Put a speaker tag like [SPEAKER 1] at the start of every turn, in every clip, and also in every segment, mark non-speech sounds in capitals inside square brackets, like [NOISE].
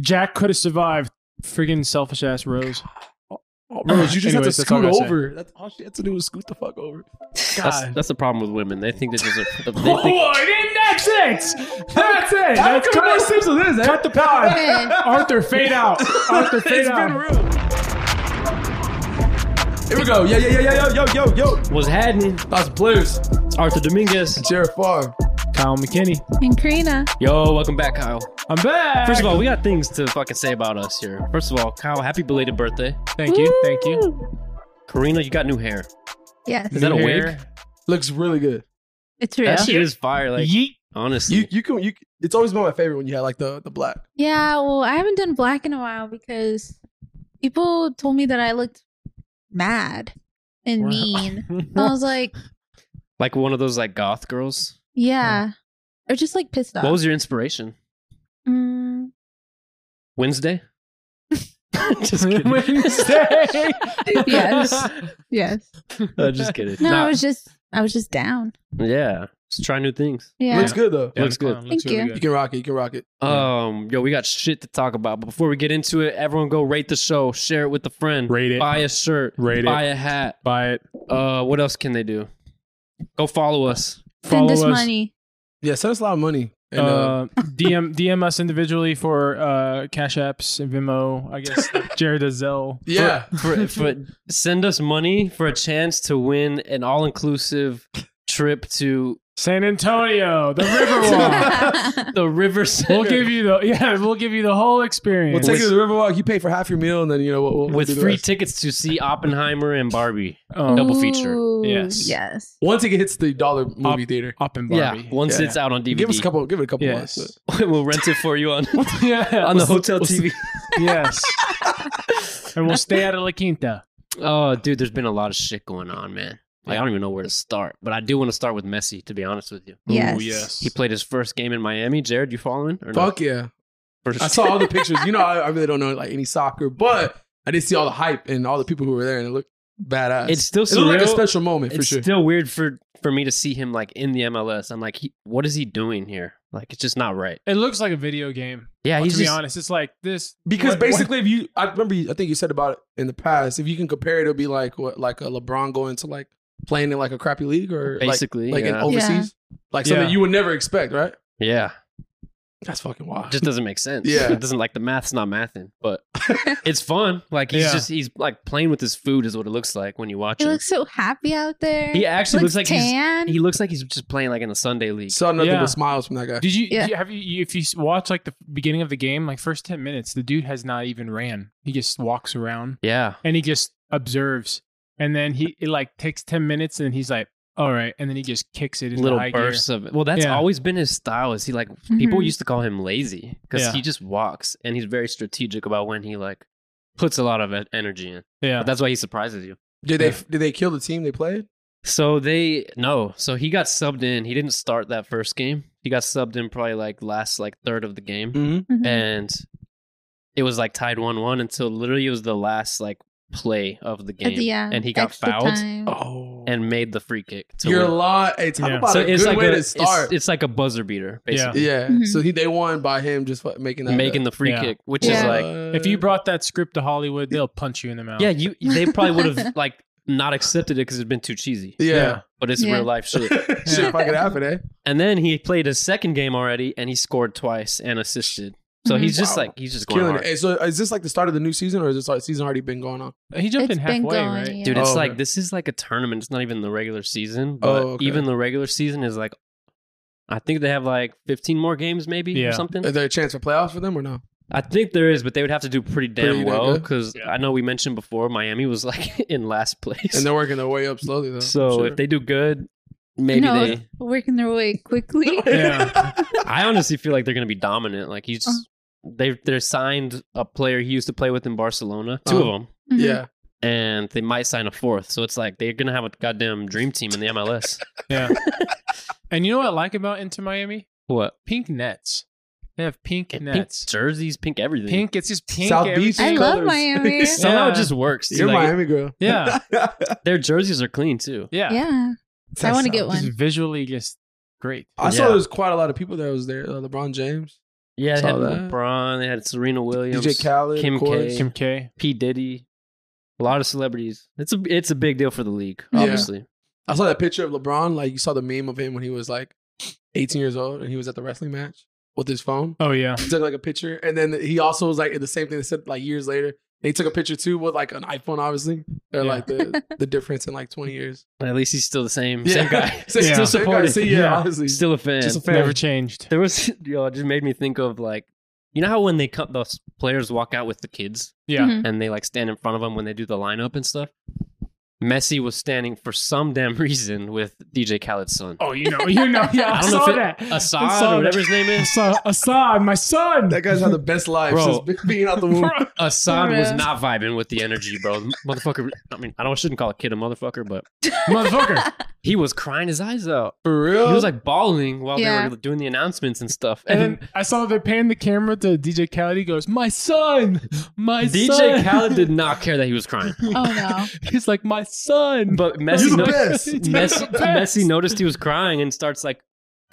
[SPEAKER 1] Jack could have survived. Friggin' selfish ass Rose.
[SPEAKER 2] Oh, Rose, you just
[SPEAKER 1] Anyways,
[SPEAKER 2] have
[SPEAKER 1] that's
[SPEAKER 2] to
[SPEAKER 1] all I
[SPEAKER 2] scoot
[SPEAKER 1] gotta say.
[SPEAKER 2] over. That's all she had to do was scoot the fuck over.
[SPEAKER 3] That's,
[SPEAKER 2] God.
[SPEAKER 3] that's the problem with women. They think this is a. They
[SPEAKER 1] [LAUGHS] Oh,
[SPEAKER 3] think,
[SPEAKER 1] I didn't That's it. That's it. That's cut, it. cut the power. Arthur, fade out. Arthur, fade out.
[SPEAKER 2] Here we go. Yo, yo, yo, yo, yo, yo, yo, yo.
[SPEAKER 3] was happening?
[SPEAKER 2] That's players.
[SPEAKER 3] It's Arthur Dominguez.
[SPEAKER 2] Jared Farr.
[SPEAKER 1] Kyle McKinney.
[SPEAKER 4] And Karina.
[SPEAKER 3] Yo, welcome back, Kyle.
[SPEAKER 1] I'm back.
[SPEAKER 3] First of all, we got things to fucking say about us here. First of all, Kyle, happy belated birthday.
[SPEAKER 1] thank you. Thank you.
[SPEAKER 3] Karina, you got new hair.
[SPEAKER 4] Yes,
[SPEAKER 3] Is that a
[SPEAKER 1] New
[SPEAKER 3] wig?
[SPEAKER 1] hair.
[SPEAKER 2] Looks really good.
[SPEAKER 4] it's real.
[SPEAKER 3] That shit is fire. Like
[SPEAKER 1] Yeet.
[SPEAKER 3] honestly,
[SPEAKER 2] You, you can, you. It's always been my favorite when you had like the the black.
[SPEAKER 4] Yeah, well, I haven't done black in a while because people told me that I looked mad and
[SPEAKER 1] Wow.
[SPEAKER 4] mean.
[SPEAKER 3] [LAUGHS]
[SPEAKER 4] And I was like,
[SPEAKER 3] like one of those like goth girls.
[SPEAKER 4] yeah. Or just like pissed off.
[SPEAKER 3] What was your inspiration?
[SPEAKER 4] Mm,
[SPEAKER 3] Wednesday.
[SPEAKER 1] [LAUGHS]
[SPEAKER 3] just kidding.
[SPEAKER 1] Wednesday.
[SPEAKER 4] [LAUGHS] [LAUGHS] yes. yes.
[SPEAKER 3] No, just kidding.
[SPEAKER 4] No,
[SPEAKER 3] Nah,
[SPEAKER 4] I was just I was just down.
[SPEAKER 3] yeah, just try new things.
[SPEAKER 4] Yeah.
[SPEAKER 2] Looks good though.
[SPEAKER 3] Yeah, Looks
[SPEAKER 1] um,
[SPEAKER 3] good.
[SPEAKER 4] Thank you.
[SPEAKER 2] You can rock it. You can rock it.
[SPEAKER 3] Um, yo, we got shit to talk about. But before we get into it, everyone go rate the show, share it with a friend,
[SPEAKER 1] Rate it.
[SPEAKER 3] buy a shirt,
[SPEAKER 1] Rate it.
[SPEAKER 3] buy a hat.
[SPEAKER 1] Buy it.
[SPEAKER 3] Uh, what else can they do? Go follow us.
[SPEAKER 4] Send
[SPEAKER 1] Follow
[SPEAKER 4] us
[SPEAKER 1] us.
[SPEAKER 3] [LAUGHS]
[SPEAKER 4] money.
[SPEAKER 2] Yeah, send us a lot of money. And, uh,
[SPEAKER 1] Uh,
[SPEAKER 4] [LAUGHS]
[SPEAKER 1] DM DM us individually for uh, Cash Apps, Vimo, I guess Jared Azell.
[SPEAKER 2] yeah, [LAUGHS]
[SPEAKER 3] For, for send us money for a chance to win an all-inclusive trip to
[SPEAKER 1] San Antonio, the
[SPEAKER 4] [LAUGHS]
[SPEAKER 1] Riverwalk.
[SPEAKER 3] the River Center
[SPEAKER 1] we'll give you the yeah, we'll give you the whole
[SPEAKER 2] we'll
[SPEAKER 1] experience.
[SPEAKER 2] take you to the Riverwalk. You pay for half your meal, and then you know we'll, we'll do
[SPEAKER 3] with
[SPEAKER 2] the
[SPEAKER 3] free
[SPEAKER 2] rest.
[SPEAKER 3] tickets to see Oppenheimer and Barbie.
[SPEAKER 1] um,
[SPEAKER 3] Double feature.
[SPEAKER 4] Ooh,
[SPEAKER 1] Yes.
[SPEAKER 4] Yes.
[SPEAKER 2] Once it hits the dollar movie theater,
[SPEAKER 1] up and
[SPEAKER 3] Yeah,
[SPEAKER 1] Barbie.
[SPEAKER 3] once
[SPEAKER 2] Yeah.
[SPEAKER 3] it's out on DVD,
[SPEAKER 2] give us a couple. Give it a couple
[SPEAKER 1] Yes. [LAUGHS]
[SPEAKER 2] months.
[SPEAKER 3] [LAUGHS] we'll rent it
[SPEAKER 2] [LAUGHS]
[SPEAKER 3] for you on
[SPEAKER 1] yeah.
[SPEAKER 3] on the hotel TV.
[SPEAKER 1] yes. and we'll stay out of La Quinta.
[SPEAKER 3] Oh, dude, there's been a lot of shit going on, man. Like, I don't even know where to start, but I do want to start with Messi, to be honest with you.
[SPEAKER 4] Yes.
[SPEAKER 3] He played his first game in Miami. Jared, you following? Or
[SPEAKER 2] Fuck yeah.
[SPEAKER 3] No? First-
[SPEAKER 2] I saw all the pictures. You know, I, I really don't know like any soccer, but I did see all the hype and all the people who were there, and it looked badass.
[SPEAKER 3] It's still
[SPEAKER 2] it looked like a
[SPEAKER 3] surreal.
[SPEAKER 2] special moment for
[SPEAKER 3] it's
[SPEAKER 2] sure.
[SPEAKER 3] still weird for, for me to see him, like, in the MLS. I'm like, he, what is he doing here? Like, it's just not right.
[SPEAKER 1] It looks like a video game.
[SPEAKER 3] Yeah, he's
[SPEAKER 1] to be
[SPEAKER 3] just,
[SPEAKER 1] honest, it's like this
[SPEAKER 2] because
[SPEAKER 1] what-
[SPEAKER 2] basically, if you, I remember, you, I think you said about it in the past. If you can compare it, it'll be like what, like a LeBron going to like playing in like a crappy league or like-
[SPEAKER 3] basically,
[SPEAKER 2] like,
[SPEAKER 3] yeah.
[SPEAKER 2] in overseas, like something
[SPEAKER 1] Yeah.
[SPEAKER 2] you would never expect, right?
[SPEAKER 3] yeah.
[SPEAKER 2] That's fucking wild.
[SPEAKER 3] It [LAUGHS] just doesn't make sense.
[SPEAKER 2] Yeah.
[SPEAKER 3] It doesn't, like, the math's not mathing,
[SPEAKER 1] [LAUGHS]
[SPEAKER 3] but it's fun. Like, he's
[SPEAKER 1] Yeah.
[SPEAKER 3] just, he's, like, playing with his food is what it looks like when you watch
[SPEAKER 4] He
[SPEAKER 3] him.
[SPEAKER 4] looks so happy out there.
[SPEAKER 3] he actually looks, like he's,
[SPEAKER 4] tan.
[SPEAKER 3] he looks like he's just playing, like, in the Sunday League.
[SPEAKER 2] Saw nothing
[SPEAKER 1] Yeah.
[SPEAKER 2] but smiles from that guy.
[SPEAKER 1] Did you,
[SPEAKER 4] Yeah.
[SPEAKER 1] do you- have you, you if you s- watch like the beginning of the game, like first ten minutes, the dude has not even ran. He just walks around
[SPEAKER 3] Yeah.
[SPEAKER 1] and he just observes, and then he it like takes ten minutes, and he's like, "All right," and then he just kicks it in
[SPEAKER 3] little
[SPEAKER 1] high gear.
[SPEAKER 3] bursts of it. Well, that's
[SPEAKER 1] Yeah.
[SPEAKER 3] always been his style. Is he like people
[SPEAKER 4] Mhm.
[SPEAKER 3] used to call him lazy because
[SPEAKER 1] Yeah.
[SPEAKER 3] he just walks and he's very strategic about when he like puts a lot of en- energy in.
[SPEAKER 1] Yeah,
[SPEAKER 3] But that's why he surprises you.
[SPEAKER 2] Did they
[SPEAKER 1] Yeah.
[SPEAKER 2] did they kill the team they played?
[SPEAKER 3] So they no. So he got subbed in. He didn't start that first game. He got subbed in probably like last like third of the game,
[SPEAKER 2] Mm-hmm.
[SPEAKER 4] Mhm.
[SPEAKER 3] and it was like tied one one until literally it was the last like play of the game,
[SPEAKER 4] At the end,
[SPEAKER 3] and he got
[SPEAKER 4] extra
[SPEAKER 3] fouled
[SPEAKER 4] time.
[SPEAKER 2] Oh,
[SPEAKER 3] and made the free kick. To
[SPEAKER 2] you're
[SPEAKER 3] win.
[SPEAKER 2] lying. Hey, talk
[SPEAKER 1] Yeah.
[SPEAKER 2] about
[SPEAKER 3] So
[SPEAKER 2] a good
[SPEAKER 3] it's like
[SPEAKER 2] way
[SPEAKER 3] a,
[SPEAKER 2] to start.
[SPEAKER 3] It's, it's like a buzzer beater,
[SPEAKER 1] Yeah.
[SPEAKER 3] basically.
[SPEAKER 2] Yeah.
[SPEAKER 4] Mhm.
[SPEAKER 2] So he they won by him just fu- making that
[SPEAKER 3] making the free
[SPEAKER 1] Yeah.
[SPEAKER 3] kick, which
[SPEAKER 4] Yeah.
[SPEAKER 3] is like,
[SPEAKER 1] if you brought that script to Hollywood, they'll punch you in the mouth.
[SPEAKER 3] yeah, you they probably would have like not accepted it because it's been too cheesy.
[SPEAKER 2] yeah,
[SPEAKER 3] But it's
[SPEAKER 4] Yeah.
[SPEAKER 3] real life [LAUGHS] shit.
[SPEAKER 2] shit fucking happened, eh?
[SPEAKER 3] and then he played his second game already, and he scored twice and assisted. So
[SPEAKER 1] Mm-hmm.
[SPEAKER 4] Mhm.
[SPEAKER 3] he's just
[SPEAKER 2] Wow.
[SPEAKER 3] like he's just going
[SPEAKER 2] Killing it.
[SPEAKER 3] hard.
[SPEAKER 2] Hey, so is this like the start of the new season, or is this like season already been going on?
[SPEAKER 1] he jumped in
[SPEAKER 4] It's been
[SPEAKER 1] halfway,
[SPEAKER 4] going,
[SPEAKER 1] right?
[SPEAKER 4] yeah.
[SPEAKER 3] Dude, it's
[SPEAKER 2] Oh,
[SPEAKER 3] like
[SPEAKER 2] okay.
[SPEAKER 3] this is like a tournament. It's not even the regular season, but
[SPEAKER 2] Oh, okay.
[SPEAKER 3] even the regular season is like, I think they have like 15 more games maybe
[SPEAKER 1] Yeah.
[SPEAKER 3] or something.
[SPEAKER 2] Is there a chance for playoffs for them or no?
[SPEAKER 3] I think there is, but they would have to do pretty damn
[SPEAKER 2] Pretty damn
[SPEAKER 3] well
[SPEAKER 2] good.
[SPEAKER 3] because
[SPEAKER 1] Yeah.
[SPEAKER 3] I know we mentioned before Miami was like [LAUGHS] in last place. [LAUGHS]
[SPEAKER 2] And they're working their way up slowly though.
[SPEAKER 3] So
[SPEAKER 2] Sure.
[SPEAKER 3] if they do good, maybe
[SPEAKER 4] no,
[SPEAKER 3] they.
[SPEAKER 4] working their way quickly.
[SPEAKER 1] [LAUGHS]
[SPEAKER 4] [LAUGHS]
[SPEAKER 3] [LAUGHS]
[SPEAKER 1] Yeah.
[SPEAKER 3] I honestly feel like they're going to be dominant. Like he's, they they're signed a player he used to play with in Barcelona, 2
[SPEAKER 2] Uh-huh.
[SPEAKER 3] of them,
[SPEAKER 4] Mhm.
[SPEAKER 2] yeah,
[SPEAKER 3] and they might sign a fourth. So it's like they're going to have a goddamn dream team in the MLS.
[SPEAKER 4] [LAUGHS]
[SPEAKER 1] Yeah. and you know what I like about Into Miami?
[SPEAKER 3] what
[SPEAKER 1] Pink nets. They have pink
[SPEAKER 3] And pink
[SPEAKER 1] nets.
[SPEAKER 3] jerseys, pink everything.
[SPEAKER 1] Pink, It's just pink.
[SPEAKER 2] South
[SPEAKER 1] everything.
[SPEAKER 2] Beach.
[SPEAKER 4] I
[SPEAKER 2] Same
[SPEAKER 4] love
[SPEAKER 2] colors.
[SPEAKER 4] Miami.
[SPEAKER 2] Yeah.
[SPEAKER 3] Somehow
[SPEAKER 1] Yeah.
[SPEAKER 3] it just works.
[SPEAKER 2] you're
[SPEAKER 3] Like,
[SPEAKER 2] Miami girl. [LAUGHS]
[SPEAKER 1] Yeah.
[SPEAKER 3] Their jerseys are clean too.
[SPEAKER 1] Yeah.
[SPEAKER 4] yeah. I want to get
[SPEAKER 1] Just
[SPEAKER 4] one.
[SPEAKER 1] visually just great.
[SPEAKER 2] I saw
[SPEAKER 3] Yeah.
[SPEAKER 2] there was quite a lot of people that was there. Uh, LeBron James.
[SPEAKER 3] Yeah, they
[SPEAKER 2] Saw
[SPEAKER 3] had
[SPEAKER 2] that.
[SPEAKER 3] LeBron. They had Serena Williams.
[SPEAKER 2] DJ Khaled,
[SPEAKER 3] Kim
[SPEAKER 2] of course.
[SPEAKER 3] K.
[SPEAKER 1] Kim K.
[SPEAKER 3] P Diddy, a lot of celebrities. It's a it's a big deal for the league,
[SPEAKER 4] Yeah.
[SPEAKER 3] obviously.
[SPEAKER 2] I saw that picture of LeBron. Like you saw the meme of him when he was like 18 years old and he was at the wrestling match with his phone.
[SPEAKER 1] Oh yeah.
[SPEAKER 2] He took like a picture, and then he also was like the same thing they said like years later. They took a picture too with like an iPhone, obviously. They're
[SPEAKER 1] Yeah.
[SPEAKER 2] like the, the difference in like 20 years.
[SPEAKER 3] At least he's still the same [LAUGHS]
[SPEAKER 2] [LAUGHS]
[SPEAKER 3] same guy,
[SPEAKER 2] Same-
[SPEAKER 1] Yeah.
[SPEAKER 2] same guy,
[SPEAKER 3] Supported.
[SPEAKER 2] same- yeah,
[SPEAKER 1] Yeah.
[SPEAKER 2] obviously.
[SPEAKER 3] still a fan.
[SPEAKER 2] Just a fan.
[SPEAKER 1] Never changed.
[SPEAKER 3] [LAUGHS] There was yo, it just made me think of like you know how when they come those players walk out with the kids
[SPEAKER 1] Yeah.
[SPEAKER 4] Mhm.
[SPEAKER 3] and they like stand in front of them when they do the lineup and stuff. Messi was standing for some [LAUGHS] damn reason with DJ Khaled's son.
[SPEAKER 1] Oh, you know, you know, yeah. I,
[SPEAKER 3] I don't know
[SPEAKER 1] saw
[SPEAKER 3] if it-
[SPEAKER 1] that.
[SPEAKER 3] Assad
[SPEAKER 1] I saw
[SPEAKER 3] or whatever
[SPEAKER 1] that.
[SPEAKER 3] his name
[SPEAKER 1] I [LAUGHS]
[SPEAKER 3] is.
[SPEAKER 1] saw Assad, my son.
[SPEAKER 2] That guy's had the best life
[SPEAKER 3] Bro.
[SPEAKER 2] since being out
[SPEAKER 1] [LAUGHS]
[SPEAKER 2] the womb.
[SPEAKER 1] Bro.
[SPEAKER 3] Assad was
[SPEAKER 4] Yeah.
[SPEAKER 3] not vibing with the energy, bro. motherfucker. I mean, I don't shouldn't call a kid a motherfucker, but
[SPEAKER 1] motherfucker.
[SPEAKER 3] he was crying his eyes out.
[SPEAKER 2] For real?
[SPEAKER 3] He was like bawling while
[SPEAKER 4] Yeah.
[SPEAKER 3] they were doing the announcements and stuff.
[SPEAKER 1] And then I saw they pan the camera to DJ Khaled. He goes, "My son, my son."
[SPEAKER 3] DJ
[SPEAKER 1] [LAUGHS]
[SPEAKER 3] Khaled did not care that he was crying.
[SPEAKER 4] Oh no.
[SPEAKER 1] He's like, "My son."
[SPEAKER 3] But
[SPEAKER 2] You're
[SPEAKER 3] Messi,
[SPEAKER 2] the
[SPEAKER 3] no- [LAUGHS]
[SPEAKER 2] best.
[SPEAKER 3] Messi, Messi noticed he was crying and starts like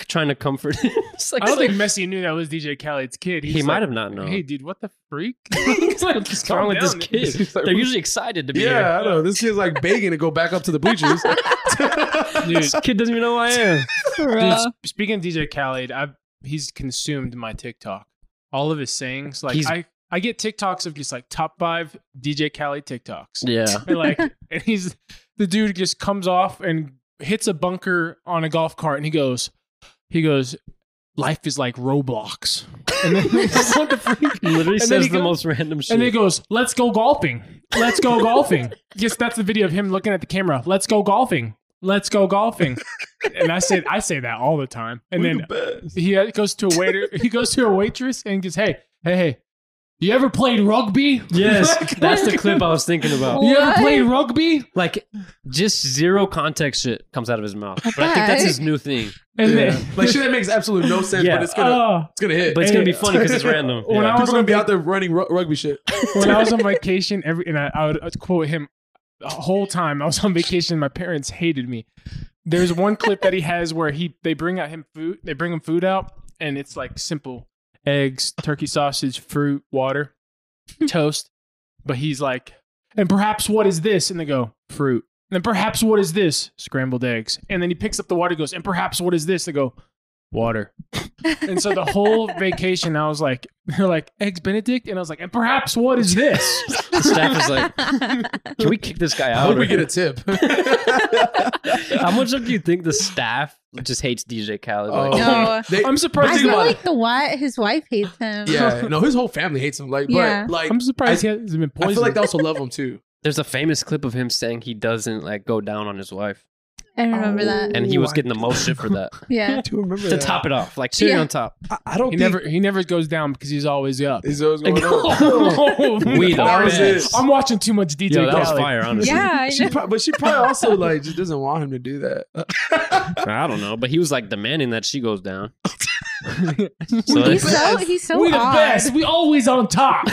[SPEAKER 3] trying to comfort him. [LAUGHS] It's like-
[SPEAKER 1] I don't think Messi knew that was DJ Khaled's kid.
[SPEAKER 3] he
[SPEAKER 1] He's
[SPEAKER 3] might
[SPEAKER 1] like,
[SPEAKER 3] have not known.
[SPEAKER 1] Hey, dude, what the
[SPEAKER 3] [LAUGHS]
[SPEAKER 1] freak? [LAUGHS]
[SPEAKER 3] He's like, what's
[SPEAKER 1] calm
[SPEAKER 3] wrong with this
[SPEAKER 1] down, [LAUGHS]
[SPEAKER 3] kid?
[SPEAKER 2] He's like,
[SPEAKER 3] They're usually excited to be
[SPEAKER 2] yeah, I know. This kid's like begging to go back up to the
[SPEAKER 3] [LAUGHS]
[SPEAKER 2] bleachers. [LAUGHS]
[SPEAKER 3] here. [LAUGHS] Dude, this kid doesn't even know who
[SPEAKER 1] [LAUGHS]
[SPEAKER 3] I am.
[SPEAKER 4] For
[SPEAKER 1] Dude,
[SPEAKER 4] real.
[SPEAKER 1] sp- speaking of DJ Khaled, I've he's consumed my TikTok. All of his sayings, like
[SPEAKER 3] He's-
[SPEAKER 1] I, I get TikToks of just like top five DJ Khaled TikToks.
[SPEAKER 3] Yeah.
[SPEAKER 1] And like, [LAUGHS] and he's the dude just comes off and hits a bunker on a golf cart, and he goes, he goes, life is like Roblox,
[SPEAKER 3] [LAUGHS]
[SPEAKER 1] and then [LAUGHS] what the freak?
[SPEAKER 3] [LAUGHS] He literally
[SPEAKER 1] And then
[SPEAKER 3] says
[SPEAKER 1] he
[SPEAKER 3] the
[SPEAKER 1] go-
[SPEAKER 3] most random shit.
[SPEAKER 1] And then he goes, let's go golfing. Let's go golfing. Yes, that's the video of him looking at the camera. Let's go golfing. Let's go golfing. And I said, I say that all the time. And
[SPEAKER 2] We
[SPEAKER 1] then
[SPEAKER 2] the best.
[SPEAKER 1] he uh, goes to a waiter. [LAUGHS] He goes to a waitress and goes, "Hey, hey, hey, you ever played rugby? [LAUGHS]
[SPEAKER 3] yes, that's the clip I was thinking about.
[SPEAKER 1] You ever
[SPEAKER 4] What?
[SPEAKER 1] played rugby?"
[SPEAKER 3] Like, just zero context shit comes out of his mouth. But I think that's his new thing.
[SPEAKER 1] And
[SPEAKER 2] Yeah.
[SPEAKER 1] then,
[SPEAKER 2] like shit that makes absolutely no sense,
[SPEAKER 3] Yeah.
[SPEAKER 2] but it's gonna
[SPEAKER 1] uh,
[SPEAKER 2] it's gonna hit.
[SPEAKER 3] But it's gonna be funny because
[SPEAKER 1] [LAUGHS]
[SPEAKER 3] it's random.
[SPEAKER 1] When
[SPEAKER 3] Yeah.
[SPEAKER 1] I was
[SPEAKER 2] People gonna
[SPEAKER 1] on
[SPEAKER 2] be
[SPEAKER 1] vac-
[SPEAKER 2] out there running ru- rugby shit.
[SPEAKER 1] when I was on vacation, every and I, I would I'd quote him the whole time I was on vacation. My parents hated me. There's one clip that he has where he they bring out him food. They bring him food out, and it's like simple eggs, turkey sausage, fruit, water, toast. But he's like, and perhaps what is this? And they go fruit. And then perhaps what is this? Scrambled eggs. And then he picks up the water. He goes, and perhaps what is this? They go water. And so the whole vacation, I was like, [LAUGHS] they're like eggs Benedict, and I was like, and perhaps what is this?
[SPEAKER 3] [LAUGHS] The staff is
[SPEAKER 4] [LAUGHS]
[SPEAKER 3] like, can we kick this guy
[SPEAKER 2] How
[SPEAKER 3] out?
[SPEAKER 2] would we
[SPEAKER 3] or-
[SPEAKER 2] get a tip?
[SPEAKER 3] [LAUGHS] How much do you think the staff just hates DJ Khaled? Like,
[SPEAKER 2] [LAUGHS] Oh.
[SPEAKER 4] No.
[SPEAKER 2] They-
[SPEAKER 1] I'm surprised.
[SPEAKER 4] I
[SPEAKER 1] he
[SPEAKER 4] feel
[SPEAKER 1] got-
[SPEAKER 4] like the what his wife hates him.
[SPEAKER 2] yeah, no, his whole family hates him. Like,
[SPEAKER 4] Yeah.
[SPEAKER 2] but like,
[SPEAKER 1] I'm surprised
[SPEAKER 2] I-
[SPEAKER 1] he hasn't been
[SPEAKER 2] I
[SPEAKER 1] poisoned.
[SPEAKER 2] feel like they also love him [LAUGHS] too.
[SPEAKER 3] There's a famous clip of him saying he doesn't like go down on his wife,
[SPEAKER 4] [LAUGHS] I remember
[SPEAKER 2] Oh.
[SPEAKER 4] that.
[SPEAKER 3] and he
[SPEAKER 2] Ooh,
[SPEAKER 3] was
[SPEAKER 2] I-
[SPEAKER 3] getting the most shit for that.
[SPEAKER 4] Yeah.
[SPEAKER 2] do remember
[SPEAKER 3] To top it off, like cherry
[SPEAKER 4] Yeah.
[SPEAKER 3] on top.
[SPEAKER 2] I, I don't
[SPEAKER 1] he
[SPEAKER 2] think
[SPEAKER 1] never he never goes down because he's always up.
[SPEAKER 2] [LAUGHS] is always going [LAUGHS]
[SPEAKER 1] [LAUGHS]
[SPEAKER 2] on.
[SPEAKER 1] we
[SPEAKER 3] the best.
[SPEAKER 1] I'm watching too much DJ
[SPEAKER 3] Yo, that was
[SPEAKER 1] Khaled.
[SPEAKER 3] fire, honestly.
[SPEAKER 4] Yeah, I
[SPEAKER 2] She
[SPEAKER 4] know.
[SPEAKER 2] pro- but she probably also like just doesn't want him to do [LAUGHS] that.
[SPEAKER 3] I don't know, but he was like demanding that she goes down.
[SPEAKER 1] We
[SPEAKER 3] so [LAUGHS]
[SPEAKER 1] the
[SPEAKER 4] He's
[SPEAKER 3] it's-
[SPEAKER 4] so he's so
[SPEAKER 1] we the
[SPEAKER 4] odd.
[SPEAKER 1] best. We always on
[SPEAKER 2] [LAUGHS]
[SPEAKER 1] top.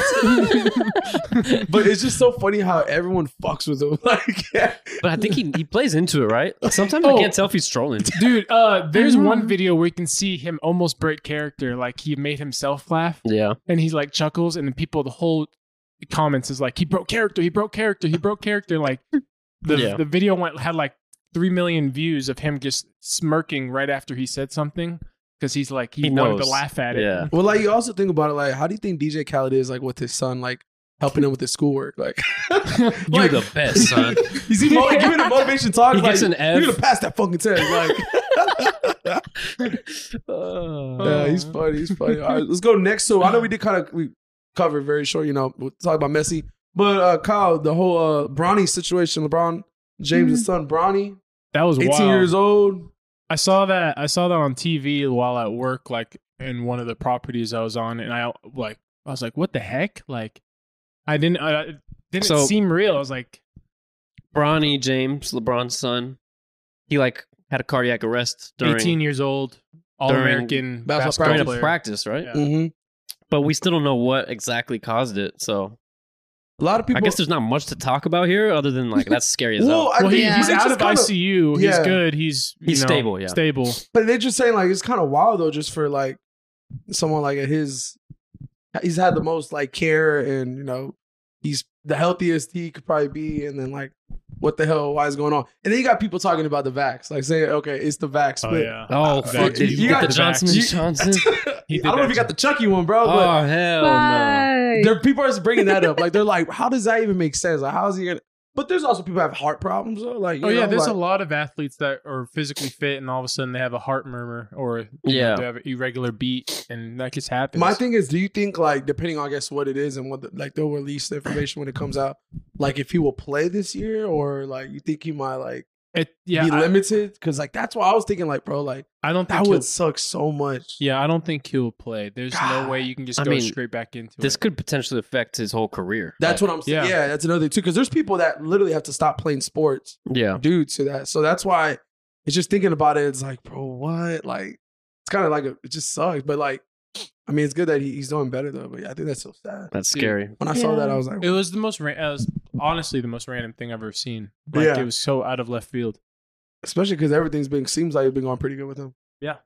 [SPEAKER 2] but it's just so funny how everyone fucks with him. [LAUGHS] Like, yeah.
[SPEAKER 3] but I think he, he plays into it, right? Sometimes
[SPEAKER 1] Oh.
[SPEAKER 3] I can't tell if he's trolling.
[SPEAKER 1] Dude, uh, there's
[SPEAKER 4] Mhm.
[SPEAKER 1] one video where you can see him almost break character. Like he made himself laugh
[SPEAKER 3] Yeah,
[SPEAKER 1] and he like chuckles and the people the whole comments is like he broke character, he broke character, he broke character. Like the
[SPEAKER 3] Yeah.
[SPEAKER 1] the video went had like three million views of him just smirking right after he said something. Because he's like he,
[SPEAKER 3] He
[SPEAKER 1] wanted to
[SPEAKER 3] knows.
[SPEAKER 1] laugh at it.
[SPEAKER 3] yeah.
[SPEAKER 2] well, like you also think about it. Like, how do you think DJ Khaled is like with his son, like helping him with his schoolwork? Like, [LAUGHS]
[SPEAKER 3] You're
[SPEAKER 2] Like-
[SPEAKER 3] the best, son.
[SPEAKER 2] is he
[SPEAKER 3] [LAUGHS]
[SPEAKER 2] mo- giving a motivation talk?
[SPEAKER 3] He
[SPEAKER 2] like,
[SPEAKER 3] gets an F.
[SPEAKER 2] You're gonna pass that fucking test. Like,
[SPEAKER 3] [LAUGHS] Uh, Oh.
[SPEAKER 2] yeah, he's funny. He's funny. All right, let's go next. So I know we did kind of we covered very short. You know, we'll talk about Messi, but uh, Kyle, the whole uh, Bronny situation. LeBron James' son, Bronny,
[SPEAKER 1] That was
[SPEAKER 2] 18
[SPEAKER 1] wild.
[SPEAKER 2] years old.
[SPEAKER 1] I saw that. I saw that on TV while at work, like in one of the properties I was on, and I like I was like, "What the heck?" Like, I didn't. Uh, it didn't
[SPEAKER 3] So-
[SPEAKER 1] seem real. I was like,
[SPEAKER 3] Bronny E, James, LeBron's son. He like had a cardiac arrest during
[SPEAKER 1] 18 years old, all American
[SPEAKER 2] basketball
[SPEAKER 1] basketball,
[SPEAKER 3] during a
[SPEAKER 1] player.
[SPEAKER 3] practice, right?
[SPEAKER 1] Yeah.
[SPEAKER 2] hmm
[SPEAKER 3] But we still don't know what exactly caused it. So
[SPEAKER 2] A lot of people.
[SPEAKER 3] I guess there's not much to talk about here other than like that's scary as
[SPEAKER 2] well,
[SPEAKER 3] hell.
[SPEAKER 2] I
[SPEAKER 1] Well,
[SPEAKER 2] think
[SPEAKER 1] he,
[SPEAKER 4] Yeah.
[SPEAKER 1] he's
[SPEAKER 2] they
[SPEAKER 1] out
[SPEAKER 2] just
[SPEAKER 1] of
[SPEAKER 2] kinda-
[SPEAKER 1] ICU. He's
[SPEAKER 2] Yeah.
[SPEAKER 1] good. He's you
[SPEAKER 3] He's
[SPEAKER 1] know,
[SPEAKER 3] stable, yeah.
[SPEAKER 1] Stable.
[SPEAKER 2] But they're just saying like it's kind of wild though, just for like someone like at his, he's had the most like care and you know he's the healthiest he could probably be, and then like what the hell, why is going on? And then you got people talking about the vax, like saying okay, it's the vax,
[SPEAKER 1] Oh
[SPEAKER 2] but
[SPEAKER 1] yeah.
[SPEAKER 3] Oh,
[SPEAKER 1] Vax.
[SPEAKER 3] fuck. Did
[SPEAKER 2] You
[SPEAKER 3] you get
[SPEAKER 2] got
[SPEAKER 3] the
[SPEAKER 1] the
[SPEAKER 3] Johnson
[SPEAKER 1] vax.
[SPEAKER 3] and
[SPEAKER 1] You-
[SPEAKER 3] Johnson?
[SPEAKER 1] [LAUGHS] He
[SPEAKER 2] I
[SPEAKER 1] did
[SPEAKER 2] don't know
[SPEAKER 1] that
[SPEAKER 2] if you got the Chucky one, bro. But
[SPEAKER 3] [LAUGHS] oh, hell no.
[SPEAKER 4] Why?
[SPEAKER 2] there people are bringing that up. Like they're like, how does that even make sense? Like how is he gonna? But there's also people who have heart problems. Though. Like you
[SPEAKER 1] Oh yeah,
[SPEAKER 2] know,
[SPEAKER 1] there's
[SPEAKER 2] like,
[SPEAKER 1] a lot of athletes that are physically fit, and all of a sudden they have a heart murmur or you know,
[SPEAKER 3] Yeah.
[SPEAKER 1] they have an irregular beat, and that just happens.
[SPEAKER 2] My thing is, do you think like depending on I guess what it is and what the, like they'll release the information when it comes out, like if he will play this year or like you think he might like
[SPEAKER 1] It- yeah,
[SPEAKER 2] be
[SPEAKER 1] I,
[SPEAKER 2] limited? Because like that's what I was thinking. Like bro, like
[SPEAKER 1] I don't think
[SPEAKER 2] that
[SPEAKER 1] he'll,
[SPEAKER 2] would suck so much.
[SPEAKER 1] yeah, I don't think he'll play. There's
[SPEAKER 2] God.
[SPEAKER 1] no way you can just
[SPEAKER 3] I
[SPEAKER 1] go
[SPEAKER 3] mean,
[SPEAKER 1] straight back into
[SPEAKER 3] This
[SPEAKER 1] it.
[SPEAKER 3] could potentially affect his whole career.
[SPEAKER 2] That's what I'm saying.
[SPEAKER 1] Yeah.
[SPEAKER 2] Yeah. that's another thing too. Because there's people that literally have to stop playing sports
[SPEAKER 3] Yeah.
[SPEAKER 2] due to that. So that's why it's just thinking about it. It's like, bro, what? Like it's kind of like a, it just sucks. But like, I mean, it's good that he, he's doing better though. But yeah, I think that's so sad.
[SPEAKER 3] That's
[SPEAKER 1] Dude.
[SPEAKER 3] scary.
[SPEAKER 2] When I saw
[SPEAKER 4] Yeah.
[SPEAKER 2] that, I was like,
[SPEAKER 1] It was the most ran- it was honestly the most random thing I've ever seen. Like
[SPEAKER 2] Yeah.
[SPEAKER 1] it was so out of left field.
[SPEAKER 2] especially because everything's been seems like it's been going pretty good with him.
[SPEAKER 1] Yeah.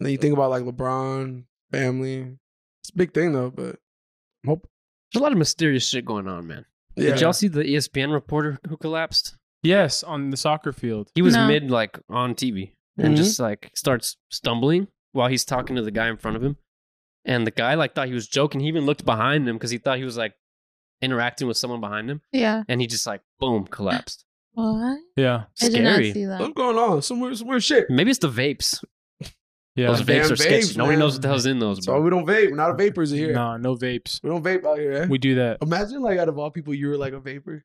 [SPEAKER 2] And then you think about like LeBron, family. It's a big thing though, but
[SPEAKER 3] There's a lot of mysterious shit going on, man.
[SPEAKER 2] yeah.
[SPEAKER 3] Did y'all see the E ESPN reporter who collapsed?
[SPEAKER 1] Yes, on the soccer field.
[SPEAKER 3] He was
[SPEAKER 4] No.
[SPEAKER 3] mid like on TV and
[SPEAKER 2] Mhm.
[SPEAKER 3] just like starts stumbling while he's talking to the guy in front of him. And the guy like thought he was joking. He even looked behind him because he thought he was like interacting with someone behind him.
[SPEAKER 4] Yeah.
[SPEAKER 3] And he just like boom collapsed.
[SPEAKER 4] What?
[SPEAKER 1] Yeah,
[SPEAKER 4] I did not
[SPEAKER 3] Scary.
[SPEAKER 4] see that.
[SPEAKER 2] What's going on? Some weird, some weird shit.
[SPEAKER 3] Maybe it's the vapes.
[SPEAKER 1] yeah.
[SPEAKER 3] Those
[SPEAKER 2] Those damn
[SPEAKER 3] vapes are sketchy.
[SPEAKER 2] vapes,
[SPEAKER 3] Nobody
[SPEAKER 2] man.
[SPEAKER 3] knows what the hell's in those,
[SPEAKER 2] That's why
[SPEAKER 3] bro.
[SPEAKER 2] we don't vape. We're not a vapors here.
[SPEAKER 1] Nah, no vapes.
[SPEAKER 2] We don't vape out here. Eh?
[SPEAKER 1] We do that.
[SPEAKER 2] Imagine like out of all people, you were like a vapor.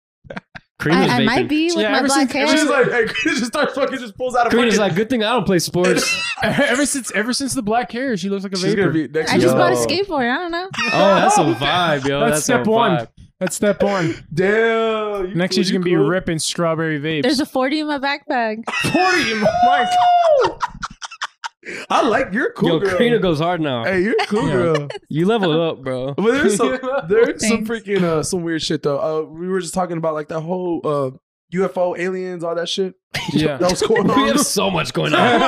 [SPEAKER 3] Kareem
[SPEAKER 4] I,
[SPEAKER 3] was
[SPEAKER 4] I
[SPEAKER 3] vaping.
[SPEAKER 4] might be with
[SPEAKER 1] Yeah,
[SPEAKER 4] my
[SPEAKER 1] ever
[SPEAKER 4] black
[SPEAKER 1] since-
[SPEAKER 4] hair.
[SPEAKER 1] ever
[SPEAKER 2] She's like, [LAUGHS] hey, just starts fucking, just pulls out a
[SPEAKER 3] Kareem is
[SPEAKER 2] fucking-
[SPEAKER 3] like, good thing I don't play sports.
[SPEAKER 1] ever since ever since the black hair, she looks like a
[SPEAKER 2] She's gonna
[SPEAKER 1] vapor.
[SPEAKER 2] be next.
[SPEAKER 4] I just
[SPEAKER 2] year.
[SPEAKER 4] bought a
[SPEAKER 3] Yo.
[SPEAKER 4] skateboard. I don't know.
[SPEAKER 3] oh, that's a vibe, yo.
[SPEAKER 1] That's
[SPEAKER 3] That's,
[SPEAKER 1] step
[SPEAKER 3] a
[SPEAKER 1] one.
[SPEAKER 3] vibe.
[SPEAKER 1] That's step one.
[SPEAKER 2] [LAUGHS] Damn. you
[SPEAKER 1] Next
[SPEAKER 2] cool,
[SPEAKER 1] year's
[SPEAKER 2] you
[SPEAKER 1] gonna be
[SPEAKER 2] cool.
[SPEAKER 1] ripping strawberry vapes.
[SPEAKER 4] There's a 40 in my backpaag.
[SPEAKER 1] forty. My God.
[SPEAKER 2] [LAUGHS] I like you're a cool
[SPEAKER 3] yo,
[SPEAKER 2] girl.
[SPEAKER 3] Karina goes hard now.
[SPEAKER 2] hey, you're a cool
[SPEAKER 1] Yeah.
[SPEAKER 2] girl.
[SPEAKER 3] You leveled
[SPEAKER 2] [LAUGHS]
[SPEAKER 3] up, bro.
[SPEAKER 2] But there's
[SPEAKER 3] [LAUGHS]
[SPEAKER 2] some there's some
[SPEAKER 4] Thanks.
[SPEAKER 2] freaking uh some weird shit though. Uh, we were just talking about like that whole uh UFO aliens, all that shit.
[SPEAKER 1] [LAUGHS] Yeah. [LAUGHS]
[SPEAKER 2] That
[SPEAKER 3] [LAUGHS]
[SPEAKER 2] was going
[SPEAKER 3] we
[SPEAKER 2] on. [LAUGHS]
[SPEAKER 3] have so much going on.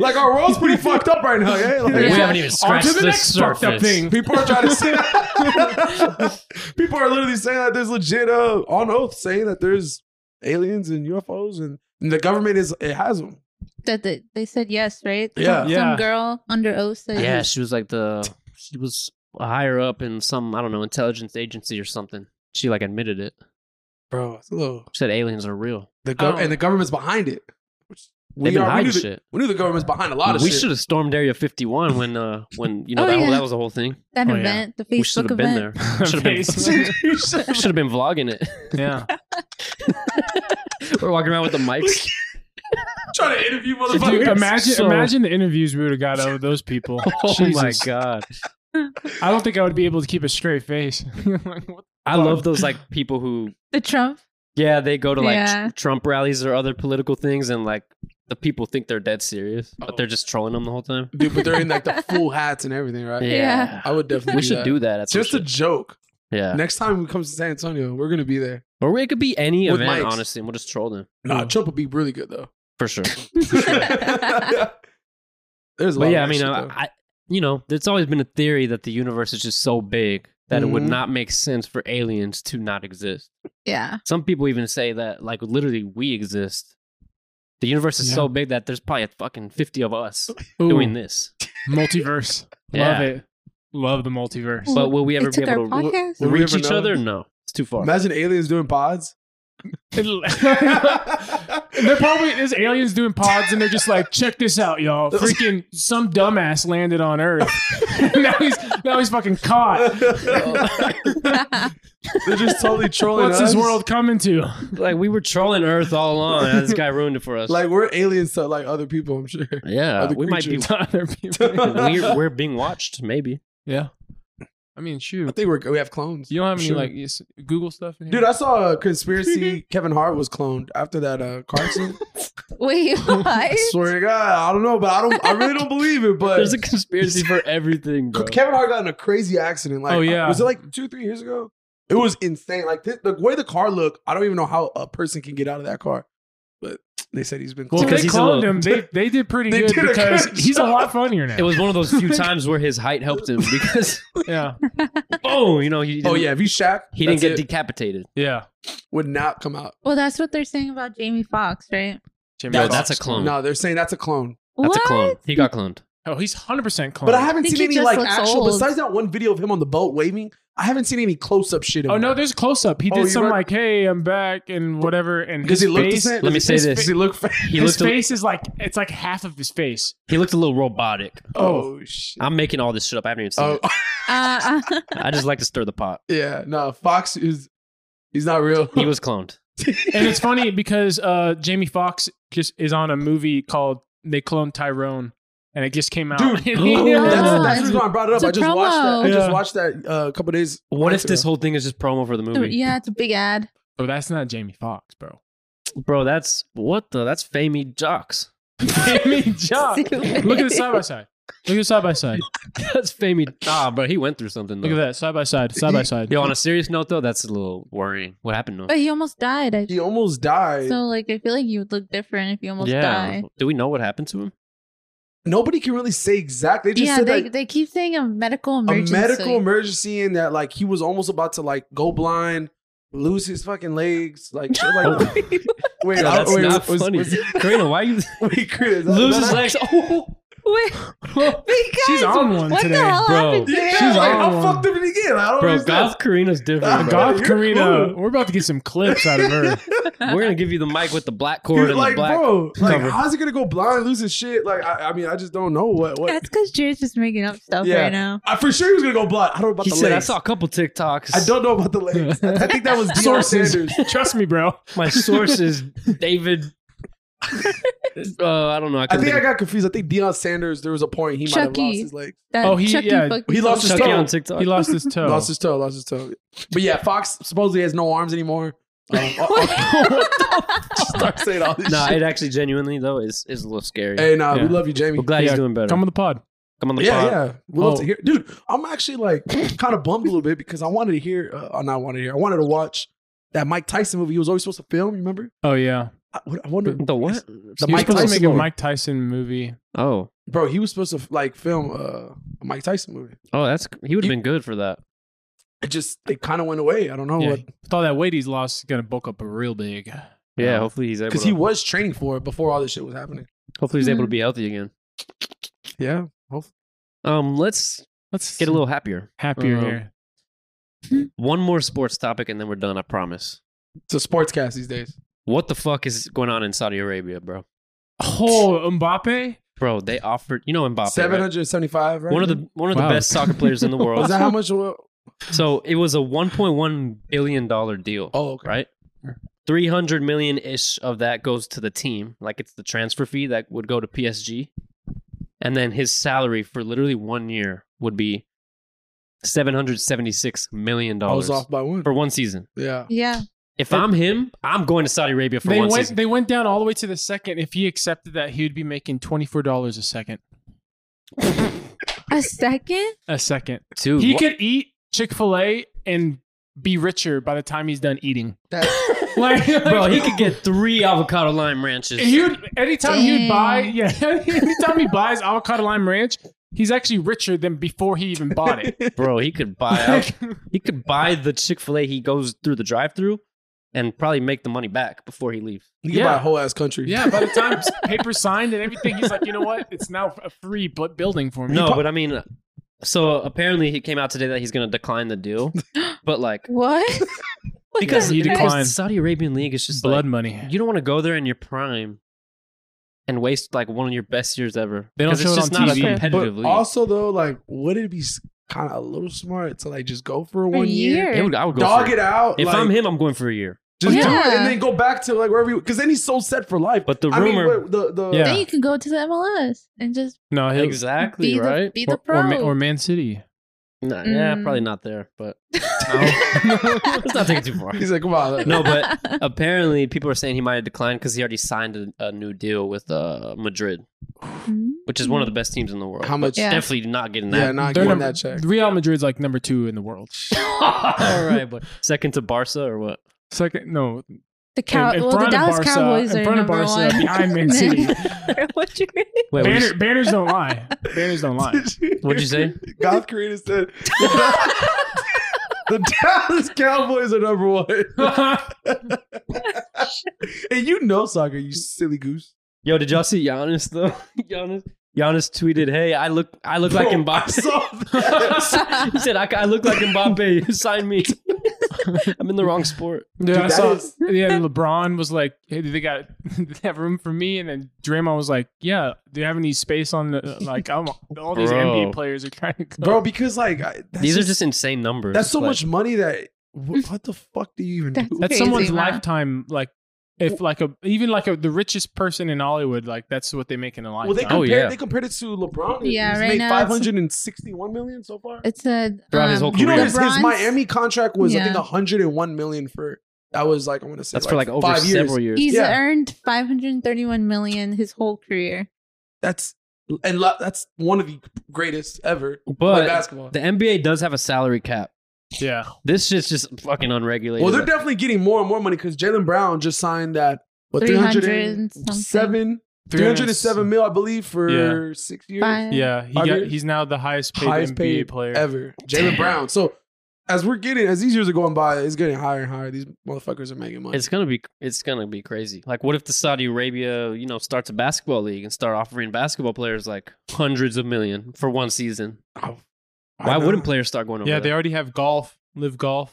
[SPEAKER 2] like our world's pretty fucked up right now. Yeah? Like,
[SPEAKER 3] [LAUGHS] We
[SPEAKER 1] Yeah.
[SPEAKER 3] haven't even scratched
[SPEAKER 1] the
[SPEAKER 3] the,
[SPEAKER 1] next
[SPEAKER 3] surface.
[SPEAKER 1] fucked up thing.
[SPEAKER 2] People are trying to say [LAUGHS] people are literally saying that there's legit uh on oath saying that there's aliens and UFOs and, and the government is it has them.
[SPEAKER 4] That they, they said yes, right?
[SPEAKER 2] Yeah.
[SPEAKER 4] Some,
[SPEAKER 1] Yeah.
[SPEAKER 4] some girl under oath said
[SPEAKER 3] Yeah, she was like the she was higher up in some I don't know intelligence agency or something. She like admitted it.
[SPEAKER 2] Bro, it's a little
[SPEAKER 3] Said aliens are real.
[SPEAKER 2] the gov-
[SPEAKER 1] Oh.
[SPEAKER 2] and the government's behind it. Which
[SPEAKER 3] They've been
[SPEAKER 2] we, knew
[SPEAKER 3] hiding
[SPEAKER 2] the,
[SPEAKER 3] shit.
[SPEAKER 2] we knew the government's behind a lot of
[SPEAKER 3] we
[SPEAKER 2] shit.
[SPEAKER 3] should have stormed Area 51 when uh when you know
[SPEAKER 4] Oh,
[SPEAKER 3] that, whole,
[SPEAKER 4] yeah.
[SPEAKER 3] that was the whole thing.
[SPEAKER 4] that
[SPEAKER 1] Oh, yeah.
[SPEAKER 4] event, the
[SPEAKER 3] We
[SPEAKER 4] Facebook
[SPEAKER 3] should have
[SPEAKER 4] event.
[SPEAKER 3] been there. Should have been
[SPEAKER 1] Basement. [LAUGHS]
[SPEAKER 3] should have been vlogging it. [LAUGHS]
[SPEAKER 1] yeah.
[SPEAKER 3] We're walking around with the mics.
[SPEAKER 2] trying to [LAUGHS] interview
[SPEAKER 1] Dude,
[SPEAKER 2] motherfuckers.
[SPEAKER 1] imagine
[SPEAKER 3] so-
[SPEAKER 1] imagine the interviews we would have got out of those
[SPEAKER 2] [LAUGHS]
[SPEAKER 1] people.
[SPEAKER 3] Oh my
[SPEAKER 1] Jesus.
[SPEAKER 3] god.
[SPEAKER 1] I don't think I would be able to keep a straight face. [LAUGHS] Like, what-
[SPEAKER 3] I love those like people who
[SPEAKER 4] The Trump.
[SPEAKER 3] yeah, they go to like
[SPEAKER 4] Yeah.
[SPEAKER 3] tr- Trump rallies or other political things and like the people think they're dead serious, but
[SPEAKER 2] Oh.
[SPEAKER 3] they're just trolling them the whole time.
[SPEAKER 2] Dude, but they're in like the [LAUGHS] full hats and everything, right?
[SPEAKER 4] Yeah.
[SPEAKER 2] I would definitely.
[SPEAKER 3] We should do that. at
[SPEAKER 2] It's
[SPEAKER 3] some
[SPEAKER 2] just a
[SPEAKER 3] shit.
[SPEAKER 2] joke.
[SPEAKER 3] yeah.
[SPEAKER 2] Next time we comes to San Antonio, we're gonna be there.
[SPEAKER 3] Or it could be any
[SPEAKER 2] With
[SPEAKER 3] event,
[SPEAKER 2] mics.
[SPEAKER 3] honestly, and we'll just troll them.
[SPEAKER 2] Nah, Trump would be really good [LAUGHS] though.
[SPEAKER 3] For sure.
[SPEAKER 2] There's a lot
[SPEAKER 3] But yeah, I
[SPEAKER 2] of that
[SPEAKER 3] mean,
[SPEAKER 2] shit,
[SPEAKER 3] uh,
[SPEAKER 2] though.
[SPEAKER 3] I, you know, it's always been a theory that the universe is just so big that it would
[SPEAKER 2] Mhm.
[SPEAKER 3] not make sense for aliens to not exist.
[SPEAKER 4] Yeah.
[SPEAKER 3] Some people even say that, like, literally, we exist. The universe is so big that there's probably a fucking 50 of us
[SPEAKER 1] Ooh,
[SPEAKER 3] doing this.
[SPEAKER 1] [LAUGHS] multiverse.
[SPEAKER 3] Yeah.
[SPEAKER 1] Love it. Love the multiverse.
[SPEAKER 3] [LAUGHS]
[SPEAKER 4] Well,
[SPEAKER 3] But will we ever
[SPEAKER 4] It
[SPEAKER 3] be
[SPEAKER 4] took our
[SPEAKER 3] able to
[SPEAKER 4] podcast.
[SPEAKER 2] Will we
[SPEAKER 3] reach
[SPEAKER 2] ever
[SPEAKER 3] each
[SPEAKER 2] know?
[SPEAKER 3] other? No, it's too far.
[SPEAKER 2] imagine aliens
[SPEAKER 1] [LAUGHS]
[SPEAKER 2] doing pods.
[SPEAKER 1] [LAUGHS] they're probably there's aliens doing pods and they're just like, check this out, [LAUGHS] y'all. Freaking some dumbass landed on Earth. [LAUGHS] now he's now he's fucking [LAUGHS] caught.
[SPEAKER 2] they're just totally trolling
[SPEAKER 1] What's
[SPEAKER 2] us.
[SPEAKER 1] this world coming to? [LAUGHS]
[SPEAKER 3] like, we were trolling Earth all along, and this [LAUGHS] guy ruined it for us.
[SPEAKER 2] Like we're aliens to like other people. I'm sure.
[SPEAKER 3] yeah,
[SPEAKER 2] other
[SPEAKER 3] we might be.
[SPEAKER 2] creatures.
[SPEAKER 1] Other people.
[SPEAKER 3] [LAUGHS] We're, we're being watched, [LAUGHS] maybe.
[SPEAKER 1] Yeah. I mean,
[SPEAKER 2] [LAUGHS] I
[SPEAKER 1] shoot.
[SPEAKER 2] think we're we have clones.
[SPEAKER 1] You don't have any
[SPEAKER 2] Sure.
[SPEAKER 1] like yes- Google stuff in here?
[SPEAKER 2] Dude, I saw a conspiracy.
[SPEAKER 1] [LAUGHS]
[SPEAKER 2] Kevin Hart was cloned after that uh, car accident.
[SPEAKER 4] [LAUGHS] Wait,
[SPEAKER 2] I
[SPEAKER 4] what?
[SPEAKER 2] swear to God, I don't know, but I don't. I really don't believe it. But
[SPEAKER 1] [LAUGHS]
[SPEAKER 3] There's a conspiracy [LAUGHS] for everything, bro.
[SPEAKER 2] Kevin Hart got in a crazy accident. Like,
[SPEAKER 1] Oh, yeah.
[SPEAKER 2] was it like two, three years ago? It was insane. Like th- the way the car looked, I don't even know how a person can get out of that car. But They said he's been
[SPEAKER 1] Well,
[SPEAKER 2] close.
[SPEAKER 3] because
[SPEAKER 1] they
[SPEAKER 3] he's a
[SPEAKER 1] cloned
[SPEAKER 3] little-
[SPEAKER 1] him. They, they did pretty
[SPEAKER 2] They
[SPEAKER 1] good
[SPEAKER 2] did a
[SPEAKER 1] because
[SPEAKER 2] good
[SPEAKER 1] he's a
[SPEAKER 2] job.
[SPEAKER 1] lot funnier now.
[SPEAKER 3] It was one of those [LAUGHS] few times where his height helped [LAUGHS] him because
[SPEAKER 1] yeah,
[SPEAKER 3] oh, you know, he didn't,
[SPEAKER 2] oh yeah, if he's Shaq,
[SPEAKER 3] he didn't
[SPEAKER 2] that's
[SPEAKER 3] get
[SPEAKER 2] it.
[SPEAKER 3] decapitated.
[SPEAKER 1] yeah.
[SPEAKER 2] would not come out.
[SPEAKER 4] Well, that's what they're saying about Jamie Foxx, right?
[SPEAKER 1] Jimmy
[SPEAKER 3] No,
[SPEAKER 1] Fox.
[SPEAKER 3] that's a clone.
[SPEAKER 2] No, they're saying that's a clone.
[SPEAKER 3] That's
[SPEAKER 4] what?
[SPEAKER 3] a clone. He got cloned.
[SPEAKER 1] Oh, he's hundred percent clone.
[SPEAKER 2] But I haven't
[SPEAKER 4] I think
[SPEAKER 2] seen any
[SPEAKER 4] he just
[SPEAKER 2] like
[SPEAKER 4] looks
[SPEAKER 2] actual.
[SPEAKER 4] old.
[SPEAKER 2] Besides that one video of him on the boat waving, I haven't seen any close up shit. Of
[SPEAKER 1] Oh
[SPEAKER 2] him.
[SPEAKER 1] no, there's close up. He
[SPEAKER 2] Oh,
[SPEAKER 1] did
[SPEAKER 2] you
[SPEAKER 1] some
[SPEAKER 2] read-
[SPEAKER 1] like, "Hey, I'm back" and whatever. And
[SPEAKER 2] does
[SPEAKER 1] his
[SPEAKER 2] he look the
[SPEAKER 1] face,
[SPEAKER 2] same?
[SPEAKER 3] Let me say
[SPEAKER 1] his
[SPEAKER 3] this.
[SPEAKER 2] Does he look? Fa-
[SPEAKER 3] He
[SPEAKER 1] his
[SPEAKER 3] looked a,
[SPEAKER 1] face is like it's like half of his face.
[SPEAKER 3] he looked a little robotic.
[SPEAKER 2] oh shit.
[SPEAKER 3] I'm making all this shit up. I haven't even seen
[SPEAKER 2] Oh [LAUGHS]
[SPEAKER 3] it.
[SPEAKER 4] Uh, uh, [LAUGHS]
[SPEAKER 3] I just like to stir the pot.
[SPEAKER 2] yeah, no. Fox is he's not
[SPEAKER 4] [LAUGHS]
[SPEAKER 2] real.
[SPEAKER 3] He was cloned.
[SPEAKER 1] And it's funny because uh, Jamie Foxx just is on a movie called "They Cloned Tyrone," and it just came out.
[SPEAKER 2] Dude,
[SPEAKER 1] [LAUGHS] Yeah.
[SPEAKER 2] That's,
[SPEAKER 4] Oh,
[SPEAKER 2] that's the reason why I brought it up.
[SPEAKER 4] it's a
[SPEAKER 2] I just watched that. I
[SPEAKER 1] promo.
[SPEAKER 2] just
[SPEAKER 1] Yeah.
[SPEAKER 2] watched that uh, a couple days.
[SPEAKER 3] [LAUGHS] What if
[SPEAKER 2] months
[SPEAKER 3] this
[SPEAKER 2] ago.
[SPEAKER 3] whole thing is just promo for the movie?
[SPEAKER 4] yeah, it's a big ad.
[SPEAKER 1] oh, that's not Jamie Foxx, bro. [LAUGHS]
[SPEAKER 3] Bro, that's what the that's Famey Jocks. [LAUGHS]
[SPEAKER 1] Jamie
[SPEAKER 4] [LAUGHS]
[SPEAKER 1] Jock.
[SPEAKER 4] Stupid.
[SPEAKER 1] Look at the side by side. Look at the side by side.
[SPEAKER 2] [LAUGHS]
[SPEAKER 3] That's Famey. Ah, bro, he went through something. Though.
[SPEAKER 1] Look at that side by side. Side by side.
[SPEAKER 3] Yo, on a serious note though, that's a little worrying. What happened to him?
[SPEAKER 4] But he almost died. I
[SPEAKER 2] he almost died?
[SPEAKER 4] so like I feel like you would look different if you almost died.
[SPEAKER 3] Do we know what happened to him?
[SPEAKER 2] Nobody can really say exactly. They just
[SPEAKER 4] Yeah,
[SPEAKER 2] said
[SPEAKER 4] they,
[SPEAKER 2] like,
[SPEAKER 4] they keep saying a medical
[SPEAKER 2] a
[SPEAKER 4] emergency.
[SPEAKER 2] medical
[SPEAKER 4] [LAUGHS]
[SPEAKER 2] [LAUGHS] emergency and that like he was almost about to like go blind, lose his fucking legs, like shit like that. wait,
[SPEAKER 3] Yeah,
[SPEAKER 2] I-
[SPEAKER 3] that's
[SPEAKER 2] wait,
[SPEAKER 3] not
[SPEAKER 2] was-
[SPEAKER 3] funny.
[SPEAKER 2] was-
[SPEAKER 3] Karina, why you
[SPEAKER 2] wait, Chris,
[SPEAKER 3] [LAUGHS] lose his legs? Oh,
[SPEAKER 4] Wait, because
[SPEAKER 1] She's on one
[SPEAKER 4] what
[SPEAKER 1] today,
[SPEAKER 4] the hell
[SPEAKER 3] bro.
[SPEAKER 4] happened to
[SPEAKER 2] Yeah,
[SPEAKER 4] him?
[SPEAKER 1] She's
[SPEAKER 2] like,
[SPEAKER 1] on
[SPEAKER 2] how
[SPEAKER 1] one.
[SPEAKER 2] fucked up did he get? I don't
[SPEAKER 3] bro,
[SPEAKER 2] understand.
[SPEAKER 3] Golf Karina's different. Bro.
[SPEAKER 1] Goth
[SPEAKER 2] You're
[SPEAKER 1] Karina.
[SPEAKER 2] cool.
[SPEAKER 1] We're about to get some clips out of her.
[SPEAKER 2] [LAUGHS]
[SPEAKER 3] We're gonna give you the mic with the black cord
[SPEAKER 2] Dude,
[SPEAKER 3] and
[SPEAKER 2] like,
[SPEAKER 3] the black.
[SPEAKER 2] bro, like,
[SPEAKER 3] cover.
[SPEAKER 2] how's he gonna go blind, lose his shit? Like, I, I mean, I just don't know what. what.
[SPEAKER 4] That's because Jared's just making up stuff
[SPEAKER 2] Yeah.
[SPEAKER 4] right now.
[SPEAKER 2] I, for sure he was gonna go blind. I don't know about
[SPEAKER 3] He
[SPEAKER 2] the
[SPEAKER 3] said, "I
[SPEAKER 2] legs.
[SPEAKER 3] saw a couple TikToks.
[SPEAKER 2] I don't know about the legs.
[SPEAKER 3] [LAUGHS]
[SPEAKER 2] I think that was Deion
[SPEAKER 1] Sources.
[SPEAKER 2] Sanders.
[SPEAKER 1] Trust me, bro.
[SPEAKER 3] My
[SPEAKER 2] [LAUGHS]
[SPEAKER 3] source is David. uh, I don't know. I,
[SPEAKER 2] I
[SPEAKER 3] couldn't
[SPEAKER 2] think I
[SPEAKER 3] think
[SPEAKER 2] got confused. I think Deion Sanders. There was a point he might have
[SPEAKER 4] Chucky.
[SPEAKER 2] lost his leg.
[SPEAKER 4] That
[SPEAKER 1] Oh, he-
[SPEAKER 4] Chucky
[SPEAKER 1] yeah,
[SPEAKER 4] fucking
[SPEAKER 2] he lost his
[SPEAKER 3] of
[SPEAKER 4] Chucky.
[SPEAKER 3] Chucky
[SPEAKER 2] toe.
[SPEAKER 3] on TikTok.
[SPEAKER 1] He lost his
[SPEAKER 3] Oh.
[SPEAKER 1] toe.
[SPEAKER 2] Lost his toe. Lost his toe. But yeah, Fox supposedly has no arms anymore. Um, uh, [LAUGHS] start saying all this
[SPEAKER 3] Nah,
[SPEAKER 2] shit.
[SPEAKER 3] it actually genuinely though is is a little scary.
[SPEAKER 2] Hey, nah,
[SPEAKER 1] Yeah.
[SPEAKER 2] we love you, Jamie.
[SPEAKER 3] We're glad he's
[SPEAKER 1] Yeah,
[SPEAKER 3] doing better.
[SPEAKER 1] Come
[SPEAKER 3] Come
[SPEAKER 1] on the pod.
[SPEAKER 3] on, the
[SPEAKER 2] yeah,
[SPEAKER 3] pod.
[SPEAKER 2] yeah. We love
[SPEAKER 1] Oh.
[SPEAKER 2] to hear, dude. I'm actually like [LAUGHS] kind of bummed a little bit because I wanted to hear. Uh, oh, not wanted to hear. I wanted to watch that Mike Tyson movie. He was always supposed to film. You remember?
[SPEAKER 1] Oh yeah.
[SPEAKER 2] I, I wonder,
[SPEAKER 3] The what?
[SPEAKER 2] The
[SPEAKER 1] He was
[SPEAKER 2] Mike
[SPEAKER 1] supposed to
[SPEAKER 2] Tyson
[SPEAKER 1] make a
[SPEAKER 2] movie.
[SPEAKER 1] Mike Tyson movie.
[SPEAKER 3] Oh,
[SPEAKER 2] bro. He was supposed to like film uh, a Mike Tyson movie.
[SPEAKER 3] oh, that's he would have been good for that.
[SPEAKER 2] It just it kind of went away. I don't know
[SPEAKER 1] Yeah.
[SPEAKER 2] what
[SPEAKER 1] With all that weight he's lost, he's gonna bulk up real big.
[SPEAKER 3] Yeah,
[SPEAKER 1] Yeah.
[SPEAKER 3] hopefully he's able.
[SPEAKER 2] because
[SPEAKER 3] To,
[SPEAKER 2] he Hmm. was training for it before all this shit was happening.
[SPEAKER 3] hopefully he's able to
[SPEAKER 4] Mhm.
[SPEAKER 3] be healthy again.
[SPEAKER 2] Yeah,
[SPEAKER 3] Um, let's
[SPEAKER 1] Let's
[SPEAKER 3] get a little happier.
[SPEAKER 1] happier
[SPEAKER 3] Um,
[SPEAKER 1] here.
[SPEAKER 3] One more sports topic and then we're done. I promise.
[SPEAKER 2] it's a sports cast these days.
[SPEAKER 3] What the fuck is going on in Saudi Arabia, bro?
[SPEAKER 1] Oh, Mbappe.
[SPEAKER 3] Bro, they offered you know Mbappe,
[SPEAKER 2] Seven
[SPEAKER 3] right?
[SPEAKER 2] hundred seventy-five. Right?
[SPEAKER 3] one of the one of the
[SPEAKER 1] Wow.
[SPEAKER 3] best soccer
[SPEAKER 2] [LAUGHS]
[SPEAKER 3] players in the world.
[SPEAKER 2] Is that how much? Oh,
[SPEAKER 3] So it was a 1.1 billion dollar deal,
[SPEAKER 2] oh, okay.
[SPEAKER 3] right? 300 million ish of that goes to the team, like it's the transfer fee that would go to PSG, and then his salary for literally one year would be 776 million
[SPEAKER 2] I was
[SPEAKER 3] dollars
[SPEAKER 2] off by one.
[SPEAKER 3] for one season.
[SPEAKER 2] Yeah.
[SPEAKER 4] Yeah,
[SPEAKER 3] If I'm him, I'm going to Saudi Arabia for
[SPEAKER 1] They
[SPEAKER 3] one
[SPEAKER 1] went.
[SPEAKER 3] season.
[SPEAKER 1] They went down all the way to the second. If he accepted that, he would be making twenty four dollars a second.
[SPEAKER 4] a second.
[SPEAKER 1] A second.
[SPEAKER 3] Dude,
[SPEAKER 1] he
[SPEAKER 3] wha-
[SPEAKER 1] could eat Chick fil A and be richer by the time he's done eating.
[SPEAKER 2] That,
[SPEAKER 1] Like,
[SPEAKER 3] [LAUGHS] bro, he could
[SPEAKER 1] [LAUGHS]
[SPEAKER 3] get three avocado lime ranches.
[SPEAKER 1] He would anytime he would
[SPEAKER 4] Dang.
[SPEAKER 1] buy, yeah, [LAUGHS] anytime he buys avocado lime ranch, he's actually richer than before he even bought it.
[SPEAKER 3] bro, he could
[SPEAKER 1] [LAUGHS]
[SPEAKER 3] buy out.
[SPEAKER 1] Like,
[SPEAKER 3] He could buy the Chick Fil A. He goes through the drive-through, and probably make the money back before he leaves.
[SPEAKER 2] you
[SPEAKER 1] Yeah.
[SPEAKER 2] can buy a whole ass country.
[SPEAKER 1] yeah, by the time papers signed and everything, he's like, you know what? It's now a free bu- building for me.
[SPEAKER 3] No,
[SPEAKER 1] He pu-
[SPEAKER 3] but I mean, so apparently he came out today that he's going to decline the deal, but like
[SPEAKER 4] What? What
[SPEAKER 3] because
[SPEAKER 4] the
[SPEAKER 1] He
[SPEAKER 3] he
[SPEAKER 4] heck?
[SPEAKER 1] declined.
[SPEAKER 3] declined. Saudi Arabian league is just
[SPEAKER 1] blood
[SPEAKER 3] like,
[SPEAKER 1] money.
[SPEAKER 3] you don't want to go there in your prime and waste like one of your best years ever.
[SPEAKER 1] They don't
[SPEAKER 3] 'Cause
[SPEAKER 1] show
[SPEAKER 3] it's
[SPEAKER 1] it
[SPEAKER 3] just
[SPEAKER 1] on
[SPEAKER 3] not
[SPEAKER 1] TV.
[SPEAKER 3] a
[SPEAKER 2] But
[SPEAKER 3] competitive league.
[SPEAKER 2] also though, like, would it be kind of a little smart to like just go for
[SPEAKER 4] For
[SPEAKER 2] one year,
[SPEAKER 3] They would- I would go
[SPEAKER 2] dog
[SPEAKER 3] for
[SPEAKER 2] it out?
[SPEAKER 3] If
[SPEAKER 2] like,
[SPEAKER 3] I'm him, I'm going for a year.
[SPEAKER 2] just do it
[SPEAKER 4] Yeah.
[SPEAKER 2] and then go back to like wherever you. Because then he's so set for life.
[SPEAKER 3] But the
[SPEAKER 2] I mean,
[SPEAKER 3] rumor,
[SPEAKER 2] what- the the
[SPEAKER 1] Yeah.
[SPEAKER 4] Then you can go to the MLS and just
[SPEAKER 1] No, he'll-
[SPEAKER 3] exactly
[SPEAKER 4] be
[SPEAKER 3] right.
[SPEAKER 4] the be
[SPEAKER 1] or,
[SPEAKER 4] the pro.
[SPEAKER 1] Or, Ma- or Man City.
[SPEAKER 3] Nah, Yeah,
[SPEAKER 4] Mm.
[SPEAKER 3] probably not there, but
[SPEAKER 4] [LAUGHS]
[SPEAKER 3] let's not take it too far.
[SPEAKER 2] He's like, come on. like,
[SPEAKER 3] No, but apparently people are saying he might have declined because he already signed a, a new deal with uh, Madrid,
[SPEAKER 4] Hmm?
[SPEAKER 3] which is one of the best teams in the world.
[SPEAKER 2] How much?
[SPEAKER 4] Yeah.
[SPEAKER 3] Definitely not getting
[SPEAKER 2] Yeah,
[SPEAKER 3] [LAUGHS] that.
[SPEAKER 2] not
[SPEAKER 1] They're
[SPEAKER 2] getting
[SPEAKER 1] number-
[SPEAKER 2] that check.
[SPEAKER 1] Real Madrid's like number
[SPEAKER 3] [LAUGHS]
[SPEAKER 1] two in the world.
[SPEAKER 4] [LAUGHS]
[SPEAKER 3] All right, but second to Barca or what?
[SPEAKER 1] Second, no,
[SPEAKER 4] The cow.
[SPEAKER 1] in
[SPEAKER 4] well,
[SPEAKER 1] front
[SPEAKER 4] the
[SPEAKER 1] of
[SPEAKER 4] Dallas
[SPEAKER 1] Barca-
[SPEAKER 4] Cowboys
[SPEAKER 1] in
[SPEAKER 4] are
[SPEAKER 1] front of
[SPEAKER 4] number
[SPEAKER 1] Barca,
[SPEAKER 4] one.
[SPEAKER 1] behind Man
[SPEAKER 4] [LAUGHS]
[SPEAKER 1] City.
[SPEAKER 4] what you
[SPEAKER 3] Wait,
[SPEAKER 1] Banner,
[SPEAKER 3] what'd you,
[SPEAKER 1] banners don't
[SPEAKER 3] [LAUGHS]
[SPEAKER 1] lie. Banners don't lie.
[SPEAKER 3] what'd you say?
[SPEAKER 2] [LAUGHS] Goth creator said the, the Dallas Cowboys are number one.
[SPEAKER 3] [LAUGHS]
[SPEAKER 2] [LAUGHS] and you know soccer, you silly goose.
[SPEAKER 3] [LAUGHS] Yo, did y'all see Giannis though? [LAUGHS] Giannis, Giannis tweeted, "Hey, I look, I look like
[SPEAKER 2] Bro, I
[SPEAKER 3] Mbappe."
[SPEAKER 2] saw that.
[SPEAKER 3] [LAUGHS] he said, I, "I look like Mbappe. [LAUGHS] Sign
[SPEAKER 4] [LAUGHS]
[SPEAKER 3] me. I'm in the wrong sport."
[SPEAKER 1] Yeah, I
[SPEAKER 2] that
[SPEAKER 1] saw,
[SPEAKER 2] is-
[SPEAKER 1] [LAUGHS] yeah, LeBron was like, hey, "Do they got [LAUGHS] do they have room for me?" And then Draymond was like, "Yeah, do you have any space on the like?" I'm all these
[SPEAKER 3] Bro.
[SPEAKER 1] NBA players are trying to go.
[SPEAKER 2] Bro, because like I, that's
[SPEAKER 3] These are just insane numbers.
[SPEAKER 2] that's so
[SPEAKER 3] Like,
[SPEAKER 2] much money that what, what the fuck do you even
[SPEAKER 4] That's
[SPEAKER 2] do?
[SPEAKER 1] that's
[SPEAKER 4] Crazy,
[SPEAKER 1] someone's
[SPEAKER 4] man.
[SPEAKER 1] lifetime. Like, if like a even like a, the richest person in Hollywood, like that's what they make in a lifetime.
[SPEAKER 2] Well, they compared
[SPEAKER 3] Oh, yeah.
[SPEAKER 2] they compared it to LeBron.
[SPEAKER 4] Yeah,
[SPEAKER 2] he's
[SPEAKER 4] right
[SPEAKER 2] made
[SPEAKER 4] now it's-
[SPEAKER 2] five hundred and sixty-one million so far.
[SPEAKER 4] It's a
[SPEAKER 3] Throughout his
[SPEAKER 4] um,
[SPEAKER 3] whole
[SPEAKER 2] You know
[SPEAKER 3] Korea.
[SPEAKER 2] his, his
[SPEAKER 4] LeBron's-
[SPEAKER 2] Miami contract was I think
[SPEAKER 4] Yeah.
[SPEAKER 2] 101 million for that was like I want to say
[SPEAKER 3] That's for like over
[SPEAKER 2] five years.
[SPEAKER 3] several years.
[SPEAKER 4] He's
[SPEAKER 2] Yeah.
[SPEAKER 4] earned 531 million his whole career.
[SPEAKER 2] That's and lo- that's one of the greatest ever play
[SPEAKER 3] But
[SPEAKER 2] basketball.
[SPEAKER 3] the NBA does have a salary cap.
[SPEAKER 1] Oh, yeah,
[SPEAKER 3] This shit's just fucking unregulated.
[SPEAKER 2] well, they're definitely getting more and more money because Jalen Brown just signed that what
[SPEAKER 4] 300
[SPEAKER 2] 307
[SPEAKER 4] something.
[SPEAKER 2] 307 mil I believe for
[SPEAKER 1] Yeah.
[SPEAKER 2] six years
[SPEAKER 4] Five.
[SPEAKER 1] Yeah, he
[SPEAKER 2] Five
[SPEAKER 1] got,
[SPEAKER 2] years?
[SPEAKER 1] he's now the highest paid
[SPEAKER 2] Highest
[SPEAKER 1] NBA
[SPEAKER 2] paid
[SPEAKER 1] player.
[SPEAKER 2] ever. Jalen
[SPEAKER 3] Damn.
[SPEAKER 2] Brown. So as we're getting as these years are going by, it's getting higher and higher. These motherfuckers are making money.
[SPEAKER 3] It's gonna be it's gonna be crazy. Like, what if the Saudi Arabia, you know, starts a basketball league and start offering basketball players like hundreds of million for one season?
[SPEAKER 2] I- I
[SPEAKER 3] Why
[SPEAKER 2] know.
[SPEAKER 3] wouldn't players start going over?
[SPEAKER 1] Yeah,
[SPEAKER 3] there?
[SPEAKER 1] they already have golf, live golf.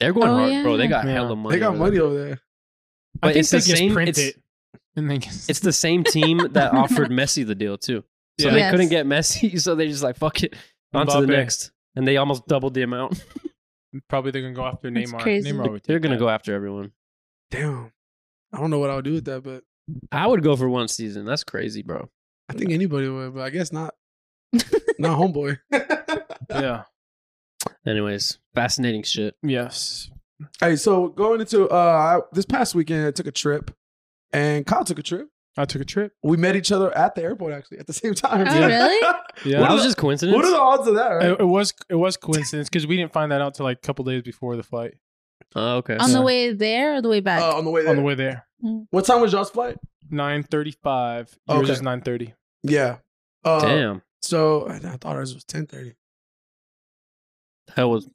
[SPEAKER 3] They're going
[SPEAKER 4] Oh,
[SPEAKER 3] hard, bro. They
[SPEAKER 4] yeah.
[SPEAKER 3] got
[SPEAKER 1] Yeah.
[SPEAKER 3] hella money.
[SPEAKER 2] They got
[SPEAKER 3] over there.
[SPEAKER 2] money over there.
[SPEAKER 3] But
[SPEAKER 1] I think
[SPEAKER 3] it's
[SPEAKER 1] they
[SPEAKER 3] the
[SPEAKER 1] just
[SPEAKER 3] same-
[SPEAKER 1] print
[SPEAKER 3] it's-
[SPEAKER 1] it, and then just,
[SPEAKER 3] It's the same
[SPEAKER 4] [LAUGHS]
[SPEAKER 3] team that offered Messi the deal too. So
[SPEAKER 1] Yeah.
[SPEAKER 3] they
[SPEAKER 4] Yes.
[SPEAKER 3] couldn't get Messi, [LAUGHS] so they just like fuck it, on to the
[SPEAKER 1] Mbappe.
[SPEAKER 3] next. And they almost doubled the amount. [LAUGHS]
[SPEAKER 1] probably they're gonna go after
[SPEAKER 4] That's
[SPEAKER 1] Neymar.
[SPEAKER 4] crazy.
[SPEAKER 1] Neymar would
[SPEAKER 3] They're
[SPEAKER 1] take
[SPEAKER 3] gonna
[SPEAKER 1] that.
[SPEAKER 3] go after everyone.
[SPEAKER 2] Damn. I don't know what I would do with that, but
[SPEAKER 3] I would go for one season. That's crazy, bro.
[SPEAKER 2] I think anybody would, but I guess not. not homeboy.
[SPEAKER 1] Yeah.
[SPEAKER 3] Anyways, fascinating shit.
[SPEAKER 1] Yes.
[SPEAKER 2] hey, so going into uh this past weekend, I took a trip, and Kyle took a trip.
[SPEAKER 1] I took a trip.
[SPEAKER 2] We met each other at the airport actually at the [LAUGHS] same time.
[SPEAKER 4] Oh, really?
[SPEAKER 1] Yeah.
[SPEAKER 3] That
[SPEAKER 2] What are
[SPEAKER 3] was
[SPEAKER 2] the-
[SPEAKER 3] just
[SPEAKER 2] [LAUGHS]
[SPEAKER 3] coincidence.
[SPEAKER 2] what are the odds of that? Right?
[SPEAKER 1] It, it was it was coincidence because we didn't find that out till like a couple days before the flight
[SPEAKER 3] oh, okay.
[SPEAKER 4] On the
[SPEAKER 1] Yeah.
[SPEAKER 4] way there or the way back?
[SPEAKER 2] Uh, on the way there.
[SPEAKER 1] on the way there.
[SPEAKER 2] What time was y'all's flight?
[SPEAKER 1] Nine thirty five. Yours
[SPEAKER 2] Okay.
[SPEAKER 1] is nine thirty.
[SPEAKER 2] Yeah. Uh,
[SPEAKER 3] Damn.
[SPEAKER 2] So I, I thought ours was ten thirty.
[SPEAKER 3] Hell was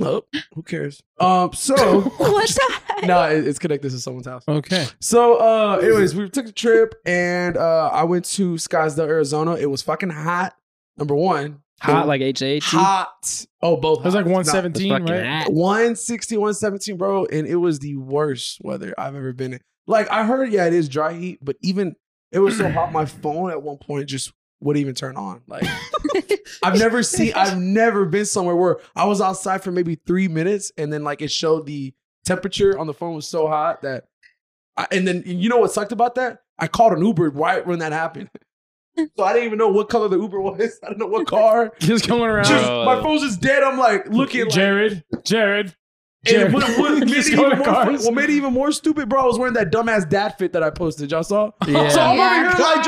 [SPEAKER 2] Nope. Who cares? Um. So
[SPEAKER 1] [LAUGHS]
[SPEAKER 2] [LAUGHS]
[SPEAKER 4] [LAUGHS] what the heck?
[SPEAKER 2] nah, it, it's connected to someone's house.
[SPEAKER 1] Okay.
[SPEAKER 2] So, uh, anyways, we took a trip and uh, I went to Scottsdale, Arizona. It was fucking hot. Number one,
[SPEAKER 3] hot like H A T.
[SPEAKER 2] hot. Oh, both.
[SPEAKER 1] It was like one seventeen,
[SPEAKER 3] Fucking
[SPEAKER 1] [LAUGHS] right?
[SPEAKER 3] hot.
[SPEAKER 2] 160, 117, bro. And it was the worst weather I've ever been in. Like, I heard, yeah, it is dry heat, but even it was so hot, my phone at one point just wouldn't even turn on. Like, I've
[SPEAKER 4] [LAUGHS]
[SPEAKER 2] never seen, I've never been somewhere where I was outside for maybe three minutes and then like it showed the temperature on the phone was so hot that, I, and then and you know what sucked about that? I called an Uber right when that happened. So I didn't even know what color the Uber was. [LAUGHS] I didn't know what
[SPEAKER 1] [LAUGHS]
[SPEAKER 2] car.
[SPEAKER 1] Just going around.
[SPEAKER 2] Just,
[SPEAKER 3] Bro.
[SPEAKER 2] my phone's just dead. I'm like looking. Like,
[SPEAKER 1] Jared. Jared.
[SPEAKER 2] and
[SPEAKER 1] Jared. [LAUGHS]
[SPEAKER 2] what, what, made it
[SPEAKER 1] Just
[SPEAKER 2] even
[SPEAKER 1] going
[SPEAKER 2] more,
[SPEAKER 1] to cars.
[SPEAKER 2] what made it even more stupid, bro? I was wearing that dumbass dad fit that I posted. Y'all saw?
[SPEAKER 3] [LAUGHS] Yeah.
[SPEAKER 2] So I'm
[SPEAKER 4] Yeah.
[SPEAKER 2] over here like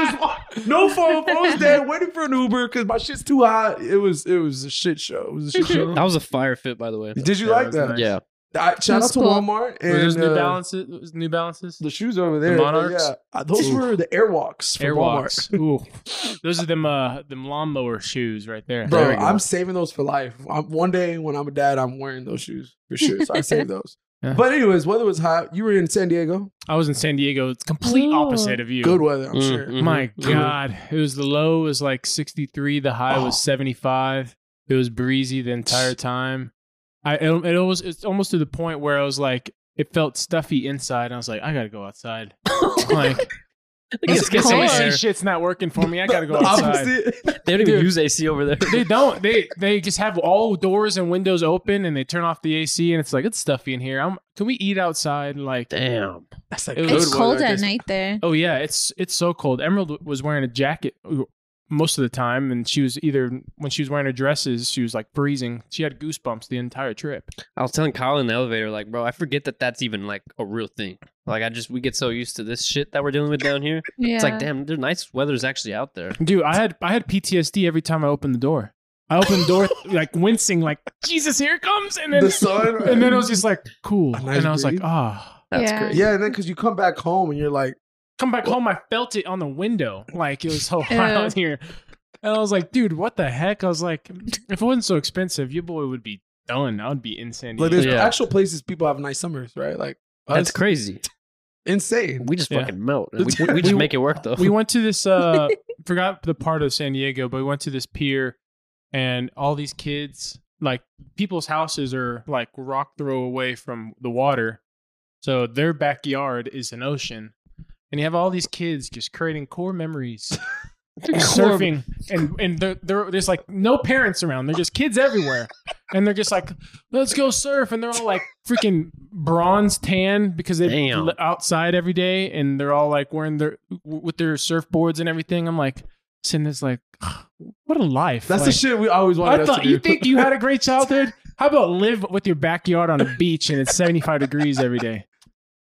[SPEAKER 2] just no phone, phone's
[SPEAKER 4] [LAUGHS]
[SPEAKER 2] dead, waiting for an Uber because my shit's too hot. It was it was a shit show. It was a shit
[SPEAKER 4] [LAUGHS]
[SPEAKER 2] show.
[SPEAKER 3] That was a fire fit, by the way.
[SPEAKER 2] Did you
[SPEAKER 1] Yeah,
[SPEAKER 2] like
[SPEAKER 1] that's
[SPEAKER 2] that?
[SPEAKER 1] nice.
[SPEAKER 3] Yeah.
[SPEAKER 2] I, shout out
[SPEAKER 4] That's
[SPEAKER 2] to
[SPEAKER 4] cool.
[SPEAKER 2] Walmart
[SPEAKER 1] Were
[SPEAKER 2] and
[SPEAKER 1] those New
[SPEAKER 2] uh,
[SPEAKER 1] Balances? was New Balances.
[SPEAKER 2] [LAUGHS] The shoes over there,
[SPEAKER 1] Monarchs?
[SPEAKER 2] yeah, Uh, those
[SPEAKER 1] Oof.
[SPEAKER 2] were the Airwalks from Walmart. [LAUGHS]
[SPEAKER 1] Airwalks. Ooh. Those are them uh them lawnmower shoes right there.
[SPEAKER 2] Bro,
[SPEAKER 3] There we go.
[SPEAKER 2] I'm saving those for life. I'm, one day when I'm a dad, I'm wearing those shoes for sure. So I
[SPEAKER 4] [LAUGHS]
[SPEAKER 2] saved those.
[SPEAKER 1] Yeah.
[SPEAKER 2] But anyways, weather was hot. You were in San Diego.
[SPEAKER 1] I was in San Diego. It's complete
[SPEAKER 4] Ooh.
[SPEAKER 1] opposite of you.
[SPEAKER 2] Good weather, I'm
[SPEAKER 3] Mm,
[SPEAKER 2] sure.
[SPEAKER 3] mm.
[SPEAKER 1] My
[SPEAKER 3] Mhm.
[SPEAKER 1] God. It was the low was like 63. The high
[SPEAKER 2] Oh.
[SPEAKER 1] was 75. It was breezy the entire time. I it, it almost it's almost to the point where I was like it felt stuffy inside. And I was like, I gotta go
[SPEAKER 2] [LAUGHS]
[SPEAKER 1] outside. like
[SPEAKER 3] It's
[SPEAKER 1] this
[SPEAKER 3] cold.
[SPEAKER 1] AC shit's not working for me. I gotta go
[SPEAKER 2] The
[SPEAKER 1] outside.
[SPEAKER 2] opposite.
[SPEAKER 3] They don't even
[SPEAKER 1] Dude.
[SPEAKER 3] use AC over there. [LAUGHS]
[SPEAKER 1] They don't. They they just have all doors and windows open, and they turn off the AC, and it's like it's stuffy in here. I'm, can we eat outside? Like,
[SPEAKER 3] Damn.
[SPEAKER 2] That's like
[SPEAKER 1] It was-
[SPEAKER 2] good
[SPEAKER 4] it's
[SPEAKER 2] weather,
[SPEAKER 4] cold
[SPEAKER 2] I
[SPEAKER 4] at
[SPEAKER 2] guess.
[SPEAKER 4] night there.
[SPEAKER 1] Oh yeah, it's it's so cold. Emerald was wearing a jacket most of the time, and she was either when she was wearing her dresses, she was like freezing. She had goosebumps the entire trip.
[SPEAKER 3] I was telling Kyle in the elevator, like, bro, I forget that that's even like a real thing. Like, I just we get so used to this shit that we're dealing with down here.
[SPEAKER 4] Yeah.
[SPEAKER 3] It's like, damn, the nice weather's actually out there.
[SPEAKER 1] Dude, I had I had PTSD every time I opened the door. I opened the door [LAUGHS] like wincing, like Jesus, here it comes, [LAUGHS] and then
[SPEAKER 2] The sun.
[SPEAKER 1] and then it was just like cool,
[SPEAKER 2] A nice
[SPEAKER 1] and I was like
[SPEAKER 2] breeze.
[SPEAKER 1] ah,
[SPEAKER 3] That's
[SPEAKER 4] Yeah.
[SPEAKER 3] crazy.
[SPEAKER 2] Yeah, and then because you come back home and you're like,
[SPEAKER 1] Come back home, I felt it on the window. Like it was so hot out here. And I was like, dude, what the heck? I was like, if it wasn't so expensive, your boy would be done. I would be insane.
[SPEAKER 2] like there's
[SPEAKER 3] Yeah.
[SPEAKER 2] actual places people have nice summers, right? Like
[SPEAKER 3] That's
[SPEAKER 2] us,
[SPEAKER 3] crazy.
[SPEAKER 2] insane.
[SPEAKER 3] We just
[SPEAKER 1] Yeah.
[SPEAKER 3] fucking melt. We, [LAUGHS] we, we just make it work though.
[SPEAKER 1] we went to this uh forgot the part of San Diego, but we went to this pier and all these kids like people's houses are like rock throw away from the water. So their backyard is an ocean. And you have all these kids just creating core memories and surfing and and they're, they're there's like no parents around. They're just kids everywhere. And they're just like, let's go surf. And they're all like freaking bronze tan because they've
[SPEAKER 3] Damn.
[SPEAKER 1] li- outside every day and they're all like wearing their w- with their surfboards and everything. I'm like sitting there's like, what a life.
[SPEAKER 2] That's the
[SPEAKER 1] Like,
[SPEAKER 2] shit we always wanted
[SPEAKER 1] I
[SPEAKER 2] us
[SPEAKER 1] thought
[SPEAKER 2] to
[SPEAKER 1] you
[SPEAKER 2] do.
[SPEAKER 1] think you had a great childhood. How about live with your backyard on a beach and it's 75 degrees every day?
[SPEAKER 3] [LAUGHS]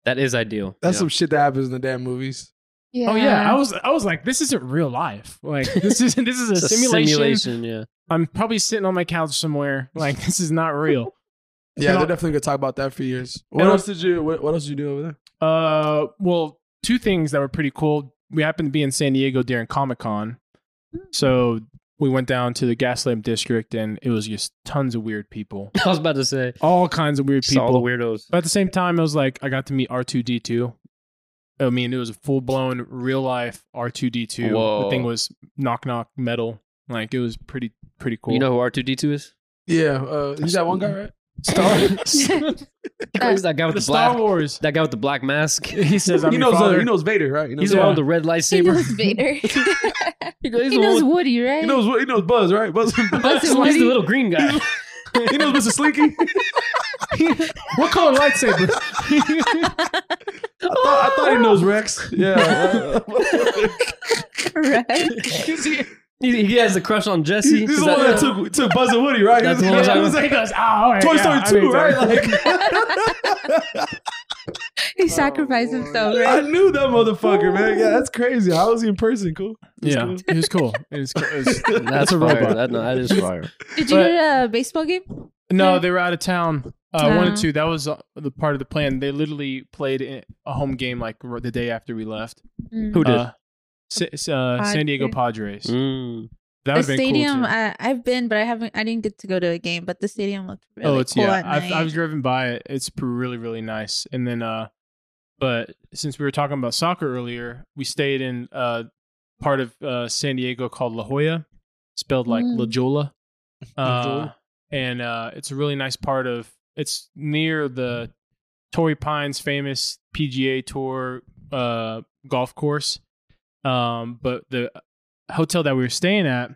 [SPEAKER 3] That is ideal.
[SPEAKER 2] [LAUGHS] That's
[SPEAKER 3] Yeah.
[SPEAKER 2] some shit that happens in the damn movies.
[SPEAKER 4] Yeah.
[SPEAKER 1] Oh yeah, I was I was like, this isn't real life. Like this is this is a,
[SPEAKER 3] It's a
[SPEAKER 1] simulation.
[SPEAKER 3] simulation. Yeah.
[SPEAKER 1] I'm probably sitting on my couch somewhere. Like this is not real.
[SPEAKER 2] Yeah,
[SPEAKER 1] And
[SPEAKER 2] they're
[SPEAKER 1] I'll-
[SPEAKER 2] definitely gonna talk about that for years. What
[SPEAKER 1] And I'll-
[SPEAKER 2] else did you? What, what else did you do over there?
[SPEAKER 1] Uh, well, two things that were pretty cool. We happened to be in San Diego during Comic Con, so we went down to the Gaslamp District, and it was just tons of weird people,
[SPEAKER 3] [LAUGHS] I was about to say.
[SPEAKER 1] all kinds of weird
[SPEAKER 3] Just all the
[SPEAKER 1] people.
[SPEAKER 3] weirdos.
[SPEAKER 1] But at the same time, it was like I got to meet R two D two. I mean, it was a full blown real life R two D two. The
[SPEAKER 3] Whoa.
[SPEAKER 1] thing was knock knock metal. Like it was pretty pretty cool.
[SPEAKER 3] You know who R two D two is?
[SPEAKER 2] Yeah, uh, he's that one guy, right?
[SPEAKER 1] [LAUGHS] Star,
[SPEAKER 3] [LAUGHS] He's that guy with
[SPEAKER 1] the
[SPEAKER 3] the, black.
[SPEAKER 1] Star
[SPEAKER 3] [LAUGHS]
[SPEAKER 1] Wars.
[SPEAKER 3] That guy with the black
[SPEAKER 1] [LAUGHS]
[SPEAKER 3] mask.
[SPEAKER 1] He says, "I'm
[SPEAKER 2] he
[SPEAKER 1] your
[SPEAKER 2] knows. Uh,
[SPEAKER 1] father."
[SPEAKER 2] he knows Vader, right? He knows,
[SPEAKER 3] [LAUGHS] He's
[SPEAKER 1] Yeah.
[SPEAKER 3] the one with the red
[SPEAKER 4] He
[SPEAKER 3] [LAUGHS] lightsaber.
[SPEAKER 4] knows Vader. [LAUGHS]
[SPEAKER 3] He goes, he's
[SPEAKER 4] he
[SPEAKER 3] the one
[SPEAKER 4] knows
[SPEAKER 3] with-
[SPEAKER 4] Woody, right?
[SPEAKER 2] he knows. He knows Buzz, right? Buzz.
[SPEAKER 3] [LAUGHS]
[SPEAKER 4] Buzz
[SPEAKER 3] he's
[SPEAKER 4] and
[SPEAKER 3] the
[SPEAKER 4] Woody.
[SPEAKER 3] little
[SPEAKER 1] [LAUGHS]
[SPEAKER 3] green guy.
[SPEAKER 2] he knows Mr. Slinky.
[SPEAKER 1] what color lightsaber?
[SPEAKER 2] I thought, I thought he knows Rex.
[SPEAKER 3] [LAUGHS]
[SPEAKER 2] Yeah,
[SPEAKER 4] [LAUGHS] Right.
[SPEAKER 3] he, he has a crush on Jesse.
[SPEAKER 2] he's the one that took took Buzz and Woody, right? He
[SPEAKER 3] That's
[SPEAKER 2] was-
[SPEAKER 3] the one
[SPEAKER 2] he
[SPEAKER 3] that-
[SPEAKER 2] was
[SPEAKER 1] he
[SPEAKER 2] like,
[SPEAKER 1] goes, "Oh, all right,
[SPEAKER 2] Toy
[SPEAKER 1] yeah, I
[SPEAKER 2] Story
[SPEAKER 1] mean,
[SPEAKER 2] Two, right?
[SPEAKER 1] sorry."
[SPEAKER 2] Like.
[SPEAKER 4] He sacrificed himself,
[SPEAKER 2] I
[SPEAKER 4] right?
[SPEAKER 2] knew that motherfucker, man. Yeah, that's crazy. How was he in person? Cool.
[SPEAKER 1] yeah, it was cool. It was, cool. It
[SPEAKER 2] [LAUGHS]
[SPEAKER 1] was-
[SPEAKER 3] That's
[SPEAKER 1] a
[SPEAKER 3] fire.
[SPEAKER 1] robot.
[SPEAKER 3] That, no, that is
[SPEAKER 1] [LAUGHS]
[SPEAKER 3] fire.
[SPEAKER 4] Did you
[SPEAKER 1] But-
[SPEAKER 4] go to a baseball game? Mm.
[SPEAKER 1] no,
[SPEAKER 4] Yeah.
[SPEAKER 1] they were out of town. Uh, I
[SPEAKER 4] Ah.
[SPEAKER 1] wanted to. That was uh, the part of the plan. They literally played in- a home game like r- the day after we left.
[SPEAKER 3] Who did?
[SPEAKER 1] Uh, Sa- s- uh, San Diego Padres.
[SPEAKER 3] Mm.
[SPEAKER 1] That
[SPEAKER 4] the
[SPEAKER 1] would have been
[SPEAKER 4] stadium.
[SPEAKER 1] cool. too.
[SPEAKER 4] I, I've been, but I haven't. I didn't get to go to a game. But the stadium looked really
[SPEAKER 1] oh, it's
[SPEAKER 4] cool
[SPEAKER 1] yeah.
[SPEAKER 4] at
[SPEAKER 1] I've,
[SPEAKER 4] night.
[SPEAKER 1] I've driven by it. It's pr- really really nice. And then, uh, but since we were talking about soccer earlier, we stayed in uh part of uh San Diego called La Jolla, spelled like
[SPEAKER 4] Mm.
[SPEAKER 1] La Jolla.
[SPEAKER 2] La
[SPEAKER 1] Uh,
[SPEAKER 2] Jolla.
[SPEAKER 1] and uh, it's a really nice part of. It's near the Torrey Pines famous PGA Tour uh golf course. Um, but the hotel that we were staying at,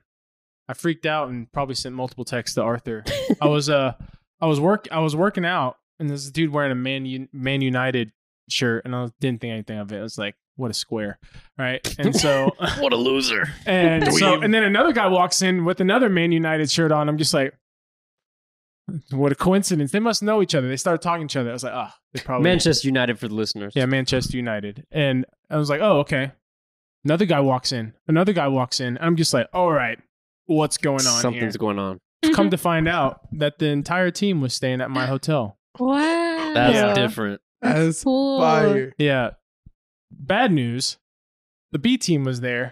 [SPEAKER 1] I freaked out and probably sent multiple texts to Arthur. I was uh I was work I was working out and this dude wearing a Man U- Man United shirt and I was- didn't think anything of it. I was like, what a square, right? And so
[SPEAKER 3] What a loser.
[SPEAKER 1] and so
[SPEAKER 3] Dweeb.
[SPEAKER 1] and then another guy walks in with another Man United shirt on. I'm just like, what a coincidence. They must know each other. They started talking to each other. I was like, ah, they probably
[SPEAKER 3] Manchester United for the listeners.
[SPEAKER 1] yeah, Manchester United. And I was like, oh, okay. Another guy walks in. Another guy walks in. I'm just like, all right, what's going on
[SPEAKER 3] Something's
[SPEAKER 1] here?
[SPEAKER 3] going on.
[SPEAKER 1] Come to find out that the entire team was staying at
[SPEAKER 3] [CLEARS THROAT]
[SPEAKER 1] my hotel.
[SPEAKER 4] wow.
[SPEAKER 3] That's
[SPEAKER 1] Yeah.
[SPEAKER 3] different.
[SPEAKER 2] That's
[SPEAKER 4] cool. [LAUGHS]
[SPEAKER 2] fire.
[SPEAKER 1] Yeah. Bad news. The B team was there.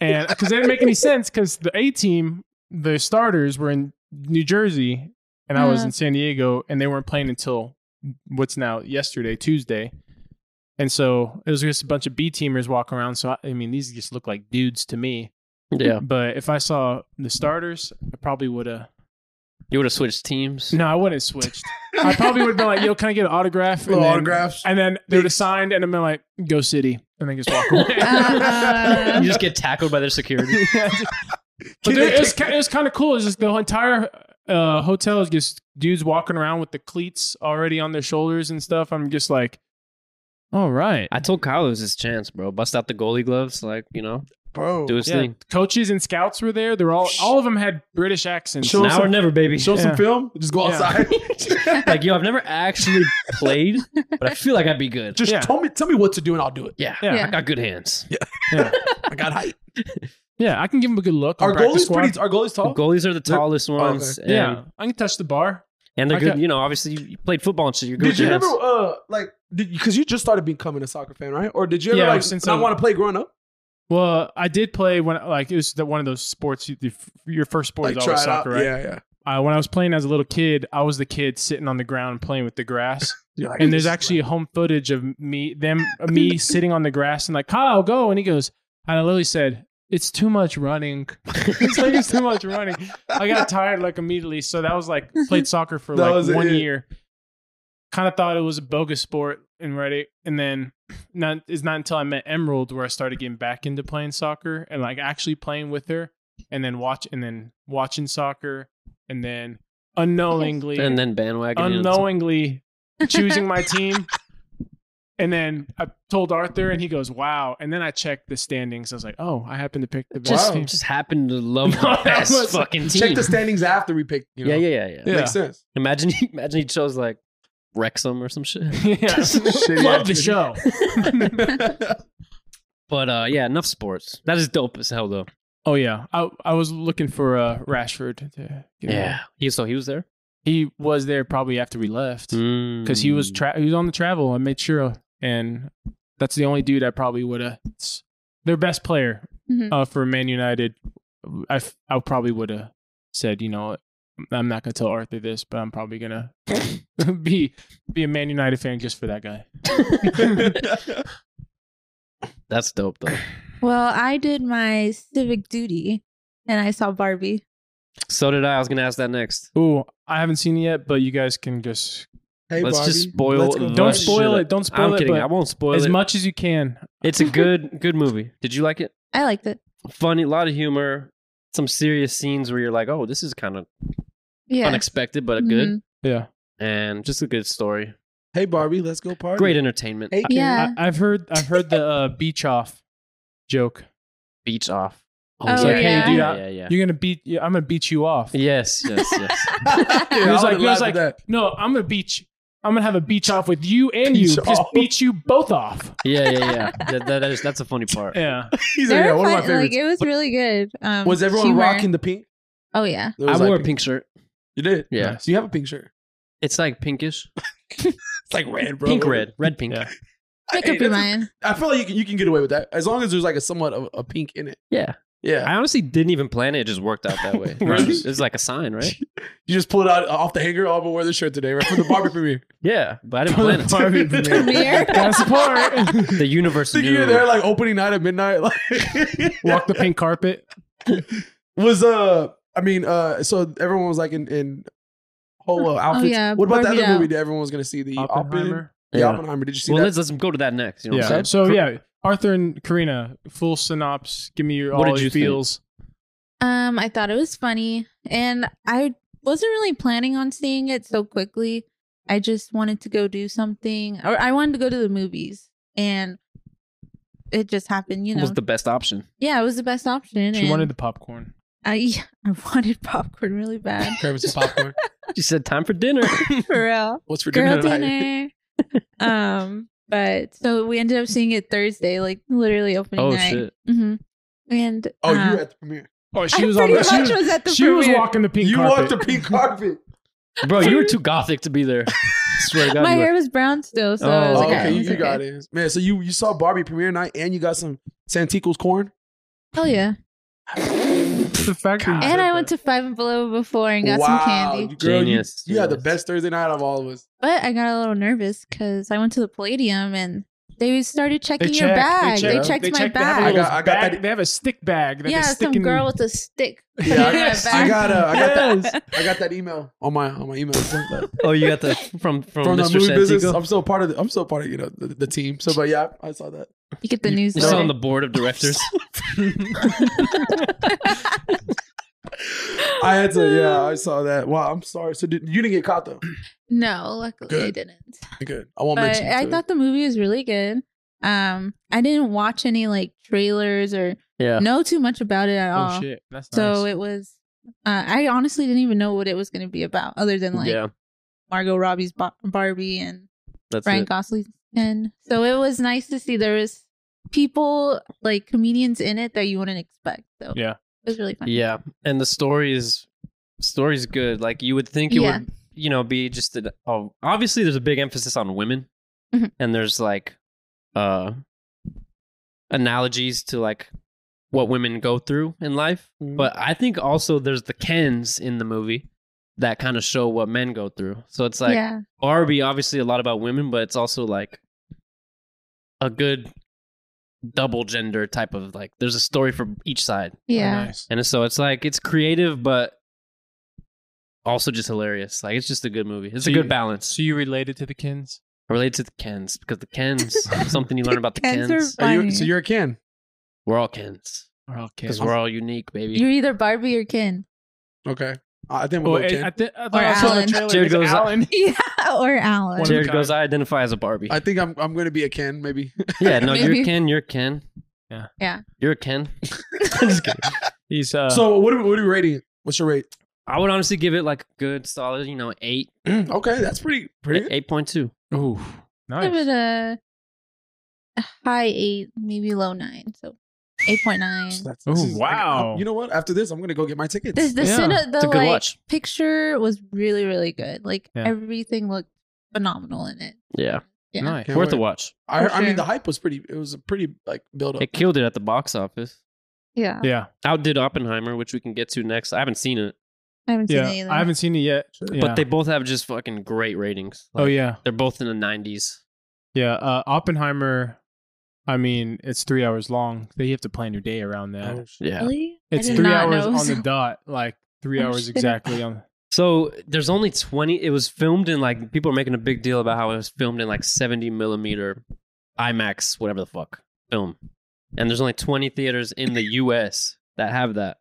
[SPEAKER 1] And because it didn't make any sense because the A team, the starters were in New Jersey and I was
[SPEAKER 4] Uh.
[SPEAKER 1] in San Diego and they weren't playing until what's now yesterday, Tuesday. And so it was just a bunch of B teamers walking around. So, I, I mean, these just look like dudes to me.
[SPEAKER 3] Yeah.
[SPEAKER 1] But if I saw the starters, I probably would have.
[SPEAKER 3] You would have switched teams. [LAUGHS]
[SPEAKER 1] No, I wouldn't have switched. I probably would have been like, yo, can I get an autograph? And
[SPEAKER 2] Little
[SPEAKER 1] then-
[SPEAKER 2] autographs.
[SPEAKER 1] and then they would have signed, and I've been like, "Go City," and then just walk
[SPEAKER 2] [LAUGHS]
[SPEAKER 1] away.
[SPEAKER 3] [LAUGHS]
[SPEAKER 4] Uh,
[SPEAKER 1] [LAUGHS]
[SPEAKER 3] You just get tackled by their security.
[SPEAKER 1] but there- it was, ki- it was kind of cool. It's just the entire uh, hotel is just dudes walking around with the cleats already on their shoulders and stuff. I'm just like, all right.
[SPEAKER 3] I told Kyle it was his chance, bro. Bust out the goalie gloves, like you know,
[SPEAKER 2] Bro.
[SPEAKER 3] do his
[SPEAKER 1] Yeah,
[SPEAKER 3] thing.
[SPEAKER 1] coaches and scouts were there. They're all all of them had British accents.
[SPEAKER 2] Show
[SPEAKER 3] now
[SPEAKER 2] some-
[SPEAKER 3] or never, baby.
[SPEAKER 2] Show some
[SPEAKER 1] Yeah.
[SPEAKER 2] film. Just go
[SPEAKER 1] Yeah.
[SPEAKER 2] outside.
[SPEAKER 3] like yo, I've never actually played, but I feel like I'd be good.
[SPEAKER 2] Just
[SPEAKER 1] Yeah.
[SPEAKER 2] tell me tell me what to do and I'll do it.
[SPEAKER 3] yeah,
[SPEAKER 1] Yeah.
[SPEAKER 3] I got good hands.
[SPEAKER 2] I got height.
[SPEAKER 1] yeah, I can give them a good look. on
[SPEAKER 2] Our
[SPEAKER 1] practice
[SPEAKER 2] goalie's
[SPEAKER 1] squad.
[SPEAKER 2] pretty our goalie's tall.
[SPEAKER 3] Goalies are the tallest
[SPEAKER 2] okay.
[SPEAKER 3] ones. and
[SPEAKER 1] Yeah, I can touch the bar.
[SPEAKER 3] And they're
[SPEAKER 1] oh, I
[SPEAKER 3] good.
[SPEAKER 1] got-
[SPEAKER 3] you know, obviously you, you played football and shit. You're good.
[SPEAKER 2] Did
[SPEAKER 3] with
[SPEAKER 2] you
[SPEAKER 3] your hands.
[SPEAKER 2] ever uh like because you just started becoming a soccer fan, right? Or did you ever
[SPEAKER 1] Yeah,
[SPEAKER 2] like
[SPEAKER 1] since
[SPEAKER 2] not
[SPEAKER 1] I-
[SPEAKER 2] want to play growing up?
[SPEAKER 1] Well, I did play when like it was the, one of those sports. You, the, your first sport
[SPEAKER 2] Like
[SPEAKER 1] is
[SPEAKER 2] try
[SPEAKER 1] always
[SPEAKER 2] it out.
[SPEAKER 1] soccer, right?
[SPEAKER 2] Yeah, yeah.
[SPEAKER 1] Uh, when I was playing as a little kid, I was the kid sitting on the ground playing with the grass.
[SPEAKER 2] You're like,
[SPEAKER 1] and there's
[SPEAKER 2] this is
[SPEAKER 1] actually home footage of me
[SPEAKER 2] [LAUGHS]
[SPEAKER 1] them of me sitting on the grass and like Kyle go and he goes and I literally said it's too much running [LAUGHS] it's like it's too much running I got tired like immediately so that was like played soccer for
[SPEAKER 2] [LAUGHS] That was
[SPEAKER 1] like one
[SPEAKER 2] it.
[SPEAKER 1] year kind of thought it was a bogus sport and read it and then not it's not until I met Emerald where I started getting back into playing soccer and like actually playing with her and then watch and then watching soccer and then unknowingly
[SPEAKER 3] And then bandwagon. you know, it's-
[SPEAKER 1] unknowingly choosing my team. And then I told Arthur, and he goes, "Wow!" And then I checked the standings. I was like, "Oh, I happened to pick the best
[SPEAKER 3] Just,
[SPEAKER 1] team."
[SPEAKER 3] just happened to love
[SPEAKER 1] No,
[SPEAKER 3] the
[SPEAKER 1] that was-
[SPEAKER 3] best fucking team.
[SPEAKER 2] Check the standings after we picked. You know?
[SPEAKER 3] yeah, yeah, yeah, yeah.
[SPEAKER 1] Yeah.
[SPEAKER 2] Makes sense.
[SPEAKER 3] Imagine, [LAUGHS] imagine he chose like Wrexham or some
[SPEAKER 1] [LAUGHS]
[SPEAKER 3] shit.
[SPEAKER 1] yeah, love the show.
[SPEAKER 3] But uh, yeah, enough sports. That is dope as hell, though.
[SPEAKER 1] Oh yeah, I I was looking for uh, Rashford. To get away.
[SPEAKER 3] He, so he was there
[SPEAKER 1] he was there probably after we left because
[SPEAKER 3] because
[SPEAKER 1] Mm. he
[SPEAKER 3] [LAUGHS]
[SPEAKER 1] was tra- he was on the travel. I made sure, and that's the only dude I probably would have. Their best player
[SPEAKER 4] Mhm.
[SPEAKER 1] uh, for Man United, I f- I probably would have said, you know, I'm not gonna tell Arthur this, but I'm probably gonna [LAUGHS] be be a Man United fan just for that guy. [LAUGHS]
[SPEAKER 3] That's dope, though.
[SPEAKER 4] Well, I did my civic duty and I saw Barbie.
[SPEAKER 3] So did I. I was gonna ask that next.
[SPEAKER 1] Ooh, I haven't seen it yet, but you guys can just
[SPEAKER 2] Hey,
[SPEAKER 3] Let's
[SPEAKER 2] Barbie,
[SPEAKER 3] just spoil-
[SPEAKER 2] let's go
[SPEAKER 3] don't
[SPEAKER 1] don't
[SPEAKER 2] Barbie.
[SPEAKER 1] spoil
[SPEAKER 3] shit.
[SPEAKER 1] it. Don't
[SPEAKER 3] I'm
[SPEAKER 1] spoil it,
[SPEAKER 3] kidding.
[SPEAKER 1] but
[SPEAKER 3] I won't spoil
[SPEAKER 1] as
[SPEAKER 3] it.
[SPEAKER 1] much as you can.
[SPEAKER 3] it's a good, good movie. Did you like it?
[SPEAKER 4] I liked it.
[SPEAKER 3] Funny, a lot of humor, some serious scenes where you're like, oh, this is kind of
[SPEAKER 4] Yeah.
[SPEAKER 3] unexpected, but good,
[SPEAKER 4] Mhm.
[SPEAKER 1] Yeah,
[SPEAKER 3] and just a good story.
[SPEAKER 2] Hey Barbie, let's go party.
[SPEAKER 3] Great
[SPEAKER 2] [LAUGHS]
[SPEAKER 3] entertainment.
[SPEAKER 2] Hey, kid.
[SPEAKER 4] Yeah.
[SPEAKER 1] I, I've heard I've heard the uh, beach off joke.
[SPEAKER 3] Beach off.
[SPEAKER 4] Oh,
[SPEAKER 1] yeah. Hey, dude,
[SPEAKER 3] yeah,
[SPEAKER 1] I-
[SPEAKER 3] yeah, [LAUGHS] yeah.
[SPEAKER 1] You're gonna beat. Yeah, I'm gonna beat you off.
[SPEAKER 3] Yes, yes, yes.
[SPEAKER 4] [LAUGHS]
[SPEAKER 2] Yeah,
[SPEAKER 1] He
[SPEAKER 2] I
[SPEAKER 1] was like,
[SPEAKER 2] would've
[SPEAKER 1] he was
[SPEAKER 2] laughed at
[SPEAKER 1] like, no, I'm gonna beat you. I'm gonna have a beach off with you and you.
[SPEAKER 2] Beach
[SPEAKER 1] Just
[SPEAKER 2] off.
[SPEAKER 1] beat you both off.
[SPEAKER 3] [LAUGHS] yeah, yeah, yeah. That, that- that is, that's a funny part.
[SPEAKER 1] Yeah.
[SPEAKER 2] that. He's like,
[SPEAKER 4] They
[SPEAKER 2] yeah,
[SPEAKER 4] were
[SPEAKER 2] one of my
[SPEAKER 4] fun- like
[SPEAKER 2] favorites.
[SPEAKER 4] it was really good. Um,
[SPEAKER 2] was everyone
[SPEAKER 4] humor.
[SPEAKER 2] rocking the pink?
[SPEAKER 4] Oh yeah.
[SPEAKER 2] It
[SPEAKER 3] I
[SPEAKER 2] was
[SPEAKER 3] wore
[SPEAKER 2] like
[SPEAKER 3] a pink shirt.
[SPEAKER 2] You did.
[SPEAKER 3] Yeah.
[SPEAKER 1] Nice.
[SPEAKER 2] So you have a pink shirt.
[SPEAKER 3] It's like pinkish.
[SPEAKER 2] It's like red, bro.
[SPEAKER 3] Pink red. Red pink.
[SPEAKER 1] Yeah.
[SPEAKER 4] Pick
[SPEAKER 2] Hey,
[SPEAKER 4] up your
[SPEAKER 2] that's-
[SPEAKER 4] mind.
[SPEAKER 2] I feel like you can, you can get away with that as long as there's like a somewhat of a pink in it.
[SPEAKER 3] Yeah.
[SPEAKER 2] Yeah.
[SPEAKER 3] I honestly didn't even plan it. It just worked out that [LAUGHS] way.
[SPEAKER 2] Really?
[SPEAKER 3] It's it's like a sign, right?
[SPEAKER 2] You just pull it out off the hanger. Oh, I'm gonna wear this shirt today, right? For the [LAUGHS] Barbie premiere.
[SPEAKER 3] Yeah, but I didn't
[SPEAKER 1] [LAUGHS]
[SPEAKER 3] plan it. [LAUGHS]
[SPEAKER 1] Barbie
[SPEAKER 4] Premiere.
[SPEAKER 1] That's the part.
[SPEAKER 3] The universe
[SPEAKER 2] Thinking
[SPEAKER 3] knew.
[SPEAKER 2] you're there like opening night at midnight. [LAUGHS] Like
[SPEAKER 1] Walk the pink
[SPEAKER 3] [LAUGHS]
[SPEAKER 1] carpet.
[SPEAKER 2] was uh I mean uh so everyone was like in in whole uh, outfits.
[SPEAKER 4] Oh, yeah,
[SPEAKER 2] what about the
[SPEAKER 4] Barbie
[SPEAKER 2] other
[SPEAKER 4] out.
[SPEAKER 2] movie that everyone was gonna see? The Oppenheimer.
[SPEAKER 1] Oppenheimer.
[SPEAKER 2] The
[SPEAKER 3] Yeah.
[SPEAKER 2] Oppenheimer. Did you see
[SPEAKER 3] well,
[SPEAKER 2] that?
[SPEAKER 3] let's let's go to that next. You know what
[SPEAKER 1] Yeah.
[SPEAKER 3] I'm saying?
[SPEAKER 1] So yeah, Arthur and Karina, full synopsis. Give me your
[SPEAKER 3] What
[SPEAKER 1] all
[SPEAKER 3] did
[SPEAKER 1] your
[SPEAKER 3] you think?
[SPEAKER 1] feels.
[SPEAKER 4] Um, I thought it was funny, and I wasn't really planning on seeing it so quickly. I just wanted to go do something, or I wanted to go to the movies, and it just happened. You know,
[SPEAKER 3] was the best option.
[SPEAKER 4] yeah, it was the best option.
[SPEAKER 1] She
[SPEAKER 4] and
[SPEAKER 1] wanted the popcorn.
[SPEAKER 4] I [LAUGHS] I wanted popcorn really bad
[SPEAKER 2] [LAUGHS] Kramer's popcorn.
[SPEAKER 3] She said, "Time for dinner."
[SPEAKER 4] for real.
[SPEAKER 2] What's for dinner
[SPEAKER 4] girl
[SPEAKER 2] tonight?
[SPEAKER 4] dinner. um, but so we ended up seeing it Thursday, like literally opening
[SPEAKER 3] oh
[SPEAKER 4] night.
[SPEAKER 3] shit!
[SPEAKER 4] hmm And
[SPEAKER 2] Oh, you
[SPEAKER 4] uh,
[SPEAKER 2] were at the premiere.
[SPEAKER 1] Oh, she
[SPEAKER 4] [LAUGHS] I
[SPEAKER 1] was on
[SPEAKER 4] pretty
[SPEAKER 1] the.
[SPEAKER 4] much
[SPEAKER 1] She, was,
[SPEAKER 4] was at the
[SPEAKER 1] she was
[SPEAKER 4] premiere.
[SPEAKER 1] walking the pink
[SPEAKER 2] you
[SPEAKER 1] carpet.
[SPEAKER 2] walked the pink
[SPEAKER 4] [LAUGHS]
[SPEAKER 2] carpet.
[SPEAKER 3] [LAUGHS] Bro, you were too gothic to be [LAUGHS] there. swear to God,
[SPEAKER 4] My
[SPEAKER 3] you were.
[SPEAKER 4] hair was brown still, so I
[SPEAKER 3] Oh,
[SPEAKER 4] was like,
[SPEAKER 2] okay,
[SPEAKER 4] "Alright,
[SPEAKER 2] you,
[SPEAKER 4] it's
[SPEAKER 2] you got it, man. So you you saw Barbie premiere night, and you got some Santico's corn.
[SPEAKER 4] Hell yeah.
[SPEAKER 1] the fact that you
[SPEAKER 4] And
[SPEAKER 1] said
[SPEAKER 4] I went
[SPEAKER 1] that.
[SPEAKER 4] to Five and Below before and got some candy.
[SPEAKER 2] girl, you-
[SPEAKER 3] Genius,
[SPEAKER 2] You, had the
[SPEAKER 3] genius.
[SPEAKER 2] best Thursday night of all of us.
[SPEAKER 4] But I got a little nervous because I went to the Palladium and they started checking your
[SPEAKER 1] check,
[SPEAKER 4] bag. They,
[SPEAKER 1] check,
[SPEAKER 4] checked my
[SPEAKER 1] check, they have a
[SPEAKER 4] bag.
[SPEAKER 2] I
[SPEAKER 1] little
[SPEAKER 2] got- I got
[SPEAKER 1] bag-
[SPEAKER 2] that-
[SPEAKER 1] They have a stick bag. That
[SPEAKER 4] yeah,
[SPEAKER 1] they stick
[SPEAKER 4] some
[SPEAKER 1] in-
[SPEAKER 4] girl with a stick.
[SPEAKER 2] Yeah, I,
[SPEAKER 4] Yes.
[SPEAKER 2] I got uh, I got that.
[SPEAKER 1] Yes.
[SPEAKER 2] I got that email on my on my email from,
[SPEAKER 3] Oh, you got the from from,
[SPEAKER 2] the
[SPEAKER 3] Mr.
[SPEAKER 2] movie business.
[SPEAKER 3] Santico.
[SPEAKER 2] I'm still part of the, I'm still part of you know the, the team. So, but yeah, I saw that.
[SPEAKER 4] You get the news.
[SPEAKER 3] You're still on the board of directors.
[SPEAKER 2] I had to. Yeah, I saw that. Wow, I'm sorry. So did, you didn't get caught though.
[SPEAKER 4] no, luckily I
[SPEAKER 2] Good.
[SPEAKER 4] didn't.
[SPEAKER 2] Good. I won't
[SPEAKER 4] But
[SPEAKER 2] mention.
[SPEAKER 4] I
[SPEAKER 2] it.
[SPEAKER 4] thought the movie was really good. Um, I didn't watch any like trailers or
[SPEAKER 3] [LAUGHS] yeah.
[SPEAKER 4] know too much about it at all.
[SPEAKER 1] Oh shit, that's
[SPEAKER 4] So
[SPEAKER 1] nice.
[SPEAKER 4] it was. Uh, I honestly didn't even know what it was going to be about, other than like
[SPEAKER 3] yeah.
[SPEAKER 4] Margot Robbie's Bo- Barbie and
[SPEAKER 3] That's
[SPEAKER 4] Brian
[SPEAKER 3] it.
[SPEAKER 4] Gosling's and so it was nice to see there was people like comedians in it that you wouldn't expect. So
[SPEAKER 1] Yeah.
[SPEAKER 4] it was really fun.
[SPEAKER 3] Yeah, and the story is story's good. Like you would think it
[SPEAKER 4] Yeah.
[SPEAKER 3] would you know, be just a, oh, obviously there's a big emphasis on women,
[SPEAKER 4] Mhm.
[SPEAKER 3] and there's like uh analogies to like what women go through in life. But I think also there's the Kens in the movie that kind of show what men go through. So it's like
[SPEAKER 4] yeah.
[SPEAKER 3] Barbie, obviously a lot about women, but it's also like a good double gender type of like. There's a story for each side.
[SPEAKER 4] Yeah.
[SPEAKER 1] Oh, Nice.
[SPEAKER 3] And so it's like it's creative, but also just hilarious. Like it's just a good movie. It's
[SPEAKER 1] So
[SPEAKER 3] a good
[SPEAKER 1] you-
[SPEAKER 3] balance.
[SPEAKER 1] So you related to the Kins?
[SPEAKER 3] I relate to the Kens because
[SPEAKER 1] [LAUGHS]
[SPEAKER 3] the Kens something you learn about the
[SPEAKER 4] Kens
[SPEAKER 3] Kens.
[SPEAKER 4] are
[SPEAKER 2] Are you,
[SPEAKER 4] funny.
[SPEAKER 2] so you're a can.
[SPEAKER 3] We're all Kens
[SPEAKER 1] Or all Kins?
[SPEAKER 3] because we're all unique, baby.
[SPEAKER 4] You're either Barbie or Ken. [LAUGHS]
[SPEAKER 2] Okay. I think
[SPEAKER 1] Well,
[SPEAKER 2] we'll go
[SPEAKER 1] I,
[SPEAKER 2] can.
[SPEAKER 1] I,
[SPEAKER 2] I,
[SPEAKER 1] thi- I thought
[SPEAKER 4] Or
[SPEAKER 1] I saw the
[SPEAKER 4] Alan.
[SPEAKER 1] trailer.
[SPEAKER 3] Jared
[SPEAKER 1] It's
[SPEAKER 3] goes, uh,
[SPEAKER 1] Alan.
[SPEAKER 4] Yeah, or Alan.
[SPEAKER 1] One of
[SPEAKER 3] Jared
[SPEAKER 1] the
[SPEAKER 3] goes, I identify as a Barbie.
[SPEAKER 2] think I'm I'm gonna be a can [LAUGHS] maybe.
[SPEAKER 3] yeah, no, you're
[SPEAKER 4] [LAUGHS] Maybe.
[SPEAKER 3] a Ken. You're a Ken.
[SPEAKER 1] Yeah.
[SPEAKER 4] Yeah.
[SPEAKER 3] You're a Ken.
[SPEAKER 2] [LAUGHS]
[SPEAKER 3] Just kidding.
[SPEAKER 1] He's uh,
[SPEAKER 2] so what are, what are you rating? it? What's your rate?
[SPEAKER 3] I would honestly give it like a good solid, you know, eight,
[SPEAKER 2] mm, okay, that's pretty pretty.
[SPEAKER 3] eight point two.
[SPEAKER 1] ooh,
[SPEAKER 4] Give it
[SPEAKER 1] nice.
[SPEAKER 4] a a high eight, maybe low nine. So eight point nine.
[SPEAKER 2] So that's-
[SPEAKER 1] Ooh,
[SPEAKER 2] this is-
[SPEAKER 1] wow.
[SPEAKER 2] I- you know what? After this, I'm gonna go get my tickets.
[SPEAKER 4] The, the
[SPEAKER 1] Yeah.
[SPEAKER 4] cine- the
[SPEAKER 3] It's a good
[SPEAKER 4] like
[SPEAKER 3] watch.
[SPEAKER 4] picture was really really good. Like
[SPEAKER 1] Yeah.
[SPEAKER 4] everything looked phenomenal in it.
[SPEAKER 3] Yeah.
[SPEAKER 4] Yeah.
[SPEAKER 1] Nice.
[SPEAKER 2] Can't
[SPEAKER 3] Worth
[SPEAKER 2] wait.
[SPEAKER 3] a watch.
[SPEAKER 2] I,
[SPEAKER 4] For
[SPEAKER 2] I mean,
[SPEAKER 4] sure.
[SPEAKER 2] the hype was pretty. It was a pretty like build up.
[SPEAKER 3] It killed it at the box office.
[SPEAKER 4] Yeah,
[SPEAKER 1] Yeah,
[SPEAKER 3] Outdid Oppenheimer, which we can get to next. I haven't seen it,
[SPEAKER 4] I haven't seen
[SPEAKER 1] yeah.
[SPEAKER 4] it either.
[SPEAKER 1] I haven't seen it yet.
[SPEAKER 2] Sure.
[SPEAKER 1] Yeah.
[SPEAKER 3] but they both have just fucking great ratings.
[SPEAKER 1] oh
[SPEAKER 3] Like,
[SPEAKER 1] yeah,
[SPEAKER 3] They're both in the 90s.
[SPEAKER 1] yeah. Uh, Oppenheimer. I mean, it's three hours long. They have to plan your day around that.
[SPEAKER 2] Oh, shit.
[SPEAKER 3] Yeah.
[SPEAKER 4] really. I
[SPEAKER 1] it's
[SPEAKER 4] did
[SPEAKER 1] three
[SPEAKER 4] not
[SPEAKER 1] hours
[SPEAKER 4] know.
[SPEAKER 1] on the dot, like three
[SPEAKER 4] Oh,
[SPEAKER 1] hours
[SPEAKER 4] shit.
[SPEAKER 1] exactly. On
[SPEAKER 3] So there's only 20. It was filmed in like, people are making a big deal about how it was filmed in like 70 millimeter IMAX, whatever the fuck, film. And there's only 20 theaters in the US that have that.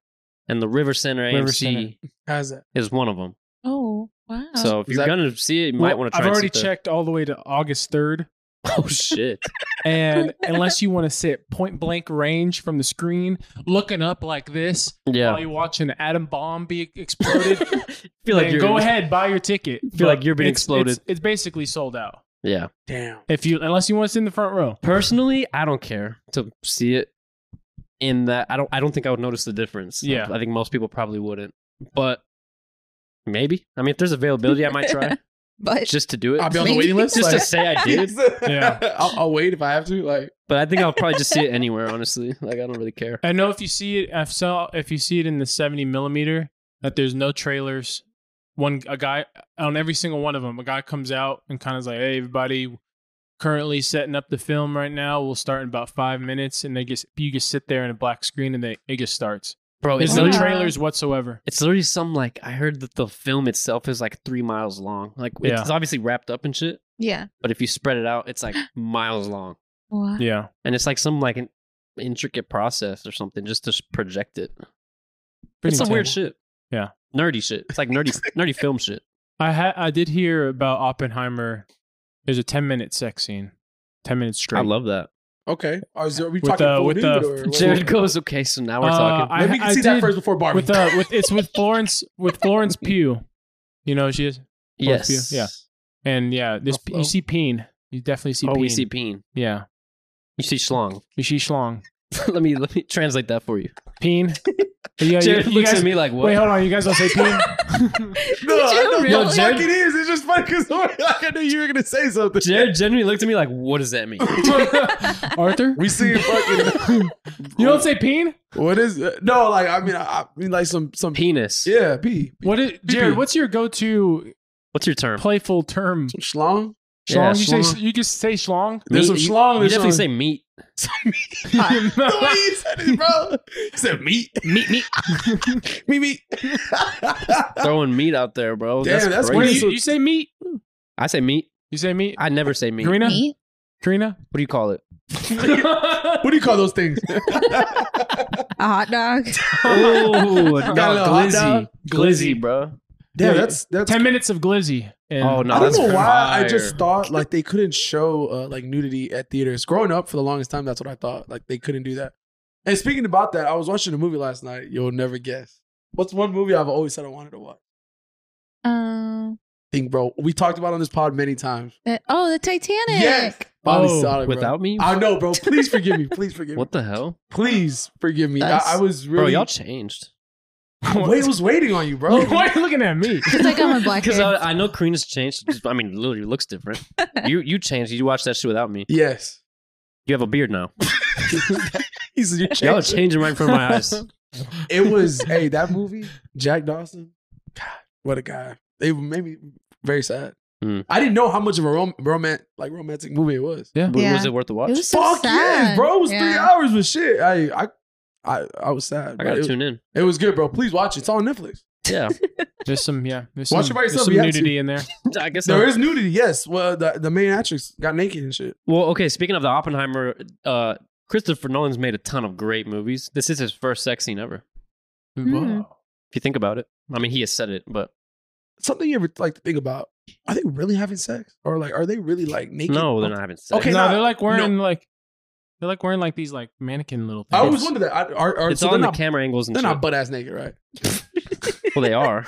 [SPEAKER 3] And the River Center AMC
[SPEAKER 1] River Center.
[SPEAKER 2] How's that?
[SPEAKER 3] is one of them.
[SPEAKER 4] [LAUGHS] Oh wow!
[SPEAKER 3] So if
[SPEAKER 2] Is
[SPEAKER 3] you're
[SPEAKER 2] that-
[SPEAKER 3] gonna see it, [LAUGHS] you might
[SPEAKER 1] Well,
[SPEAKER 3] want to try.
[SPEAKER 1] I've
[SPEAKER 3] and see
[SPEAKER 1] already
[SPEAKER 3] the-
[SPEAKER 1] checked all the way to August
[SPEAKER 4] [LAUGHS]
[SPEAKER 1] third,
[SPEAKER 3] [LAUGHS] Oh shit!
[SPEAKER 1] and unless you want to sit point blank range from the screen, looking up like this
[SPEAKER 3] Yeah,
[SPEAKER 1] while you're watching an atom bomb be exploded,
[SPEAKER 3] [LAUGHS] feel like
[SPEAKER 1] then
[SPEAKER 3] you're
[SPEAKER 1] go ahead, buy your ticket.
[SPEAKER 3] Feel like
[SPEAKER 1] But
[SPEAKER 3] you're being
[SPEAKER 1] it's-
[SPEAKER 3] exploded.
[SPEAKER 1] It's, it's basically sold out.
[SPEAKER 3] Yeah,
[SPEAKER 2] Damn.
[SPEAKER 1] If you unless you want to sit in the front row.
[SPEAKER 3] personally, I don't care to see it in that. I don't. I don't think I would notice the difference.
[SPEAKER 1] Yeah.
[SPEAKER 3] I think most people probably wouldn't. But maybe. I mean, if there's availability, I might try
[SPEAKER 4] but
[SPEAKER 3] just to do it.
[SPEAKER 2] I'll be on the
[SPEAKER 4] Maybe.
[SPEAKER 2] waiting list.
[SPEAKER 3] just to
[SPEAKER 2] like-
[SPEAKER 3] say [LAUGHS] I did.
[SPEAKER 1] Yeah.
[SPEAKER 2] I'll, I'll wait if I have to. Like,
[SPEAKER 3] But I think I'll probably just see it anywhere. Honestly, like I don't really care.
[SPEAKER 1] I know if you see it, if so, if you see it in the seventy millimeter, that there's no trailers. One a guy on every single one of them, a guy comes out and kind of like, "Hey, everybody, currently setting up the film right now. We'll start in about five minutes." And they just you just sit there in a black screen and they it just starts.
[SPEAKER 3] Bro,
[SPEAKER 1] There's
[SPEAKER 3] it's
[SPEAKER 1] no
[SPEAKER 3] literally,
[SPEAKER 4] Wow.
[SPEAKER 1] trailers whatsoever.
[SPEAKER 3] it's literally some like I heard that the film itself is like three miles long. Like
[SPEAKER 1] Yeah.
[SPEAKER 3] it's obviously wrapped up and shit.
[SPEAKER 4] yeah.
[SPEAKER 3] But if you spread it out, it's like miles long.
[SPEAKER 4] Wow.
[SPEAKER 1] Yeah,
[SPEAKER 3] and it's like some like an intricate process or something just to s- project it.
[SPEAKER 1] Pretty
[SPEAKER 3] it's some weird
[SPEAKER 1] intense.
[SPEAKER 3] shit.
[SPEAKER 1] Yeah.
[SPEAKER 3] nerdy shit. It's
[SPEAKER 2] [LAUGHS]
[SPEAKER 3] like nerdy nerdy film shit.
[SPEAKER 1] I ha- I did hear about Oppenheimer. There's a ten minute sex scene, ten minutes straight.
[SPEAKER 3] I love that.
[SPEAKER 2] okay. Are, is there- are we
[SPEAKER 1] With
[SPEAKER 2] talking
[SPEAKER 1] the-
[SPEAKER 2] full
[SPEAKER 1] with
[SPEAKER 2] nude
[SPEAKER 1] the-
[SPEAKER 2] or what?
[SPEAKER 3] Jared goes, okay, so now we're
[SPEAKER 1] Uh,
[SPEAKER 3] talking.
[SPEAKER 1] I-
[SPEAKER 2] Maybe we can see that
[SPEAKER 1] did-
[SPEAKER 2] first before Barbie.
[SPEAKER 1] with uh with it's with Florence with Florence Pugh. You know who she is,
[SPEAKER 3] yes,
[SPEAKER 1] yeah. and yeah, this
[SPEAKER 2] Buffalo.
[SPEAKER 1] you see Peen. You definitely see.
[SPEAKER 3] Oh,
[SPEAKER 1] Peen.
[SPEAKER 3] we see peen.
[SPEAKER 1] Yeah,
[SPEAKER 3] You see schlong. [LAUGHS]
[SPEAKER 1] you see Schlong.
[SPEAKER 3] let me let me translate that for you. [LAUGHS]
[SPEAKER 1] Peen. Yeah,
[SPEAKER 3] Jared looks
[SPEAKER 1] guys,
[SPEAKER 3] at me like, what?
[SPEAKER 1] Wait, hold on. You guys
[SPEAKER 3] [LAUGHS]
[SPEAKER 1] don't say Peen.
[SPEAKER 2] [LAUGHS] no,
[SPEAKER 4] [LAUGHS] Did
[SPEAKER 2] I
[SPEAKER 4] you
[SPEAKER 2] know
[SPEAKER 4] really?
[SPEAKER 2] what the fuck it is. It's just funny because [LAUGHS] like, I knew you were gonna say something.
[SPEAKER 3] Jared genuinely looked at me like, what
[SPEAKER 2] [LAUGHS]
[SPEAKER 3] does that mean?
[SPEAKER 1] Arthur,
[SPEAKER 2] [LAUGHS] we see fucking.
[SPEAKER 1] you don't say Peen.
[SPEAKER 2] What is? Uh, no, like I mean, I, I mean, like some some.
[SPEAKER 3] Penis.
[SPEAKER 2] Yeah, P.
[SPEAKER 1] What is Jared? What's your go-to
[SPEAKER 3] What's your term?
[SPEAKER 1] playful term?
[SPEAKER 2] Some schlong.
[SPEAKER 1] Schlong.
[SPEAKER 3] Yeah,
[SPEAKER 1] you say
[SPEAKER 3] schlong.
[SPEAKER 1] you just say Schlong.
[SPEAKER 2] There's some
[SPEAKER 3] Meat.
[SPEAKER 2] schlong.
[SPEAKER 3] You
[SPEAKER 2] There's
[SPEAKER 3] definitely say
[SPEAKER 2] some,
[SPEAKER 3] meat.
[SPEAKER 1] [LAUGHS]
[SPEAKER 2] the way you said it, bro. You said meat,
[SPEAKER 3] Meat, meat.
[SPEAKER 2] me, [LAUGHS] meat.
[SPEAKER 3] Throwing meat out there, bro.
[SPEAKER 2] Damn,
[SPEAKER 3] that's,
[SPEAKER 2] that's
[SPEAKER 1] What
[SPEAKER 3] crazy.
[SPEAKER 1] do
[SPEAKER 2] so-
[SPEAKER 1] you, you say meat?
[SPEAKER 3] I say meat.
[SPEAKER 1] You say meat?
[SPEAKER 3] I never say meat.
[SPEAKER 1] Karina.
[SPEAKER 4] [LAUGHS] Me?
[SPEAKER 3] [LAUGHS]
[SPEAKER 1] Karina.
[SPEAKER 3] What do
[SPEAKER 2] [LAUGHS]
[SPEAKER 3] you call it?
[SPEAKER 2] what do you call those things?
[SPEAKER 4] A hot dog.
[SPEAKER 3] Oh, no,
[SPEAKER 2] Got a little hot dog.
[SPEAKER 3] glizzy, glizzy, bro.
[SPEAKER 2] Damn, that's that's.
[SPEAKER 1] Ten minutes of glizzy. And [LAUGHS]
[SPEAKER 3] Oh, no.
[SPEAKER 2] I don't
[SPEAKER 3] that's
[SPEAKER 2] know why I
[SPEAKER 3] fire.
[SPEAKER 2] just thought like they couldn't show uh, like nudity at theaters. Growing up for the longest time, that's what I thought. Like they couldn't do that. And speaking about that, I was watching a movie last night. You'll never guess. What's one movie I've always said I wanted to watch?
[SPEAKER 4] [LAUGHS] um.
[SPEAKER 2] Think, bro. We talked about it on this pod many times.
[SPEAKER 4] the- oh, the Titanic.
[SPEAKER 2] Yes, Bobby
[SPEAKER 1] Oh,
[SPEAKER 2] Solid, bro.
[SPEAKER 3] Without me?
[SPEAKER 2] I know, bro. Please
[SPEAKER 3] [LAUGHS]
[SPEAKER 2] forgive me. Please forgive me.
[SPEAKER 3] What the hell?
[SPEAKER 2] Please forgive me.
[SPEAKER 4] That's-
[SPEAKER 2] I, I was really.
[SPEAKER 3] Bro, y'all changed.
[SPEAKER 2] [LAUGHS] Wait, was waiting on you,
[SPEAKER 3] [LAUGHS]
[SPEAKER 2] bro.
[SPEAKER 1] Why are you looking at me?
[SPEAKER 4] It's like I'm a black
[SPEAKER 3] Because
[SPEAKER 4] kid.
[SPEAKER 3] I, I know Karina's changed. Just- I mean, literally looks
[SPEAKER 4] [LAUGHS]
[SPEAKER 3] different. You you changed. You watched that shit without me.
[SPEAKER 2] yes.
[SPEAKER 3] You have a beard now.
[SPEAKER 2] [LAUGHS] He said, "You
[SPEAKER 3] Y'all are
[SPEAKER 2] changed
[SPEAKER 3] changing right in front of
[SPEAKER 2] [LAUGHS]
[SPEAKER 3] my eyes.
[SPEAKER 2] it." It was hey
[SPEAKER 3] [LAUGHS]
[SPEAKER 2] that movie Jack Dawson. God, what a guy! They made me very sad.
[SPEAKER 3] Mm.
[SPEAKER 2] I didn't know how much of a rom- romance like romantic movie it was.
[SPEAKER 3] But
[SPEAKER 4] Yeah.
[SPEAKER 3] was it worth the watch?
[SPEAKER 4] It was so
[SPEAKER 2] Fuck yes,
[SPEAKER 4] sad.
[SPEAKER 2] bro! It was three
[SPEAKER 4] Yeah.
[SPEAKER 2] hours with shit. I I I, I was sad.
[SPEAKER 3] I
[SPEAKER 2] bro.
[SPEAKER 3] gotta
[SPEAKER 2] it,
[SPEAKER 3] tune in.
[SPEAKER 2] it was good, bro. Please watch it. It's on Netflix.
[SPEAKER 3] Yeah,
[SPEAKER 1] There's some, yeah. There's
[SPEAKER 2] Watch
[SPEAKER 1] some,
[SPEAKER 2] it by
[SPEAKER 1] there's
[SPEAKER 2] yourself,
[SPEAKER 1] some
[SPEAKER 2] you have to.
[SPEAKER 1] nudity in there.
[SPEAKER 3] [LAUGHS] I guess.
[SPEAKER 2] There
[SPEAKER 3] I'll-
[SPEAKER 2] is nudity, yes. Well, the, the main actress got naked and shit.
[SPEAKER 3] Well, okay. Speaking of the Oppenheimer, uh, Christopher Nolan's made a ton of great movies. This is his first sex scene ever. Mm-hmm.
[SPEAKER 4] Mhm.
[SPEAKER 1] Whoa.
[SPEAKER 3] If you think about it, I mean, he has said it, but
[SPEAKER 2] Something you ever like to think about: Are they really having sex, or like are they really like naked?
[SPEAKER 3] no, they're not having sex.
[SPEAKER 2] Okay,
[SPEAKER 1] no,
[SPEAKER 2] nah,
[SPEAKER 1] they're like wearing like they're like wearing like these like mannequin little
[SPEAKER 2] I
[SPEAKER 1] things.
[SPEAKER 2] always wonder that. I, are, are,
[SPEAKER 3] it's
[SPEAKER 2] so
[SPEAKER 3] all
[SPEAKER 2] they're
[SPEAKER 3] in the
[SPEAKER 2] not,
[SPEAKER 3] camera angles and
[SPEAKER 2] they're
[SPEAKER 3] shit.
[SPEAKER 2] not butt ass naked, right?
[SPEAKER 3] [LAUGHS]
[SPEAKER 2] [LAUGHS]
[SPEAKER 3] well, they are.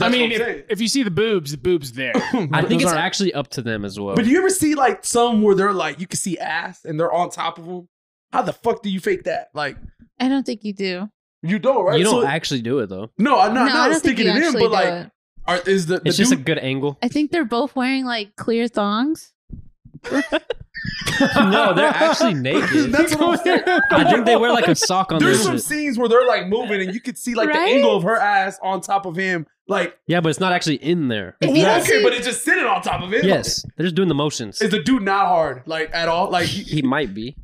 [SPEAKER 1] I mean, [COUGHS] if, if you see the boobs, the boobs there.
[SPEAKER 3] I think
[SPEAKER 1] Those
[SPEAKER 3] it's
[SPEAKER 1] aren't-
[SPEAKER 3] actually up to them as well.
[SPEAKER 2] but do you ever see like some where they're like you can see ass and they're on top of them? How the fuck do you fake that? Like
[SPEAKER 4] I don't think you do.
[SPEAKER 2] you don't, right?
[SPEAKER 3] You don't
[SPEAKER 2] So-
[SPEAKER 3] actually do it though.
[SPEAKER 2] no, I'm not,
[SPEAKER 4] no,
[SPEAKER 2] not
[SPEAKER 4] I don't think
[SPEAKER 2] sticking
[SPEAKER 4] you
[SPEAKER 2] it in,
[SPEAKER 4] actually
[SPEAKER 2] but
[SPEAKER 4] do
[SPEAKER 2] like,
[SPEAKER 4] it.
[SPEAKER 2] are, is the, the
[SPEAKER 3] It's just a
[SPEAKER 2] dude-
[SPEAKER 3] good
[SPEAKER 2] [LAUGHS]
[SPEAKER 3] angle.
[SPEAKER 4] I think they're both wearing like clear thongs.
[SPEAKER 3] no, they're
[SPEAKER 2] [LAUGHS]
[SPEAKER 3] actually
[SPEAKER 2] [LAUGHS]
[SPEAKER 3] naked.
[SPEAKER 2] that's what I'm saying.
[SPEAKER 3] I think they wear like a sock on their
[SPEAKER 2] There's some
[SPEAKER 3] shit.
[SPEAKER 2] scenes where they're like moving and you could see like
[SPEAKER 4] Right?
[SPEAKER 2] the angle of her ass on top of him, like
[SPEAKER 3] Yeah, but it's not actually in there.
[SPEAKER 4] If you
[SPEAKER 2] Well,
[SPEAKER 4] don't
[SPEAKER 2] okay,
[SPEAKER 4] see-
[SPEAKER 2] but it's just sitting on top of it.
[SPEAKER 3] Yes, they're just doing the motions.
[SPEAKER 2] Is the dude not hard, like at all? Like, he-
[SPEAKER 3] [LAUGHS]
[SPEAKER 2] [LAUGHS]
[SPEAKER 3] He might be.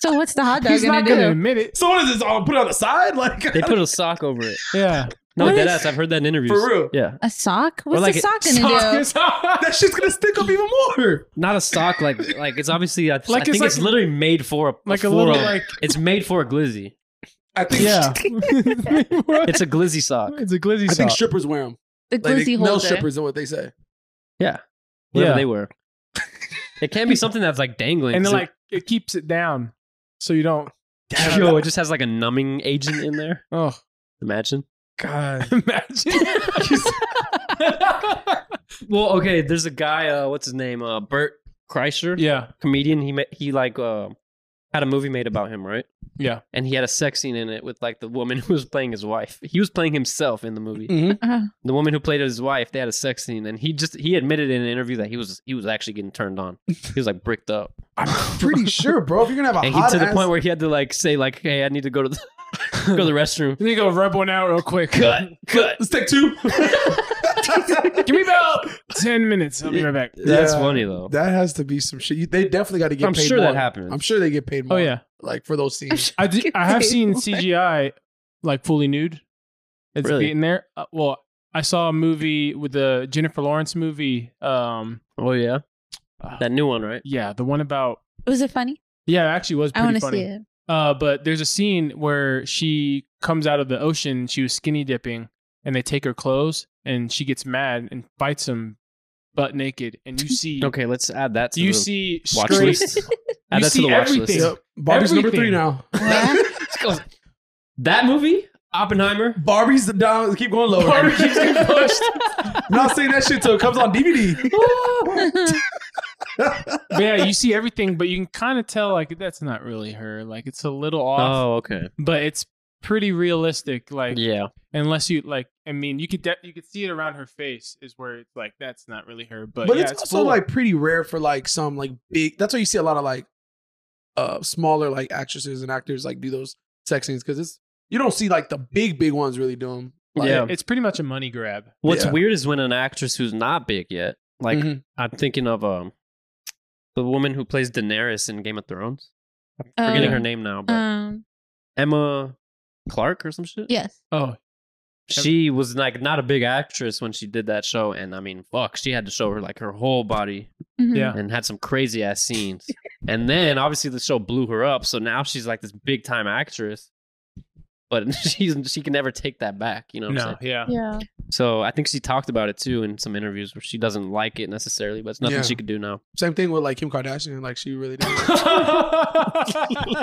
[SPEAKER 4] So what's the hot
[SPEAKER 1] [LAUGHS]
[SPEAKER 4] dog
[SPEAKER 1] He's
[SPEAKER 4] gonna
[SPEAKER 1] not
[SPEAKER 4] do?
[SPEAKER 1] gonna admit
[SPEAKER 4] [LAUGHS]
[SPEAKER 1] it.
[SPEAKER 2] so what is this? I'll put it on the side? Like, [LAUGHS]
[SPEAKER 3] They put a sock over it.
[SPEAKER 1] Yeah.
[SPEAKER 3] No,
[SPEAKER 4] What is-
[SPEAKER 3] deadass. I've heard that in interviews.
[SPEAKER 2] For
[SPEAKER 3] [LAUGHS]
[SPEAKER 2] real?
[SPEAKER 3] Yeah,
[SPEAKER 4] a sock? What's
[SPEAKER 3] like
[SPEAKER 4] the
[SPEAKER 3] a-
[SPEAKER 4] sock gonna do?
[SPEAKER 2] that shit's gonna stick up even more.
[SPEAKER 3] not a sock like like it's obviously. I, I
[SPEAKER 1] Like, it's
[SPEAKER 3] think it's,
[SPEAKER 1] like-
[SPEAKER 3] literally made for a
[SPEAKER 1] like a
[SPEAKER 3] for
[SPEAKER 1] little like
[SPEAKER 3] It's made for a glizzy.
[SPEAKER 2] I think,
[SPEAKER 1] yeah.
[SPEAKER 3] It's a
[SPEAKER 2] [LAUGHS]
[SPEAKER 3] glizzy sock.
[SPEAKER 1] [LAUGHS] It's a glizzy
[SPEAKER 2] I think
[SPEAKER 1] sock.
[SPEAKER 2] strippers wear them.
[SPEAKER 4] The
[SPEAKER 2] Like,
[SPEAKER 4] glizzy
[SPEAKER 2] they-
[SPEAKER 4] holder.
[SPEAKER 2] male strippers is what they say.
[SPEAKER 3] Whatever
[SPEAKER 1] Yeah.
[SPEAKER 3] they
[SPEAKER 2] [LAUGHS]
[SPEAKER 3] wear. It can't be something that's like dangling.
[SPEAKER 1] and
[SPEAKER 3] 'cause
[SPEAKER 1] then like it keeps it down, so you don't.
[SPEAKER 3] it, yo, it just has like a numbing agent in there.
[SPEAKER 1] Oh
[SPEAKER 3] Imagine.
[SPEAKER 2] [LAUGHS]
[SPEAKER 3] [LAUGHS]
[SPEAKER 2] God.
[SPEAKER 1] imagine.
[SPEAKER 3] Well, okay. There's a guy. Uh, what's his name? Uh, Bert Kreischer.
[SPEAKER 1] yeah.
[SPEAKER 3] comedian. He ma- he like uh, had a movie made about him, right?
[SPEAKER 1] Yeah.
[SPEAKER 3] And he had a sex scene in it with like the woman [LAUGHS] who was playing his wife. He was playing himself in the movie.
[SPEAKER 2] [LAUGHS]
[SPEAKER 4] Uh,
[SPEAKER 3] The woman who played his wife, they had a sex scene, and he just he admitted in an interview that he was he was actually getting turned on. He was like bricked up,
[SPEAKER 2] I'm
[SPEAKER 1] [LAUGHS]
[SPEAKER 2] pretty sure, bro. If you're gonna have a
[SPEAKER 3] and he
[SPEAKER 2] hot
[SPEAKER 3] to the
[SPEAKER 2] ass-
[SPEAKER 3] point where he had to like say like, "Hey, I need to go to the [LAUGHS] go to
[SPEAKER 1] [LAUGHS]
[SPEAKER 3] the restroom."
[SPEAKER 1] Let me go rub one out real quick.
[SPEAKER 2] [LAUGHS]
[SPEAKER 3] Cut, cut.
[SPEAKER 2] let's take two.
[SPEAKER 1] Give me about ten minutes. I'll be right back.
[SPEAKER 3] That's
[SPEAKER 2] Yeah.
[SPEAKER 3] funny though.
[SPEAKER 2] [LAUGHS] That has to be some shit. You- They definitely got to get
[SPEAKER 3] I'm
[SPEAKER 2] paid
[SPEAKER 3] sure
[SPEAKER 2] more.
[SPEAKER 3] that happened.
[SPEAKER 2] I'm sure they get paid more.
[SPEAKER 1] Oh yeah.
[SPEAKER 2] Like for those scenes.
[SPEAKER 1] I
[SPEAKER 4] [LAUGHS]
[SPEAKER 1] do, I have seen CGI like fully nude. It's
[SPEAKER 3] Really?
[SPEAKER 1] getting there. Uh, well, I saw a movie with the Jennifer Lawrence movie. Um,
[SPEAKER 3] oh yeah,
[SPEAKER 1] uh,
[SPEAKER 3] that new one, right?
[SPEAKER 1] yeah, the one about
[SPEAKER 4] was it funny?
[SPEAKER 1] yeah, it actually was
[SPEAKER 4] I
[SPEAKER 1] pretty
[SPEAKER 4] want to see
[SPEAKER 1] funny.
[SPEAKER 4] it.
[SPEAKER 1] Uh, but there's a scene where she comes out of the ocean. She was skinny dipping, and they take her clothes, and she gets mad and bites him butt naked. And you see,
[SPEAKER 3] [LAUGHS] Okay, let's add that to
[SPEAKER 1] you
[SPEAKER 3] the
[SPEAKER 1] see
[SPEAKER 3] watch
[SPEAKER 1] straight.
[SPEAKER 3] [LAUGHS] list.
[SPEAKER 1] You
[SPEAKER 3] Add that to
[SPEAKER 1] see
[SPEAKER 3] the watch
[SPEAKER 1] everything.
[SPEAKER 3] list.
[SPEAKER 2] Yep. Barbie's number three
[SPEAKER 1] Everything.
[SPEAKER 2] now.
[SPEAKER 3] that movie, Oppenheimer.
[SPEAKER 2] Barbie's the down. [LAUGHS] Keep going lower.
[SPEAKER 1] Barbie keeps getting pushed.
[SPEAKER 2] I'm not saying that shit till it comes on DVD.
[SPEAKER 1] [LAUGHS]
[SPEAKER 4] [LAUGHS]
[SPEAKER 1] But yeah, you see everything, but you can kind of tell like that's not really her. Like it's a little off.
[SPEAKER 3] Oh, okay.
[SPEAKER 1] but it's pretty realistic. Like
[SPEAKER 3] Yeah.
[SPEAKER 1] unless you like, I mean, you could de- you could see it around her face is where it's like that's not really her. But,
[SPEAKER 2] But,
[SPEAKER 1] yeah,
[SPEAKER 2] it's,
[SPEAKER 1] it's
[SPEAKER 2] also
[SPEAKER 1] full.
[SPEAKER 2] like pretty rare for like some like big. That's why you see a lot of like uh smaller like actresses and actors like do those sex scenes because it's you don't see like the big big ones really do them. Like,
[SPEAKER 3] Yeah.
[SPEAKER 1] it's pretty much a money grab.
[SPEAKER 3] What's
[SPEAKER 2] Yeah.
[SPEAKER 3] weird is when an actress who's not big yet, like
[SPEAKER 2] Mhm.
[SPEAKER 3] I'm thinking of um the woman who plays Daenerys in Game of Thrones.
[SPEAKER 4] Um,
[SPEAKER 3] Forgetting her name now, but
[SPEAKER 4] Um,
[SPEAKER 3] Emma Clark or some shit.
[SPEAKER 4] yes.
[SPEAKER 1] Oh,
[SPEAKER 3] She was like not a big actress when she did that show, and I mean, fuck, she had to show her like her whole body
[SPEAKER 2] Hmm.
[SPEAKER 4] Mhm.
[SPEAKER 1] Yeah.
[SPEAKER 3] [LAUGHS] and had some crazy ass scenes. and then obviously the show blew her up, so now she's like this big time actress. But [LAUGHS] she's she can never take that back, you know. What I'm
[SPEAKER 1] no,
[SPEAKER 3] saying?
[SPEAKER 2] [LAUGHS]
[SPEAKER 1] yeah.
[SPEAKER 4] Yeah.
[SPEAKER 3] So I think she talked about it too in some interviews where she doesn't like it necessarily, but it's nothing
[SPEAKER 2] Yeah.
[SPEAKER 3] she could do now.
[SPEAKER 2] Same thing with like Kim Kardashian. Like she really [LAUGHS] did.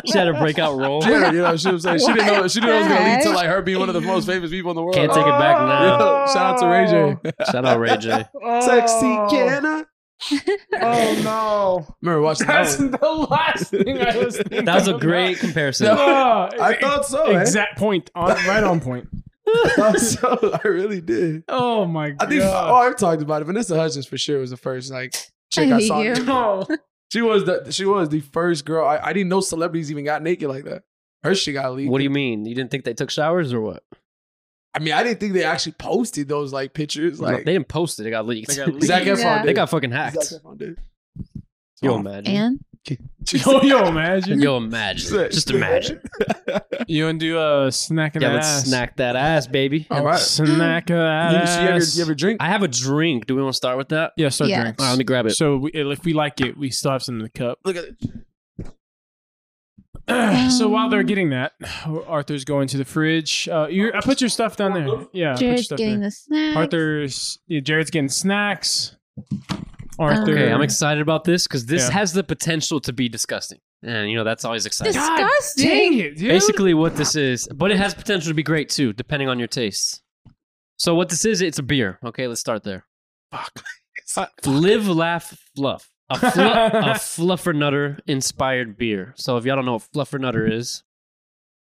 [SPEAKER 3] She had a breakout role.
[SPEAKER 2] yeah, you know, she was saying she didn't know she didn't know it was gonna lead to
[SPEAKER 4] What?
[SPEAKER 2] like her being one of
[SPEAKER 1] [LAUGHS]
[SPEAKER 2] the most famous people in the world. [LAUGHS]
[SPEAKER 3] Can't take it back now.
[SPEAKER 1] [LAUGHS]
[SPEAKER 2] Yeah, shout out to Ray J.
[SPEAKER 3] Shout out Ray J.
[SPEAKER 2] Sexy can I?
[SPEAKER 1] Oh no.
[SPEAKER 2] Remember watching
[SPEAKER 1] That's
[SPEAKER 2] that one?
[SPEAKER 1] the last thing I [LAUGHS] was thinking.
[SPEAKER 3] That was a
[SPEAKER 1] about.
[SPEAKER 3] great comparison.
[SPEAKER 2] No.
[SPEAKER 1] Ah,
[SPEAKER 2] I thought so. eh?
[SPEAKER 1] exact point
[SPEAKER 2] [LAUGHS]
[SPEAKER 1] on right on point.
[SPEAKER 2] I thought so. I really did.
[SPEAKER 1] Oh my god.
[SPEAKER 2] I think. Oh, I've talked about it. Vanessa Hudgens for sure was the first like chick I,
[SPEAKER 4] I [LAUGHS] hate
[SPEAKER 2] saw.
[SPEAKER 4] you.
[SPEAKER 1] Oh.
[SPEAKER 2] She was the she was the first girl. I, I didn't know celebrities even got naked like that. Her shit got leaked.
[SPEAKER 3] What do you mean? You didn't think they took showers or what?
[SPEAKER 2] I mean, I didn't think they actually posted those like pictures.
[SPEAKER 3] No,
[SPEAKER 2] Like
[SPEAKER 3] they didn't post it. It got leaked.
[SPEAKER 1] They got leaked.
[SPEAKER 2] Zac Efron
[SPEAKER 4] Yeah.
[SPEAKER 2] did.
[SPEAKER 3] [LAUGHS] They got fucking
[SPEAKER 2] Zac
[SPEAKER 3] hacked.
[SPEAKER 2] Efron did.
[SPEAKER 3] Yo, imagine.
[SPEAKER 4] And
[SPEAKER 1] yo, yo, imagine.
[SPEAKER 3] Yo, imagine. Just imagine.
[SPEAKER 1] You wanna do a snack in
[SPEAKER 3] Yeah,
[SPEAKER 1] that
[SPEAKER 3] let's
[SPEAKER 1] ass? Oh,
[SPEAKER 3] snack that ass, baby.
[SPEAKER 2] [LAUGHS] All right.
[SPEAKER 1] Snack of that
[SPEAKER 2] You, you,
[SPEAKER 1] ass.
[SPEAKER 2] ever, you ever drink?
[SPEAKER 3] I have a drink. Do we want to start with that?
[SPEAKER 1] yeah, start
[SPEAKER 4] Yeah.
[SPEAKER 1] drinks.
[SPEAKER 3] All right, let me grab it.
[SPEAKER 1] So we, if we like it, we still have some in the cup. [CLEARS THROAT]
[SPEAKER 2] Look at it.
[SPEAKER 1] so
[SPEAKER 4] Um,
[SPEAKER 1] while they're getting that, Arthur's going to the fridge. Uh, you I put your stuff down there. Yeah, put your
[SPEAKER 4] Jared's
[SPEAKER 1] stuff
[SPEAKER 4] getting
[SPEAKER 1] there.
[SPEAKER 4] the snack.
[SPEAKER 1] Arthur's. Yeah, Jared's getting snacks. Arthur.
[SPEAKER 3] Okay, I'm excited about this because this
[SPEAKER 1] Yeah.
[SPEAKER 3] has the potential to be disgusting, and you know that's always exciting.
[SPEAKER 4] Dis-
[SPEAKER 1] God
[SPEAKER 4] Disgusting.
[SPEAKER 1] dang it, dude.
[SPEAKER 3] Basically, what this is, but it has potential to be great too, depending on your tastes. So what this is, it's a beer. Okay, let's start there. [LAUGHS]
[SPEAKER 2] Fuck.
[SPEAKER 3] Live, laugh, fluff. A, flu-
[SPEAKER 1] [LAUGHS]
[SPEAKER 3] a fluffernutter inspired beer. So if y'all don't know what fluffernutter is,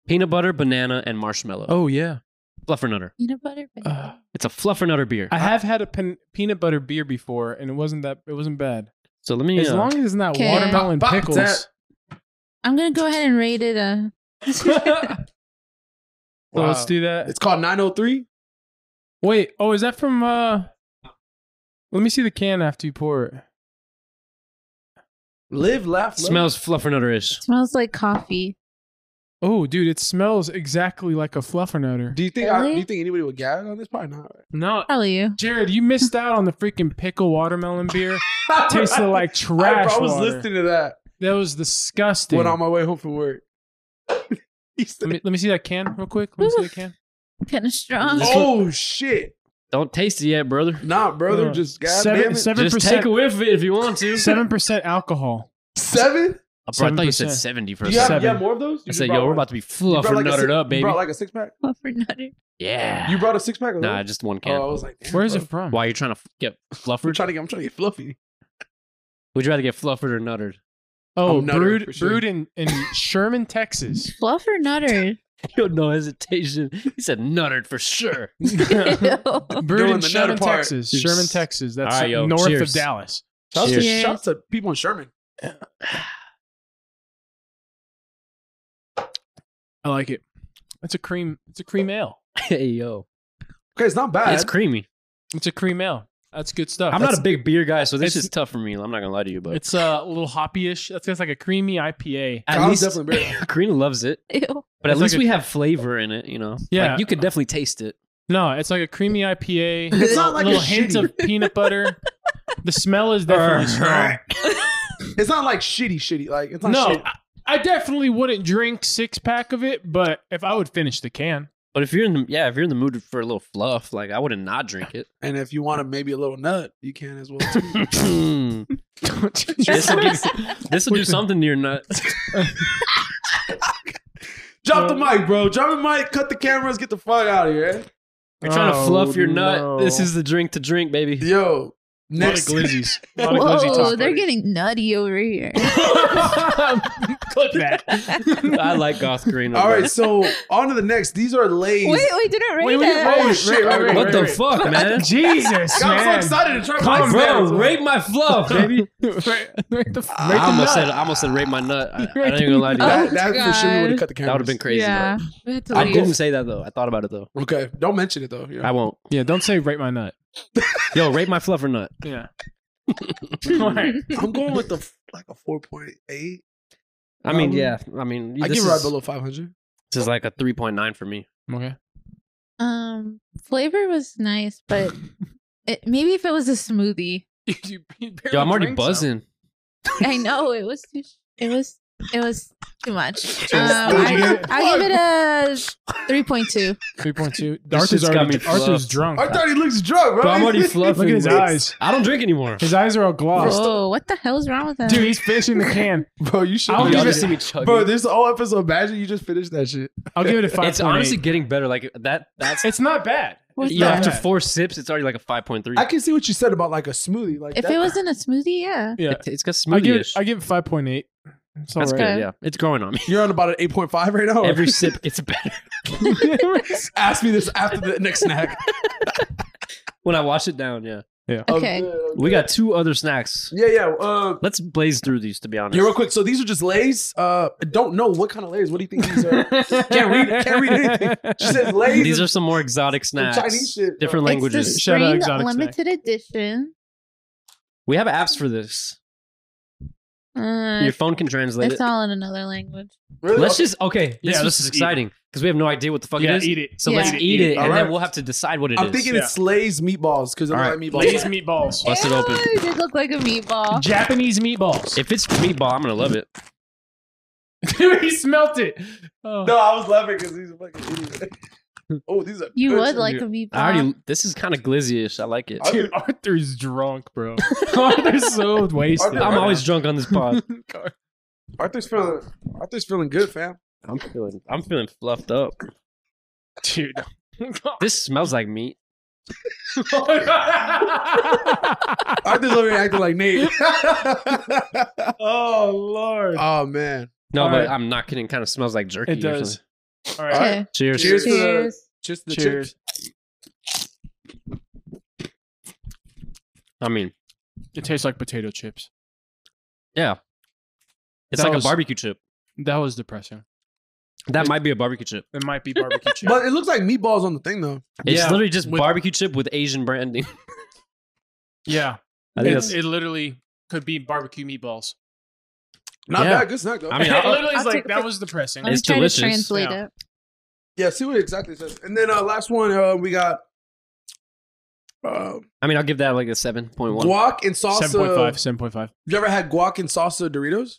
[SPEAKER 3] peanut butter, banana, and marshmallow.
[SPEAKER 1] Oh yeah.
[SPEAKER 3] fluffernutter.
[SPEAKER 4] Peanut butter.
[SPEAKER 1] Uh,
[SPEAKER 3] It's a fluffernutter beer.
[SPEAKER 1] I have had a pen, peanut butter beer before, and it wasn't that. It wasn't bad.
[SPEAKER 3] so let me.
[SPEAKER 1] As
[SPEAKER 3] uh,
[SPEAKER 1] long as it's not
[SPEAKER 4] Okay.
[SPEAKER 1] watermelon
[SPEAKER 2] Pop- pop
[SPEAKER 1] pickles. [LAUGHS]
[SPEAKER 2] that.
[SPEAKER 4] I'm gonna go ahead and rate it a. [LAUGHS]
[SPEAKER 1] So
[SPEAKER 2] Wow.
[SPEAKER 1] let's do that.
[SPEAKER 2] It's called 903.
[SPEAKER 1] Wait. Oh, is that from? uh Let me see the can after you pour it.
[SPEAKER 2] Live, laugh, love.
[SPEAKER 3] smells fluffernutter ish.
[SPEAKER 4] smells like coffee.
[SPEAKER 1] Oh, dude, it smells exactly like a fluffernutter.
[SPEAKER 2] Do you think? I-
[SPEAKER 4] Really?
[SPEAKER 2] do you think anybody would gag on this? Probably not.
[SPEAKER 1] No,
[SPEAKER 4] Probably you.
[SPEAKER 1] Jared, you missed out on the freaking pickle watermelon
[SPEAKER 3] [LAUGHS]
[SPEAKER 1] beer.
[SPEAKER 2] Right?
[SPEAKER 1] Tasted like trash.
[SPEAKER 2] [LAUGHS] I, I was
[SPEAKER 1] water.
[SPEAKER 2] listening to that
[SPEAKER 1] That was disgusting.
[SPEAKER 2] when on my way home from work. [LAUGHS] He
[SPEAKER 1] let,
[SPEAKER 2] said-
[SPEAKER 1] me, let me see that can real quick. Let me see that can.
[SPEAKER 4] Kind of strong.
[SPEAKER 3] This
[SPEAKER 2] oh shit!
[SPEAKER 3] Don't taste it yet, brother.
[SPEAKER 2] Nah, brother,
[SPEAKER 1] Uh,
[SPEAKER 2] just god damn
[SPEAKER 1] Seven
[SPEAKER 2] it.
[SPEAKER 1] seven
[SPEAKER 3] Just take a
[SPEAKER 1] percent.
[SPEAKER 3] whiff of it if you want
[SPEAKER 1] [LAUGHS]
[SPEAKER 3] to.
[SPEAKER 1] Seven percent alcohol.
[SPEAKER 2] Seven?
[SPEAKER 3] Uh, bro, I thought you
[SPEAKER 1] 7%.
[SPEAKER 3] said 70 for
[SPEAKER 2] Do
[SPEAKER 3] a
[SPEAKER 2] you have,
[SPEAKER 3] second.
[SPEAKER 2] you
[SPEAKER 1] Seven.
[SPEAKER 2] have more of those?
[SPEAKER 3] I
[SPEAKER 2] You
[SPEAKER 3] said,
[SPEAKER 2] just brought
[SPEAKER 3] yo, we're
[SPEAKER 2] one.
[SPEAKER 3] about to be
[SPEAKER 2] You
[SPEAKER 3] fluffer
[SPEAKER 2] brought like a
[SPEAKER 3] nuttered
[SPEAKER 2] six-
[SPEAKER 3] up,
[SPEAKER 2] You
[SPEAKER 3] baby.
[SPEAKER 2] brought like a six pack.
[SPEAKER 4] Fluffernutter.
[SPEAKER 3] yeah.
[SPEAKER 2] You brought a six pack.
[SPEAKER 3] nah, just one can.
[SPEAKER 2] Oh, I was like, damn,
[SPEAKER 1] Where is
[SPEAKER 2] bro.
[SPEAKER 1] it from?
[SPEAKER 3] Why are you trying to f-
[SPEAKER 2] [LAUGHS]
[SPEAKER 3] get
[SPEAKER 2] We're
[SPEAKER 3] fluffered?
[SPEAKER 2] trying to get. I'm trying to get fluffy.
[SPEAKER 3] Would you rather get fluffered or nuttered? [LAUGHS]
[SPEAKER 1] Oh,
[SPEAKER 2] I'm nutter, for
[SPEAKER 1] brewed
[SPEAKER 2] sure.
[SPEAKER 1] brewed in, in Sherman,
[SPEAKER 3] [LAUGHS]
[SPEAKER 1] Texas.
[SPEAKER 4] Fluffernutter.
[SPEAKER 3] Yo, no hesitation. He said nuttered
[SPEAKER 2] [LAUGHS]
[SPEAKER 3] for sure.
[SPEAKER 1] brewed
[SPEAKER 4] Ew.
[SPEAKER 2] Doing
[SPEAKER 1] in
[SPEAKER 2] the
[SPEAKER 1] Sherman,
[SPEAKER 2] nutter part.
[SPEAKER 1] Texas.
[SPEAKER 3] Yes.
[SPEAKER 1] Sherman, Texas. That's
[SPEAKER 3] All right, yo,
[SPEAKER 1] north of
[SPEAKER 3] cheers.
[SPEAKER 1] Dallas.
[SPEAKER 2] Shouts to,
[SPEAKER 4] Cheers.
[SPEAKER 2] shouts to people in Sherman.
[SPEAKER 1] I like it. It's a cream. It's a cream ale.
[SPEAKER 3] [LAUGHS] hey, yo.
[SPEAKER 2] Okay, it's not bad.
[SPEAKER 3] It's creamy.
[SPEAKER 1] It's a cream ale. That's good
[SPEAKER 2] Oh,
[SPEAKER 1] stuff.
[SPEAKER 3] I'm
[SPEAKER 1] That's-
[SPEAKER 3] not a big beer guy, so this
[SPEAKER 1] it's-
[SPEAKER 3] is tough for me. I'm not going to lie to you, but
[SPEAKER 1] It's uh, a little hoppy-ish. That's it's like a creamy IPA.
[SPEAKER 3] at
[SPEAKER 2] Kyle's
[SPEAKER 3] least
[SPEAKER 2] definitely
[SPEAKER 3] [LAUGHS]
[SPEAKER 2] beer.
[SPEAKER 3] Karina loves it. But
[SPEAKER 1] It's
[SPEAKER 3] at
[SPEAKER 1] like
[SPEAKER 3] least
[SPEAKER 1] a-
[SPEAKER 3] we have flavor in it, you know?
[SPEAKER 1] Yeah.
[SPEAKER 3] Like, you could definitely taste it.
[SPEAKER 1] No, it's like a creamy IPA.
[SPEAKER 2] [LAUGHS] It's not
[SPEAKER 1] a
[SPEAKER 2] like
[SPEAKER 1] little
[SPEAKER 2] a
[SPEAKER 1] hint
[SPEAKER 2] shitty-
[SPEAKER 1] of
[SPEAKER 2] [LAUGHS]
[SPEAKER 1] peanut butter. The smell is definitely strong.
[SPEAKER 2] It's not like shitty, shitty. Like it's not
[SPEAKER 1] No,
[SPEAKER 2] shit.
[SPEAKER 1] I, I definitely wouldn't drink six pack of it, but if I would finish the can,
[SPEAKER 3] But if you're in the yeah, if you're in the mood for a little fluff, like I wouldn't not drink it.
[SPEAKER 2] And if you want to maybe a little nut, you can as well.
[SPEAKER 1] [LAUGHS]
[SPEAKER 3] [LAUGHS]
[SPEAKER 2] Too.
[SPEAKER 3] this will this will do something to your nuts.
[SPEAKER 2] Drop the mic, bro. Drop the mic. Cut the cameras. Get the fuck out of here.
[SPEAKER 3] You're trying to
[SPEAKER 1] Oh,
[SPEAKER 3] fluff your nut.
[SPEAKER 1] no.
[SPEAKER 3] This is the drink to drink, baby. [LAUGHS]
[SPEAKER 2] Yo,
[SPEAKER 1] a lot of
[SPEAKER 2] next.
[SPEAKER 1] glizzies. A
[SPEAKER 2] [LAUGHS]
[SPEAKER 1] lot of glizzy
[SPEAKER 4] Whoa,
[SPEAKER 1] talk. [LAUGHS]
[SPEAKER 4] they're getting nutty over here.
[SPEAKER 1] Clip that.
[SPEAKER 3] I like Goth Green.
[SPEAKER 2] All right, so on to the next. These are lays.
[SPEAKER 4] wait, we didn't rate
[SPEAKER 1] Wait, we
[SPEAKER 4] that.
[SPEAKER 1] didn't
[SPEAKER 2] oh
[SPEAKER 1] Wait,
[SPEAKER 2] shit!
[SPEAKER 1] wait, wait,
[SPEAKER 3] What
[SPEAKER 1] wait,
[SPEAKER 3] the
[SPEAKER 1] wait.
[SPEAKER 3] fuck, [LAUGHS] man?
[SPEAKER 1] Jesus,
[SPEAKER 2] God, I'm
[SPEAKER 1] man.
[SPEAKER 2] so excited to try
[SPEAKER 1] Calm
[SPEAKER 2] my
[SPEAKER 3] Bro,
[SPEAKER 2] bro,
[SPEAKER 3] rape my fluff, baby.
[SPEAKER 1] [LAUGHS] Right- right the- right the
[SPEAKER 3] [LAUGHS] I almost
[SPEAKER 1] nut.
[SPEAKER 3] said I almost said rape my nut. [LAUGHS] I, I ain't gonna lie to you.
[SPEAKER 4] Oh,
[SPEAKER 2] That, that for sure we
[SPEAKER 4] God.
[SPEAKER 2] would have cut the
[SPEAKER 3] that would
[SPEAKER 2] cameras.
[SPEAKER 3] have been crazy.
[SPEAKER 4] Yeah.
[SPEAKER 3] bro.
[SPEAKER 4] We had to
[SPEAKER 3] I
[SPEAKER 4] leave.
[SPEAKER 3] didn't say that though. I thought about it though.
[SPEAKER 2] been okay. Don't mention it though. Yeah.
[SPEAKER 3] I won't.
[SPEAKER 1] Yeah, don't say rape my nut.
[SPEAKER 3] Yo, rape my fluffer nut.
[SPEAKER 1] [LAUGHS] Yeah. All right.
[SPEAKER 2] I'm going with the f- like a 4.8.
[SPEAKER 3] I mean,
[SPEAKER 2] Um,
[SPEAKER 3] yeah. I mean,
[SPEAKER 2] I
[SPEAKER 3] this,
[SPEAKER 2] give her right
[SPEAKER 3] is,
[SPEAKER 2] below 500.
[SPEAKER 3] this is like a three point nine for me.
[SPEAKER 1] [LAUGHS] Okay.
[SPEAKER 4] [LAUGHS] Um, flavor was nice, but it, maybe if it was a smoothie,
[SPEAKER 3] Yo, I'm already
[SPEAKER 1] [LAUGHS]
[SPEAKER 3] buzzing.
[SPEAKER 4] I know it was too. It was. It was too much.
[SPEAKER 1] So,
[SPEAKER 4] Um,
[SPEAKER 1] what'd you
[SPEAKER 4] I,
[SPEAKER 1] get?
[SPEAKER 4] I give it a three point two.
[SPEAKER 1] Three point two.
[SPEAKER 3] shit's
[SPEAKER 1] Arthur's
[SPEAKER 3] got
[SPEAKER 1] already.
[SPEAKER 3] me
[SPEAKER 1] Arthur's
[SPEAKER 3] fluffed.
[SPEAKER 1] drunk.
[SPEAKER 2] I thought he looks drunk, bro.
[SPEAKER 3] Bro,
[SPEAKER 2] [LAUGHS]
[SPEAKER 3] I'm already
[SPEAKER 1] Look
[SPEAKER 3] fluffing.
[SPEAKER 1] at his
[SPEAKER 3] this.
[SPEAKER 1] eyes.
[SPEAKER 3] I don't drink anymore.
[SPEAKER 1] His eyes are all glossed.
[SPEAKER 4] Whoa, what the hell's wrong with that?
[SPEAKER 1] Dude, he's fishing the
[SPEAKER 3] [LAUGHS]
[SPEAKER 1] can.
[SPEAKER 2] Bro, you should.
[SPEAKER 1] I'll
[SPEAKER 3] Y'all
[SPEAKER 1] give
[SPEAKER 3] just
[SPEAKER 1] it-
[SPEAKER 3] see me chugging.
[SPEAKER 2] Bro, this whole episode. Imagine you just finished that shit.
[SPEAKER 1] I'll give it a five.
[SPEAKER 3] it's honestly getting better. Like that. That's
[SPEAKER 1] it's not bad.
[SPEAKER 4] What's
[SPEAKER 3] You know,
[SPEAKER 1] not
[SPEAKER 4] that?
[SPEAKER 3] after
[SPEAKER 1] bad.
[SPEAKER 3] four sips, it's already like a five point three.
[SPEAKER 2] I can see what you said about like a smoothie. Like
[SPEAKER 4] If
[SPEAKER 2] that-
[SPEAKER 4] it was in a smoothie, yeah.
[SPEAKER 1] Yeah,
[SPEAKER 3] It, it's got
[SPEAKER 1] I give it,
[SPEAKER 3] smoothie-ish.
[SPEAKER 1] I give it five point eight. It's all
[SPEAKER 3] That's
[SPEAKER 1] right.
[SPEAKER 3] good. Yeah, it's growing on me.
[SPEAKER 2] you're on about an eight point five right now.
[SPEAKER 1] [LAUGHS]
[SPEAKER 3] Every sip gets better.
[SPEAKER 2] [LAUGHS] ask me this after the next snack.
[SPEAKER 3] When I wash it down, yeah.
[SPEAKER 2] Oh,
[SPEAKER 4] Okay.
[SPEAKER 2] good, [LAUGHS] okay.
[SPEAKER 3] We got two other snacks.
[SPEAKER 2] yeah, yeah. Uh,
[SPEAKER 3] Let's blaze through these, to be honest.
[SPEAKER 2] yeah, real quick. So these are just Lay's. Uh, I don't know what kind of Lay's. What do you think these are? Can't read- can't read
[SPEAKER 3] [LAUGHS]
[SPEAKER 2] anything. She says Lay's.
[SPEAKER 3] These are some more exotic snacks.
[SPEAKER 2] Chinese shit, bro.
[SPEAKER 3] Different languages.
[SPEAKER 4] It's the
[SPEAKER 1] Shout out
[SPEAKER 4] spring
[SPEAKER 1] Exotic Snack.
[SPEAKER 4] limited edition.
[SPEAKER 3] We have apps for this.
[SPEAKER 4] Uh,
[SPEAKER 3] Your phone can translate
[SPEAKER 4] it's
[SPEAKER 3] it.
[SPEAKER 4] all in another language.
[SPEAKER 2] Really?
[SPEAKER 3] Let's just okay. This,
[SPEAKER 1] Yeah,
[SPEAKER 3] is-
[SPEAKER 1] let's
[SPEAKER 3] this is
[SPEAKER 1] just eat
[SPEAKER 3] exciting because we have no idea what the fuck
[SPEAKER 1] yeah,
[SPEAKER 3] it is.
[SPEAKER 1] eat it.
[SPEAKER 3] So
[SPEAKER 4] Yeah.
[SPEAKER 3] let's
[SPEAKER 4] Eat
[SPEAKER 3] eat it, and
[SPEAKER 2] Alright.
[SPEAKER 3] then we'll have to decide what it
[SPEAKER 2] I'm
[SPEAKER 3] is.
[SPEAKER 2] thinking
[SPEAKER 1] Yeah.
[SPEAKER 2] it's Lay's meatballs because I
[SPEAKER 3] Alright.
[SPEAKER 2] like meatballs.
[SPEAKER 1] Lay's meatballs.
[SPEAKER 3] Bust it open.
[SPEAKER 4] Ew, It did look like a meatball.
[SPEAKER 1] Japanese meatballs.
[SPEAKER 3] if it's meatball, I'm gonna love it.
[SPEAKER 1] [LAUGHS] he smelt it. Oh.
[SPEAKER 2] [LAUGHS] No, I was laughing because he's a fucking
[SPEAKER 1] [LAUGHS]
[SPEAKER 2] idiot. oh, these are.
[SPEAKER 4] You
[SPEAKER 2] good.
[SPEAKER 4] would like a meatball.
[SPEAKER 3] I
[SPEAKER 1] Uh-huh.
[SPEAKER 3] already. This is kind of glizzy-ish. I like it.
[SPEAKER 2] I-
[SPEAKER 1] Dude, Arthur's drunk,
[SPEAKER 4] [LAUGHS]
[SPEAKER 1] bro. Arthur's so wasted.
[SPEAKER 2] Arthur-
[SPEAKER 3] I'm always
[SPEAKER 1] [LAUGHS]
[SPEAKER 3] drunk on this pod.
[SPEAKER 2] Arthur's feeling. Arthur's feeling good, fam.
[SPEAKER 3] I'm feeling. I'm feeling fluffed up.
[SPEAKER 1] dude.
[SPEAKER 4] [LAUGHS]
[SPEAKER 3] This smells like meat.
[SPEAKER 2] Arthur's over here acting like Nate. [LAUGHS]
[SPEAKER 1] [LAUGHS] oh lord,
[SPEAKER 2] oh man!
[SPEAKER 3] No,
[SPEAKER 1] All
[SPEAKER 3] but
[SPEAKER 1] right.
[SPEAKER 3] I'm not kidding. Kind of smells like jerky.
[SPEAKER 1] it
[SPEAKER 3] or
[SPEAKER 1] does.
[SPEAKER 3] something.
[SPEAKER 1] All right,
[SPEAKER 4] Okay.
[SPEAKER 3] Cheers.
[SPEAKER 2] Cheers. to the-
[SPEAKER 4] Cheers.
[SPEAKER 2] Just the
[SPEAKER 1] cheers.
[SPEAKER 2] chips.
[SPEAKER 3] I mean,
[SPEAKER 1] It tastes like potato chips.
[SPEAKER 3] it's
[SPEAKER 1] That
[SPEAKER 3] like
[SPEAKER 1] was-
[SPEAKER 3] a barbecue chip.
[SPEAKER 1] That was depressing.
[SPEAKER 3] That might be a barbecue chip.
[SPEAKER 1] It might be
[SPEAKER 4] [LAUGHS]
[SPEAKER 1] barbecue chips.
[SPEAKER 2] But it looks like meatballs on the thing though.
[SPEAKER 3] It's
[SPEAKER 1] Yeah,
[SPEAKER 3] literally just
[SPEAKER 1] with-
[SPEAKER 3] barbecue chip with Asian branding.
[SPEAKER 1] yeah,
[SPEAKER 3] I think
[SPEAKER 1] It's-
[SPEAKER 3] that's.
[SPEAKER 1] it literally could be barbecue meatballs.
[SPEAKER 2] Not
[SPEAKER 3] Yeah.
[SPEAKER 2] bad. Good snack though.
[SPEAKER 3] I mean,
[SPEAKER 1] it
[SPEAKER 3] I'll-
[SPEAKER 1] literally is
[SPEAKER 4] [LAUGHS] I'll
[SPEAKER 1] like
[SPEAKER 4] take
[SPEAKER 1] that
[SPEAKER 4] the-
[SPEAKER 1] was depressing.
[SPEAKER 4] Let me
[SPEAKER 3] It's
[SPEAKER 4] try
[SPEAKER 3] delicious.
[SPEAKER 4] to translate
[SPEAKER 1] Yeah.
[SPEAKER 4] it.
[SPEAKER 2] yeah. See what it exactly says. And then uh, last one uh, we got uh,
[SPEAKER 3] [LAUGHS] I mean, I'll give that like a seven point one.
[SPEAKER 2] guac and salsa.
[SPEAKER 1] Seven point five. Seven point five.
[SPEAKER 2] You ever had guac and salsa Doritos?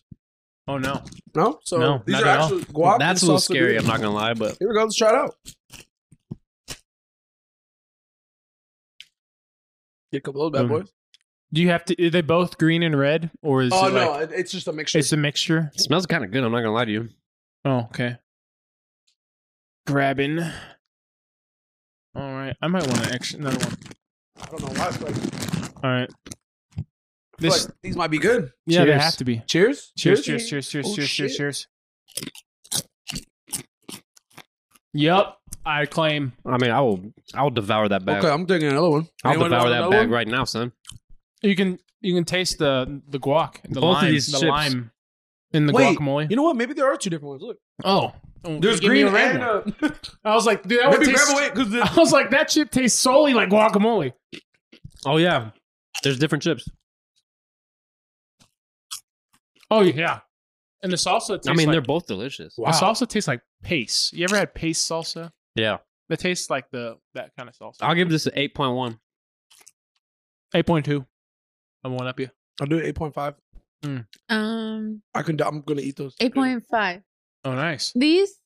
[SPEAKER 1] Oh no.
[SPEAKER 2] No. So
[SPEAKER 3] No,
[SPEAKER 2] these
[SPEAKER 3] not
[SPEAKER 2] are
[SPEAKER 3] at all.
[SPEAKER 2] actual guac.
[SPEAKER 3] That's a
[SPEAKER 2] and
[SPEAKER 3] little
[SPEAKER 2] salsa
[SPEAKER 3] scary.
[SPEAKER 2] Doritos.
[SPEAKER 3] I'm not gonna lie, but
[SPEAKER 2] Here we go. Let's try it out. Get a couple of those bad
[SPEAKER 1] Mm.
[SPEAKER 2] boys.
[SPEAKER 1] Do you have to? Are they both green and red, or is
[SPEAKER 2] Oh
[SPEAKER 1] it
[SPEAKER 2] no,
[SPEAKER 1] like
[SPEAKER 2] it- it's just a mixture.
[SPEAKER 1] it's a mixture?
[SPEAKER 3] it smells kind of good. I'm not gonna lie to you.
[SPEAKER 1] Oh okay. Grabbing. All right, I might want to extra another one.
[SPEAKER 2] I don't know why. It's like, I feel
[SPEAKER 1] All right. This
[SPEAKER 2] like these might be good.
[SPEAKER 1] yeah, they
[SPEAKER 3] Cheers.
[SPEAKER 1] have to be.
[SPEAKER 2] Cheers.
[SPEAKER 1] Cheers, cheers, cheers, cheers,
[SPEAKER 2] Oh,
[SPEAKER 1] cheers, cheers,
[SPEAKER 2] shit.
[SPEAKER 1] cheers. Yup, I claim.
[SPEAKER 3] I mean, I will. I will devour that bag.
[SPEAKER 2] Okay, I'm taking another one.
[SPEAKER 3] I'll
[SPEAKER 2] Anyone
[SPEAKER 3] devour
[SPEAKER 2] want
[SPEAKER 3] that
[SPEAKER 2] another
[SPEAKER 3] bag
[SPEAKER 2] one?
[SPEAKER 3] right now, son.
[SPEAKER 1] You can you can taste the the guac, the
[SPEAKER 3] Both of
[SPEAKER 1] lime,
[SPEAKER 3] these
[SPEAKER 1] the
[SPEAKER 3] chips.
[SPEAKER 1] lime in the
[SPEAKER 2] Wait,
[SPEAKER 1] guacamole.
[SPEAKER 2] You know what? Maybe there are two different ones. Look,
[SPEAKER 1] oh, oh,
[SPEAKER 2] there's
[SPEAKER 1] give me
[SPEAKER 2] green
[SPEAKER 1] a red
[SPEAKER 2] and
[SPEAKER 1] one.
[SPEAKER 2] uh,
[SPEAKER 1] [LAUGHS] I was like, dude, that would
[SPEAKER 2] maybe grab
[SPEAKER 1] taste,
[SPEAKER 2] away
[SPEAKER 1] [LAUGHS]
[SPEAKER 2] because
[SPEAKER 1] I was like, that shit tastes solely like guacamole.
[SPEAKER 3] Oh yeah, there's different chips.
[SPEAKER 1] Oh yeah, and the salsa. Tastes
[SPEAKER 3] I mean,
[SPEAKER 1] like,
[SPEAKER 3] they're both delicious.
[SPEAKER 1] the salsa tastes like paste. You ever had paste salsa?
[SPEAKER 3] Yeah,
[SPEAKER 1] That tastes like the that kind of salsa.
[SPEAKER 3] I'll give this an eight point one.
[SPEAKER 1] Eight point two. I'm one up you.
[SPEAKER 2] I'll do eight point five.
[SPEAKER 4] Um,
[SPEAKER 2] I can. I'm gonna eat those.
[SPEAKER 4] 8.5.
[SPEAKER 1] Oh, nice.
[SPEAKER 4] These?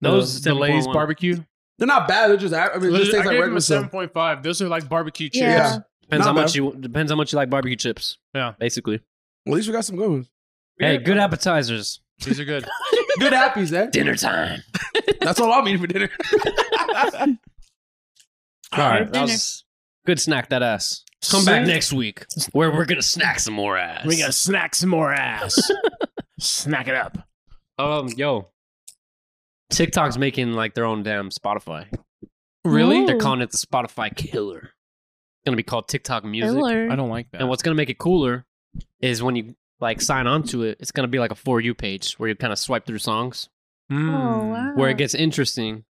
[SPEAKER 3] Those
[SPEAKER 1] Those delays
[SPEAKER 3] 7.1.
[SPEAKER 1] barbecue.
[SPEAKER 2] They're not bad. They're just. I mean, it just
[SPEAKER 1] I
[SPEAKER 2] tastes
[SPEAKER 1] gave
[SPEAKER 2] like
[SPEAKER 1] them
[SPEAKER 2] regular
[SPEAKER 1] a
[SPEAKER 2] stuff.
[SPEAKER 1] seven point five. Those are like barbecue chips.
[SPEAKER 4] Yeah.
[SPEAKER 3] Depends
[SPEAKER 2] Not
[SPEAKER 3] how much
[SPEAKER 2] bad.
[SPEAKER 3] you depends how much you like barbecue chips.
[SPEAKER 1] Yeah.
[SPEAKER 3] basically.
[SPEAKER 2] Well, at least we got some good ones.
[SPEAKER 3] Hey, good appetizers.
[SPEAKER 1] These are good.
[SPEAKER 2] Good appies, [LAUGHS] eh?
[SPEAKER 3] Dinner time.
[SPEAKER 2] That's all I'm eating for dinner.
[SPEAKER 3] [LAUGHS] All right, that
[SPEAKER 4] Dinner.
[SPEAKER 3] was good. Snack that ass. Come back
[SPEAKER 1] Snack-
[SPEAKER 3] next week where we're gonna snack some more
[SPEAKER 1] [LAUGHS]
[SPEAKER 3] ass.
[SPEAKER 1] we gotta snack some more ass. snack it up.
[SPEAKER 3] um yo. TikTok's making like their own damn Spotify.
[SPEAKER 4] Really?
[SPEAKER 3] They're
[SPEAKER 4] Ooh.
[SPEAKER 3] calling it the Spotify killer. It's gonna be called TikTok music.
[SPEAKER 4] Killer.
[SPEAKER 1] I don't like that.
[SPEAKER 3] And what's gonna make it cooler is when you like sign on to it, it's gonna be like a for you page where you kind of swipe through songs.
[SPEAKER 4] Oh,
[SPEAKER 1] Mm.
[SPEAKER 4] wow.
[SPEAKER 3] Hmm, Where it gets interesting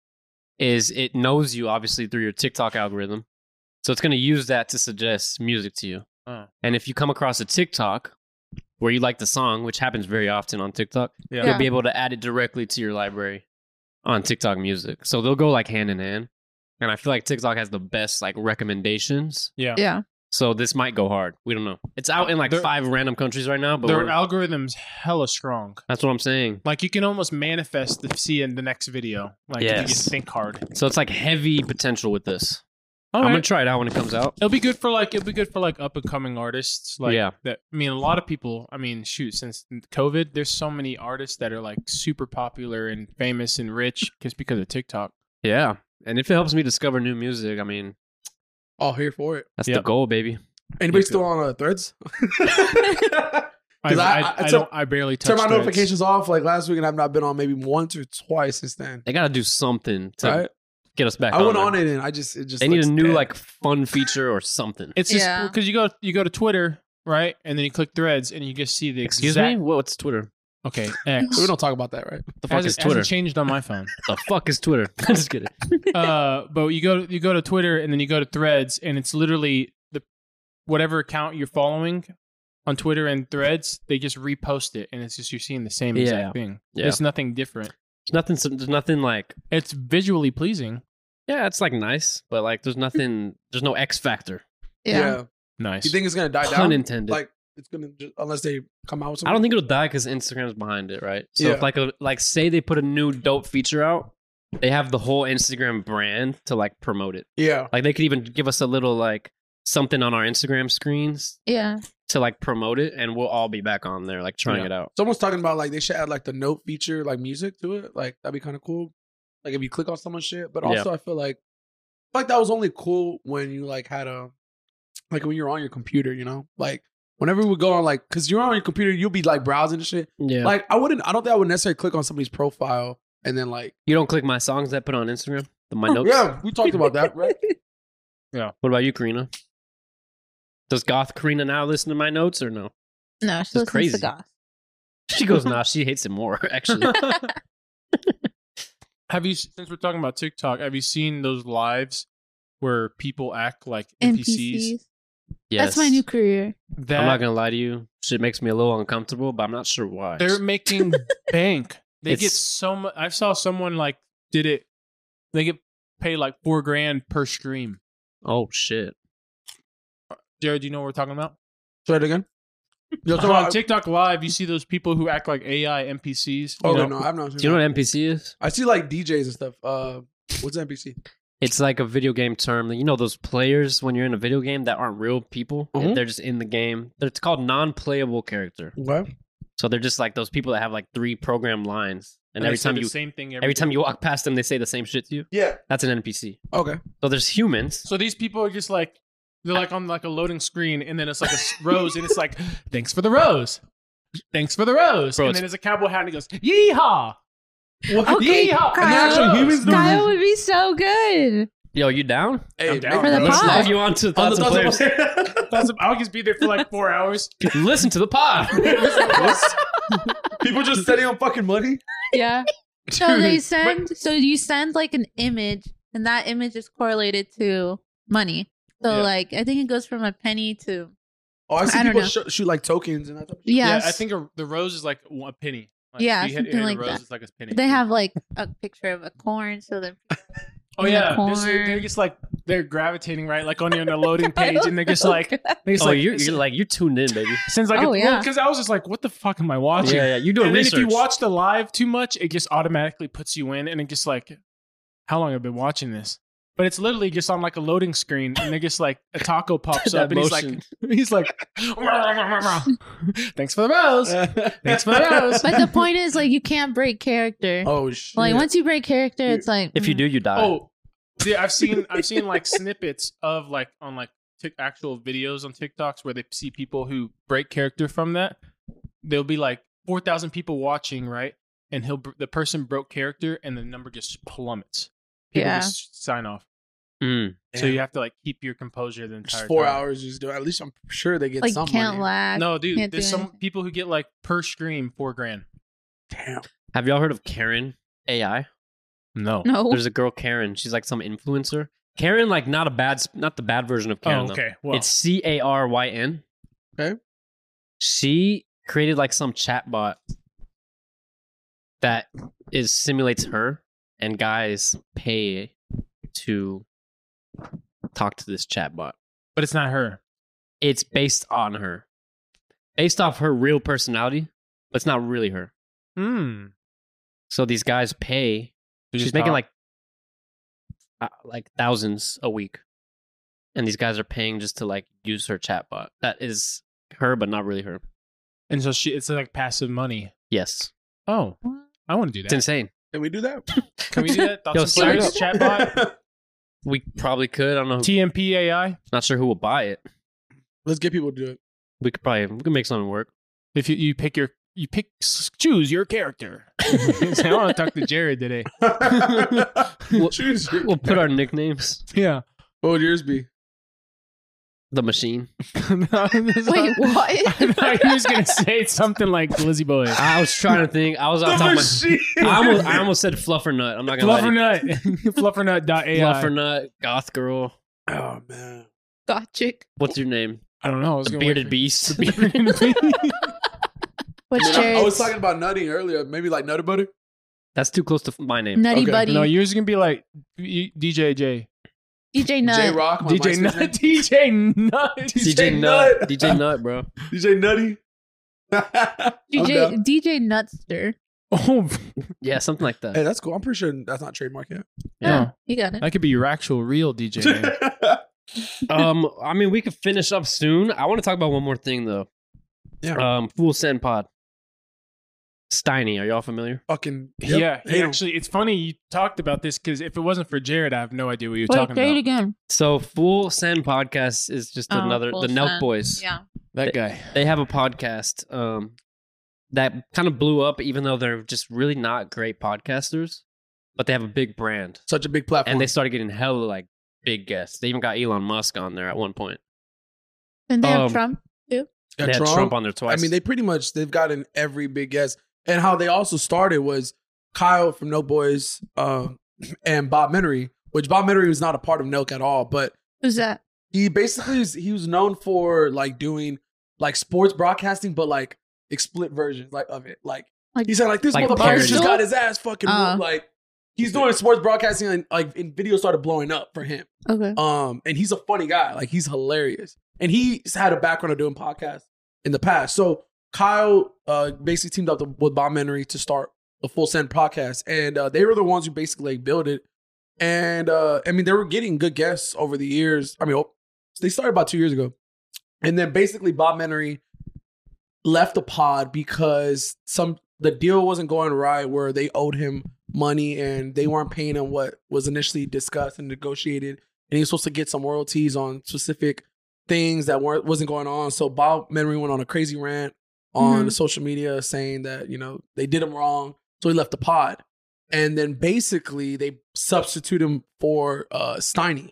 [SPEAKER 3] is it knows you obviously through your TikTok algorithm. So it's gonna use that to suggest music to you.
[SPEAKER 1] Oh.
[SPEAKER 3] And if you come across a TikTok where you like the song, which happens very often on TikTok,
[SPEAKER 1] Yeah.
[SPEAKER 3] you'll be able to add it directly to your library on TikTok music. So they'll go like hand in hand. And I feel like TikTok has the best like recommendations.
[SPEAKER 1] Yeah.
[SPEAKER 4] Yeah.
[SPEAKER 3] So this might go hard. We don't know. It's out in like
[SPEAKER 1] They're-
[SPEAKER 3] five random countries right now, but
[SPEAKER 1] Their
[SPEAKER 3] we're-
[SPEAKER 1] algorithm's hella strong.
[SPEAKER 3] that's what I'm saying.
[SPEAKER 1] Like you can almost manifest the see in the next video. Like if you
[SPEAKER 3] Yes.
[SPEAKER 1] just think hard.
[SPEAKER 3] So it's like heavy potential with this.
[SPEAKER 1] All
[SPEAKER 3] I'm
[SPEAKER 1] right.
[SPEAKER 3] gonna try it out when it comes out.
[SPEAKER 1] it'll be good for like it'll be good for like up and coming artists. Like
[SPEAKER 3] Yeah.
[SPEAKER 1] that I mean a lot of people I mean shoot, since COVID, there's so many artists that are like super popular and famous and rich just because of TikTok.
[SPEAKER 3] Yeah, And if it helps me discover new music, I mean,
[SPEAKER 2] All Oh, here for it.
[SPEAKER 3] that's the
[SPEAKER 1] Yep.
[SPEAKER 3] goal, baby.
[SPEAKER 2] Anybody
[SPEAKER 1] Yeah.
[SPEAKER 2] still on uh, [LAUGHS] threads?
[SPEAKER 1] I,
[SPEAKER 2] 'Cause
[SPEAKER 1] I,
[SPEAKER 2] I- I-
[SPEAKER 1] I, don't. I barely touch
[SPEAKER 2] Turn my
[SPEAKER 1] threads.
[SPEAKER 2] notifications off. Like last week, and I've not been on maybe once or twice since then.
[SPEAKER 3] They gotta do something to
[SPEAKER 2] Right?
[SPEAKER 3] get us back.
[SPEAKER 2] I went
[SPEAKER 3] there.
[SPEAKER 2] on it and I just it just
[SPEAKER 3] They need a
[SPEAKER 2] looks
[SPEAKER 3] new
[SPEAKER 2] dead.
[SPEAKER 3] like fun feature or something.
[SPEAKER 1] It's just
[SPEAKER 4] Yeah.
[SPEAKER 1] because you go you go to Twitter right, and then you click Threads, and you just see the
[SPEAKER 3] Excuse
[SPEAKER 1] exact,
[SPEAKER 3] me? What's Twitter? [LAUGHS]
[SPEAKER 1] Okay, X.
[SPEAKER 2] [LAUGHS] we don't talk about that, right?
[SPEAKER 3] The fuck is
[SPEAKER 1] hasn't,
[SPEAKER 3] Twitter?
[SPEAKER 1] hasn't changed on my phone.
[SPEAKER 3] The fuck is Twitter? [LAUGHS] I'm just kidding.
[SPEAKER 1] uh, but you go you go to Twitter and then you go to Threads, and it's literally the whatever account you're following on Twitter and Threads, they just repost it, and it's just you're seeing the same
[SPEAKER 3] Yeah.
[SPEAKER 1] exact thing.
[SPEAKER 3] Yeah.
[SPEAKER 1] There's nothing different.
[SPEAKER 3] There's nothing. There's nothing like.
[SPEAKER 1] It's visually pleasing.
[SPEAKER 3] Yeah, it's like nice, but like there's nothing. There's no X factor.
[SPEAKER 4] yeah.
[SPEAKER 1] Nice.
[SPEAKER 2] You think it's gonna die
[SPEAKER 3] Pun
[SPEAKER 2] down?
[SPEAKER 3] intended.
[SPEAKER 2] Like it's gonna just, unless they come out with something.
[SPEAKER 3] I don't think it'll die because Instagram's behind it, right? So
[SPEAKER 2] Yeah.
[SPEAKER 3] if like a like say they put a new dope feature out, they have the whole Instagram brand to like promote it.
[SPEAKER 2] Yeah.
[SPEAKER 3] Like they could even give us a little like something on our Instagram screens
[SPEAKER 4] Yeah.
[SPEAKER 3] to like promote it, and we'll all be back on there like trying
[SPEAKER 1] Yeah.
[SPEAKER 3] it out.
[SPEAKER 2] Someone's talking about like they should add like the note feature, like music to it. Like that'd be kind of cool. Like if you click on someone's shit. But
[SPEAKER 3] Yeah.
[SPEAKER 2] also, I feel like I feel like that was only cool when you like had a like when you're on your computer. You know, like whenever we would go on like because you're on your computer, you'll be like browsing and shit.
[SPEAKER 3] Yeah,
[SPEAKER 2] Like I wouldn't. I don't think I would necessarily click on somebody's profile and then like
[SPEAKER 3] you don't click my songs that I put on Instagram. The my notes.
[SPEAKER 2] yeah, we talked about that,
[SPEAKER 3] [LAUGHS]
[SPEAKER 2] right?
[SPEAKER 3] What about you, Karina? Does Goth Karina now listen to my notes or no?
[SPEAKER 4] [LAUGHS]
[SPEAKER 3] [LAUGHS]
[SPEAKER 4] No, she listens
[SPEAKER 3] It's crazy.
[SPEAKER 4] to goth.
[SPEAKER 3] She goes, nah, she hates it more, [LAUGHS] actually.
[SPEAKER 1] have you since we're talking about TikTok? Have you seen those lives where people act like NPCs?
[SPEAKER 4] NPCs.
[SPEAKER 3] Yes.
[SPEAKER 4] That's my new career.
[SPEAKER 1] That
[SPEAKER 3] I'm not going to lie to you. Shit makes me a little uncomfortable, but I'm not sure why.
[SPEAKER 1] they're
[SPEAKER 3] [LAUGHS]
[SPEAKER 1] making bank. They get
[SPEAKER 3] It's-
[SPEAKER 1] so much. I saw someone like did it. They get paid like four grand per stream.
[SPEAKER 3] oh, shit.
[SPEAKER 1] Jared, do you know what we're talking about?
[SPEAKER 2] Try it again. You're talking
[SPEAKER 1] So on
[SPEAKER 3] [LAUGHS]
[SPEAKER 2] about-
[SPEAKER 1] TikTok Live, you see those people who act like AI NPCs.
[SPEAKER 2] oh
[SPEAKER 1] you know?
[SPEAKER 2] no, I've not. Seen
[SPEAKER 3] Do you know
[SPEAKER 2] that.
[SPEAKER 3] what NPC is?
[SPEAKER 2] I see like DJs and stuff. Uh, what's NPC?
[SPEAKER 3] It's like a video game term. You know those players when you're in a video game that aren't real people? and
[SPEAKER 4] Mm-hmm.
[SPEAKER 2] Mhm.
[SPEAKER 3] They're just in the game. They're- It's called non-playable character.
[SPEAKER 2] What?
[SPEAKER 3] So they're just like those people that have like three programmed lines. And,
[SPEAKER 1] they
[SPEAKER 3] every
[SPEAKER 1] say
[SPEAKER 3] time
[SPEAKER 1] the
[SPEAKER 3] you
[SPEAKER 1] same thing every,
[SPEAKER 3] every time you walk past them, they say the same shit to you.
[SPEAKER 2] Yeah.
[SPEAKER 3] That's an NPC.
[SPEAKER 2] Okay.
[SPEAKER 3] So there's humans.
[SPEAKER 1] So these people are just like they're like on like a loading screen, and then it's like a s- rose, and it's like thanks for the rose, thanks for the rose,
[SPEAKER 3] Bro,
[SPEAKER 1] and
[SPEAKER 3] it's-
[SPEAKER 1] then there's a cowboy hat, and he goes yeehaw.
[SPEAKER 4] Okay,
[SPEAKER 1] Yeehaw.
[SPEAKER 2] And
[SPEAKER 4] Kyle.
[SPEAKER 2] the actual humans do
[SPEAKER 4] Kyle would be so good.
[SPEAKER 3] Yo, you down?
[SPEAKER 2] Hey,
[SPEAKER 1] I'm down.
[SPEAKER 2] make-
[SPEAKER 4] For the
[SPEAKER 2] let's
[SPEAKER 4] pod.
[SPEAKER 2] log
[SPEAKER 3] Log
[SPEAKER 2] you
[SPEAKER 3] you on to
[SPEAKER 2] on the
[SPEAKER 3] thoughts and players.
[SPEAKER 2] thoughts and players.
[SPEAKER 1] That's- I'll just be there for like four
[SPEAKER 2] [LAUGHS]
[SPEAKER 1] hours.
[SPEAKER 3] [LAUGHS] Listen to the pod.
[SPEAKER 1] [LAUGHS]
[SPEAKER 2] What's- People just sending on fucking money.
[SPEAKER 4] Yeah. [LAUGHS] So they
[SPEAKER 1] Dude,
[SPEAKER 4] send. so you send like an image, and that image is correlated to money. So
[SPEAKER 1] Yeah.
[SPEAKER 4] like, I think it goes from a penny to
[SPEAKER 2] Oh, I see
[SPEAKER 4] I don't
[SPEAKER 2] people
[SPEAKER 4] know.
[SPEAKER 2] sh- shoot like tokens and I
[SPEAKER 4] [LAUGHS]
[SPEAKER 2] thought,
[SPEAKER 4] yes.
[SPEAKER 1] Yeah, I think a, the rose is like a penny. Like,
[SPEAKER 4] Yeah,
[SPEAKER 1] if you hit
[SPEAKER 4] something
[SPEAKER 1] a
[SPEAKER 4] like
[SPEAKER 1] rose,
[SPEAKER 4] that.
[SPEAKER 1] It's like a penny.
[SPEAKER 4] they have like a picture of a corn. So then
[SPEAKER 1] Oh yeah,
[SPEAKER 4] unicorn.
[SPEAKER 1] This- they're just like they're gravitating right, like on your on the
[SPEAKER 4] [LAUGHS]
[SPEAKER 1] loading [LAUGHS] page, and they're just like, they're just
[SPEAKER 3] oh,
[SPEAKER 1] like
[SPEAKER 3] you're, you're like you're tuned in, baby.
[SPEAKER 1] since like
[SPEAKER 4] Oh, yeah.
[SPEAKER 1] because I was just like, what the fuck am I watching?
[SPEAKER 3] yeah, yeah. You're doing
[SPEAKER 1] and
[SPEAKER 3] research.
[SPEAKER 1] then if you watch the live too much, it just automatically puts you in, and it just like, how long have I been watching this? But it's literally just on like a loading screen, and they're just like a
[SPEAKER 3] [LAUGHS]
[SPEAKER 1] taco pops
[SPEAKER 3] That
[SPEAKER 1] up, and
[SPEAKER 3] motion.
[SPEAKER 1] [LAUGHS] he's like, he's like, thanks for the rose,
[SPEAKER 3] Uh,
[SPEAKER 1] thanks
[SPEAKER 3] [LAUGHS]
[SPEAKER 1] for the rose.
[SPEAKER 4] [LAUGHS] But the point is, like, you can't break character.
[SPEAKER 2] oh shit.
[SPEAKER 4] like, once you break character, it's like mm,
[SPEAKER 3] if
[SPEAKER 1] [LAUGHS]
[SPEAKER 3] you do, you die.
[SPEAKER 1] Oh, yeah, I've
[SPEAKER 4] [LAUGHS]
[SPEAKER 1] seen I've seen like snippets of like on like tick actual videos on TikToks where they see people who break character from that. There'll be like four thousand people watching, right? And he'll br- the person broke character, and the number just plummets. People
[SPEAKER 4] Yeah.
[SPEAKER 1] just sign off.
[SPEAKER 3] Mm.
[SPEAKER 1] So you have to like keep your composure the entire
[SPEAKER 2] just four
[SPEAKER 1] time.
[SPEAKER 2] hours just do. At least I'm sure they get
[SPEAKER 4] like
[SPEAKER 2] some
[SPEAKER 4] can't
[SPEAKER 2] money.
[SPEAKER 4] laugh.
[SPEAKER 1] No, dude,
[SPEAKER 4] Can't do
[SPEAKER 1] there's some
[SPEAKER 4] anything.
[SPEAKER 1] people who get like per stream four grand.
[SPEAKER 2] Damn.
[SPEAKER 3] Have y'all heard of Karen AI?
[SPEAKER 1] No.
[SPEAKER 4] no.
[SPEAKER 3] There's a girl Karen. She's like some influencer. Karen, like not a bad, sp- not the bad version of Karen.
[SPEAKER 1] Oh,
[SPEAKER 3] though.
[SPEAKER 1] okay. Well,
[SPEAKER 3] It's C A R Y N.
[SPEAKER 2] Okay.
[SPEAKER 3] She created like some chatbot that is simulates her, and guys pay to talk to this chatbot.
[SPEAKER 1] but it's not her.
[SPEAKER 3] It's based on her, based off her real personality, but it's not really her.
[SPEAKER 1] Hmm.
[SPEAKER 3] So these guys pay.
[SPEAKER 1] To
[SPEAKER 3] She's
[SPEAKER 1] just talk.
[SPEAKER 3] making like uh, like thousands a week, and these guys are paying just to like use her chatbot. That is her, but not really her.
[SPEAKER 1] and so she. It's like passive money.
[SPEAKER 3] Yes,
[SPEAKER 1] Oh, I want to do that.
[SPEAKER 3] it's insane.
[SPEAKER 2] Can we do that?
[SPEAKER 1] Can we do that? Thoughts
[SPEAKER 3] Yo,
[SPEAKER 1] and
[SPEAKER 3] straight
[SPEAKER 1] Cyrus chatbot?
[SPEAKER 3] [LAUGHS] We probably could. I don't know.
[SPEAKER 1] TMP AI.
[SPEAKER 3] Not sure who will buy it.
[SPEAKER 2] [LAUGHS] Let's get people to do it.
[SPEAKER 3] We could probably we could make
[SPEAKER 1] [LAUGHS]
[SPEAKER 3] something work.
[SPEAKER 1] If you, you pick your you pick s- choose your character. [LAUGHS] Say, I want to talk to Jared today.
[SPEAKER 2] Choose your-
[SPEAKER 3] We'll put our nicknames.
[SPEAKER 1] [LAUGHS] Yeah.
[SPEAKER 2] What would yours be?
[SPEAKER 3] The machine.
[SPEAKER 1] [LAUGHS] Wait,
[SPEAKER 4] Wait,
[SPEAKER 1] [LAUGHS] I
[SPEAKER 4] what?
[SPEAKER 1] thought he was
[SPEAKER 4] [LAUGHS]
[SPEAKER 1] gonna say something like Glizzy Boy.
[SPEAKER 3] I was trying to think. I was on top of my. [LAUGHS] I almost, I almost said Fluffernut. I'm not gonna lie.
[SPEAKER 1] Fluffernut. [LAUGHS] Fluffernut.ai.
[SPEAKER 3] Fluffernut, Goth Girl.
[SPEAKER 2] Oh man.
[SPEAKER 4] Gothic.
[SPEAKER 3] What's your name?
[SPEAKER 1] I don't know. I was
[SPEAKER 3] The
[SPEAKER 1] gonna
[SPEAKER 3] Bearded
[SPEAKER 1] wait
[SPEAKER 3] Beast.
[SPEAKER 1] for- Bearded [LAUGHS] Bee.
[SPEAKER 4] What's
[SPEAKER 2] I, mean, I- I was
[SPEAKER 4] Jared's?
[SPEAKER 2] talking about nutting earlier. Maybe like nutter butter.
[SPEAKER 3] That's too close to f- my name.
[SPEAKER 4] Nutty
[SPEAKER 2] Okay.
[SPEAKER 4] Buddy.
[SPEAKER 1] no, yours is gonna be like you- DJ J.
[SPEAKER 4] DJ
[SPEAKER 2] J
[SPEAKER 4] E Nut.
[SPEAKER 2] Rock.
[SPEAKER 1] DJ Nut. [LAUGHS] DJ Nut. [LAUGHS]
[SPEAKER 3] DJ Nut. DJ Nut, bro.
[SPEAKER 2] DJ Nutty. I'm down.
[SPEAKER 4] DJ, DJ Nutster.
[SPEAKER 1] Oh,
[SPEAKER 3] Yeah, something like that.
[SPEAKER 2] Hey, that's cool. I'm pretty sure that's not trademark yet.
[SPEAKER 1] yeah.
[SPEAKER 4] Oh, you got it.
[SPEAKER 1] That could be your actual real DJ [LAUGHS] name.
[SPEAKER 3] um, I mean, we could finish up soon. I want to talk about one more thing though.
[SPEAKER 2] Yeah.
[SPEAKER 3] Um, Fool Send Pod. Steiny, are y'all familiar?
[SPEAKER 2] [LAUGHS] Fucking
[SPEAKER 1] Yeah, he
[SPEAKER 2] Hate 'em.
[SPEAKER 1] actually, it's funny you talked about this because if it wasn't for Jared, I have no idea what you're
[SPEAKER 4] Wait,
[SPEAKER 1] talking
[SPEAKER 4] say it
[SPEAKER 1] about.
[SPEAKER 4] again.
[SPEAKER 3] So Fool Send Podcast is just
[SPEAKER 4] Oh,
[SPEAKER 3] another
[SPEAKER 4] Fool
[SPEAKER 3] the Nelk
[SPEAKER 4] Send.
[SPEAKER 3] Boys.
[SPEAKER 4] Yeah.
[SPEAKER 1] That guy.
[SPEAKER 3] They have a podcast um that kind of blew up, even though they're just really not great podcasters, but they have a big brand.
[SPEAKER 2] Such a big platform.
[SPEAKER 3] And they started getting hella like big guests. They even got Elon Musk on there at one point.
[SPEAKER 4] And they
[SPEAKER 3] Um,
[SPEAKER 4] have Trump.
[SPEAKER 2] Got
[SPEAKER 3] they had Trump,
[SPEAKER 2] Trump.
[SPEAKER 3] on there
[SPEAKER 2] I
[SPEAKER 3] twice.
[SPEAKER 2] mean, they pretty much they've gotten every big guest. And how they also started was Kyle from No Boys um, and Bob Minery, which Bob Minery was not a part of Nelk at all, but
[SPEAKER 4] Who's that?
[SPEAKER 2] he basically is, he was known for like doing like sports broadcasting, but like explicit versions like of it. Like
[SPEAKER 4] Like-
[SPEAKER 2] he said, like this
[SPEAKER 3] Like
[SPEAKER 2] motherfucker
[SPEAKER 3] parody. Uh-huh.
[SPEAKER 2] just got his ass fucking whooped.
[SPEAKER 4] Uh.
[SPEAKER 2] like he's doing sports broadcasting and like and video started blowing up for him.
[SPEAKER 4] Okay.
[SPEAKER 2] Um, and he's a funny guy. Like he's hilarious, and he's had a background of doing podcasts in the past. So Kyle uh, basically teamed up with Bob Menery to start the Full Send podcast, and uh, they were the ones who basically like, built it. And uh, I mean, they were getting good guests over the years. I mean, oh, they started about two years ago, and then basically Bob Menery left the pod because some the deal wasn't going right where they owed him money and they weren't paying him what was initially discussed and negotiated and he was supposed to get some royalties on specific things that weren't wasn't going on. So Bob Menery went on a crazy rant on
[SPEAKER 4] Mhm.
[SPEAKER 2] social media saying that you know they did him wrong, so he left the pod, and then basically they substitute him for uh Steiny.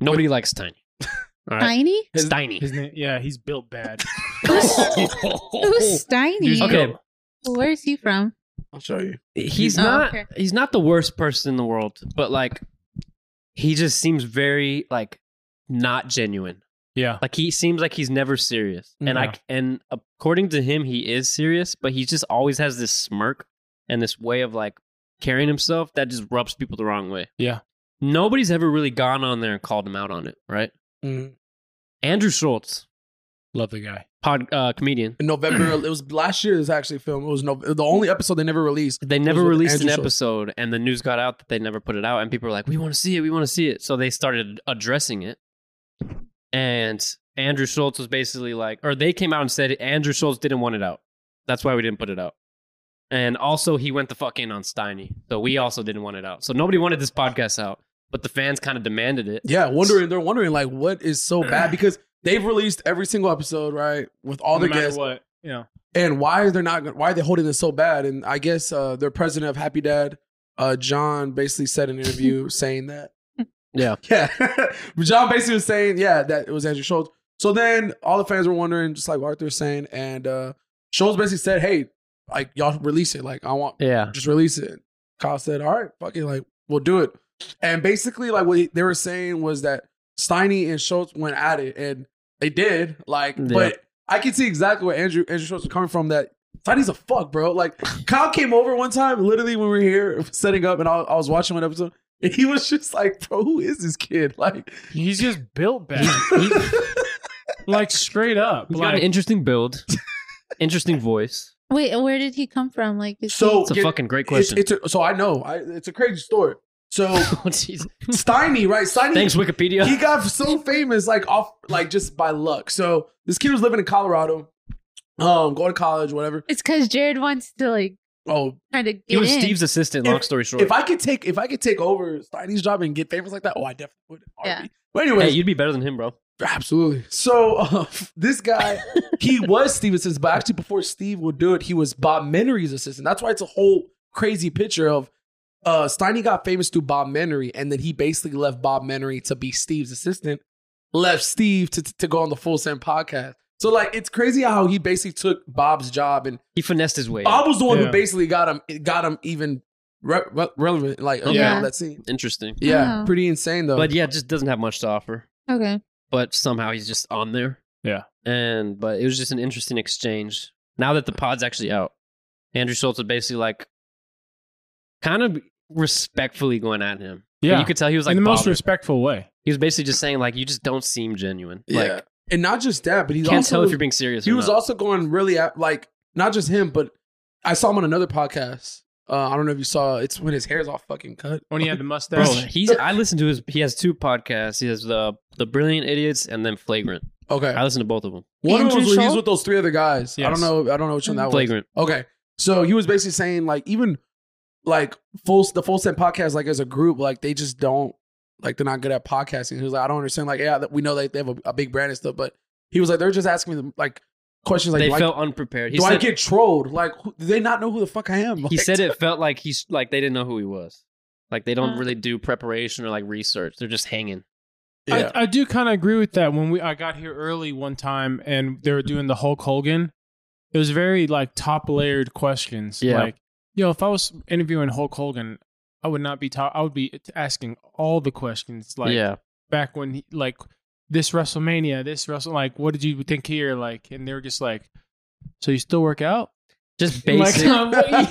[SPEAKER 3] Nobody likes Steiny. [LAUGHS] All right.
[SPEAKER 4] Tiny?
[SPEAKER 2] His-
[SPEAKER 3] Steiny.
[SPEAKER 1] His name, yeah, he's built
[SPEAKER 2] [LAUGHS]
[SPEAKER 1] bad.
[SPEAKER 3] [LAUGHS]
[SPEAKER 4] Who's Steiny?
[SPEAKER 3] Okay.
[SPEAKER 4] Where's he from?
[SPEAKER 2] I'll show you.
[SPEAKER 3] He's
[SPEAKER 4] Oh,
[SPEAKER 3] not
[SPEAKER 4] okay.
[SPEAKER 3] he's not the worst person in the world, but like he just seems very like not genuine.
[SPEAKER 1] yeah,
[SPEAKER 3] Like he seems like he's never serious. And
[SPEAKER 1] Yeah.
[SPEAKER 3] I and according to him he is serious, but he just always has this smirk and this way of like carrying himself that just rubs people the wrong way.
[SPEAKER 1] Yeah.
[SPEAKER 3] Nobody's ever really gone on there and called him out on it, right?
[SPEAKER 2] Mhm.
[SPEAKER 3] Andrew Schultz,
[SPEAKER 1] love the guy.
[SPEAKER 3] pod uh, comedian.
[SPEAKER 2] In November, it was last year. It was actually filmed. It was no, the only episode they never released.
[SPEAKER 3] They never
[SPEAKER 2] was with
[SPEAKER 3] released
[SPEAKER 2] Andrew
[SPEAKER 3] an
[SPEAKER 2] Schultz.
[SPEAKER 3] episode, and the news got out that they never put it out, and people were like, "We want to see it, we want to see it." So they started addressing it, and Andrew Schultz was basically like, or they came out and said Andrew Schultz didn't want it out. That's why we didn't put it out. And also, he went the fuck in on Steiny, so we also didn't want it out. So nobody wanted this podcast out, but the fans kind of demanded it.
[SPEAKER 2] Yeah, wondering they're wondering like what is
[SPEAKER 1] [LAUGHS]
[SPEAKER 2] so bad because they've released every single episode right with all
[SPEAKER 1] no
[SPEAKER 2] the
[SPEAKER 1] matter
[SPEAKER 2] guests.
[SPEAKER 1] what, you know,
[SPEAKER 2] and why is they not why are they holding this so bad and i guess uh their president of happy dad uh john basically said in
[SPEAKER 1] [LAUGHS]
[SPEAKER 2] an interview saying that
[SPEAKER 3] Yeah.
[SPEAKER 2] yeah [LAUGHS] john basically was saying yeah that it was andrew schultz so then all the fans were wondering just like what arthur was saying and uh schultz basically said hey like y'all release it like i want
[SPEAKER 3] Yeah,
[SPEAKER 2] just release it. Kyle said, "All right, fuck it, like we'll do it." And basically, like what they were saying was that Steiny and Schultz went at it, and they did. Like,
[SPEAKER 3] Mm, Yeah.
[SPEAKER 2] but I can see exactly where Andrew Andrew Schultz was coming from. That Steiny's a fuck, bro. Like, Kyle came over one time, literally when we were here setting up, and I, I was watching one episode, and he was just like, "Bro, who is this kid?" Like,
[SPEAKER 1] he's just built bad, [LAUGHS] like straight up.
[SPEAKER 3] he's got an
[SPEAKER 1] Like,
[SPEAKER 2] [LAUGHS]
[SPEAKER 3] interesting build, interesting voice.
[SPEAKER 4] Wait, where did he come from? Like, is
[SPEAKER 2] So-
[SPEAKER 3] It's a
[SPEAKER 2] Get-
[SPEAKER 3] fucking great
[SPEAKER 2] it's,
[SPEAKER 3] question.
[SPEAKER 2] it's a, so I know I, it's a crazy story. So
[SPEAKER 3] [LAUGHS] Oh, jeez.
[SPEAKER 2] Steiny, right? Steiny [LAUGHS]
[SPEAKER 3] Thanks, Wikipedia.
[SPEAKER 2] he got so famous like off like just by luck. So this kid was living in Colorado, um, going to college, whatever.
[SPEAKER 4] he, it's because Jared wants to like
[SPEAKER 2] Oh,
[SPEAKER 4] Trying to get
[SPEAKER 3] He was
[SPEAKER 4] in.
[SPEAKER 3] Steve's assistant.
[SPEAKER 2] If-
[SPEAKER 3] Long story short,
[SPEAKER 2] if I could take if I could take over Steiny's job and get favors like that, oh, I definitely would.
[SPEAKER 4] Yeah.
[SPEAKER 2] But
[SPEAKER 3] hey,
[SPEAKER 2] anyways,
[SPEAKER 3] you'd be better than him, bro.
[SPEAKER 2] absolutely. So uh, [LAUGHS] this guy, he was Steve's assistant, but actually before Steve would do it, he was Bob Menery's assistant. That's why it's a whole crazy picture of uh Steiny got famous through Bob Menery, and then he basically left Bob Menery to be Steve's assistant, left Steve to to go on the Full Send podcast. So like it's crazy how he basically took Bob's job and
[SPEAKER 3] He finessed his way.
[SPEAKER 2] Bob was the one
[SPEAKER 1] Yeah.
[SPEAKER 2] who basically got him got him even re- re- relevant, like around
[SPEAKER 4] Yeah.
[SPEAKER 2] that scene.
[SPEAKER 3] Interesting,
[SPEAKER 2] Yeah,
[SPEAKER 4] Wow.
[SPEAKER 2] pretty insane though.
[SPEAKER 3] but yeah, just doesn't have much to offer. [LAUGHS]
[SPEAKER 4] Okay.
[SPEAKER 3] But somehow he's just on there.
[SPEAKER 1] Yeah.
[SPEAKER 3] And but it was just an interesting exchange. Now that the pod's actually out, Andrew Schultz was basically like, kind of respectfully going at him. But
[SPEAKER 1] Yeah.
[SPEAKER 3] you could tell he was
[SPEAKER 1] in
[SPEAKER 3] like
[SPEAKER 1] the most
[SPEAKER 3] bothered.
[SPEAKER 1] respectful way.
[SPEAKER 3] He was basically just saying like, you just don't seem genuine.
[SPEAKER 2] Yeah.
[SPEAKER 3] Like,
[SPEAKER 2] and not just that, but he's
[SPEAKER 3] can't
[SPEAKER 2] also
[SPEAKER 3] tell if you're being serious.
[SPEAKER 2] he
[SPEAKER 3] or
[SPEAKER 2] was
[SPEAKER 3] not.
[SPEAKER 2] also going really at like not just him, but I saw him on another podcast. Uh, I don't know if you saw it's when his hair's all fucking cut.
[SPEAKER 1] When he had the
[SPEAKER 3] Bro,
[SPEAKER 1] mustache.
[SPEAKER 3] he's. I listened to his. He has two podcasts. He has the the Brilliant Idiots and then Flagrant.
[SPEAKER 2] [LAUGHS] Okay,
[SPEAKER 3] I listened to both of them.
[SPEAKER 2] one of
[SPEAKER 4] Andrew
[SPEAKER 2] those where he's
[SPEAKER 4] Schultz?
[SPEAKER 2] with those three other guys. I don't
[SPEAKER 1] Yes.
[SPEAKER 2] know. I don't know which one that was.
[SPEAKER 3] Flagrant.
[SPEAKER 2] Okay. So he was basically saying like even like full the full set podcast like as a group like they just don't like they're not good at podcasting. He was like I don't understand like yeah that- we know like they have a, a big brand and stuff but he was like they're just asking me like questions like
[SPEAKER 3] they
[SPEAKER 2] do, I,
[SPEAKER 3] felt unprepared. He
[SPEAKER 2] do I
[SPEAKER 3] said,
[SPEAKER 2] get trolled like who, do they not know who the fuck I am?
[SPEAKER 3] he
[SPEAKER 2] Like,
[SPEAKER 3] said it felt like he's like they didn't know who he was. Like they don't
[SPEAKER 4] Uh.
[SPEAKER 3] really do preparation or like research. They're just hanging.
[SPEAKER 2] [LAUGHS] Yeah.
[SPEAKER 1] I, I do kind of agree with that. When we I got here early one time and they were doing the Hulk Hogan, it was very like top layered questions.
[SPEAKER 3] Yeah.
[SPEAKER 1] Like, yo, if I was interviewing Hulk Hogan, I would not be ta- I would be asking all the questions. Like
[SPEAKER 3] yeah,
[SPEAKER 1] back when he, like this WrestleMania, this Wrestle like what did you think here? Like and they were just like, so you still work out?
[SPEAKER 3] just
[SPEAKER 1] I'm like,
[SPEAKER 3] basic
[SPEAKER 4] [LAUGHS]
[SPEAKER 1] I'm like, yeah.
[SPEAKER 4] Oh,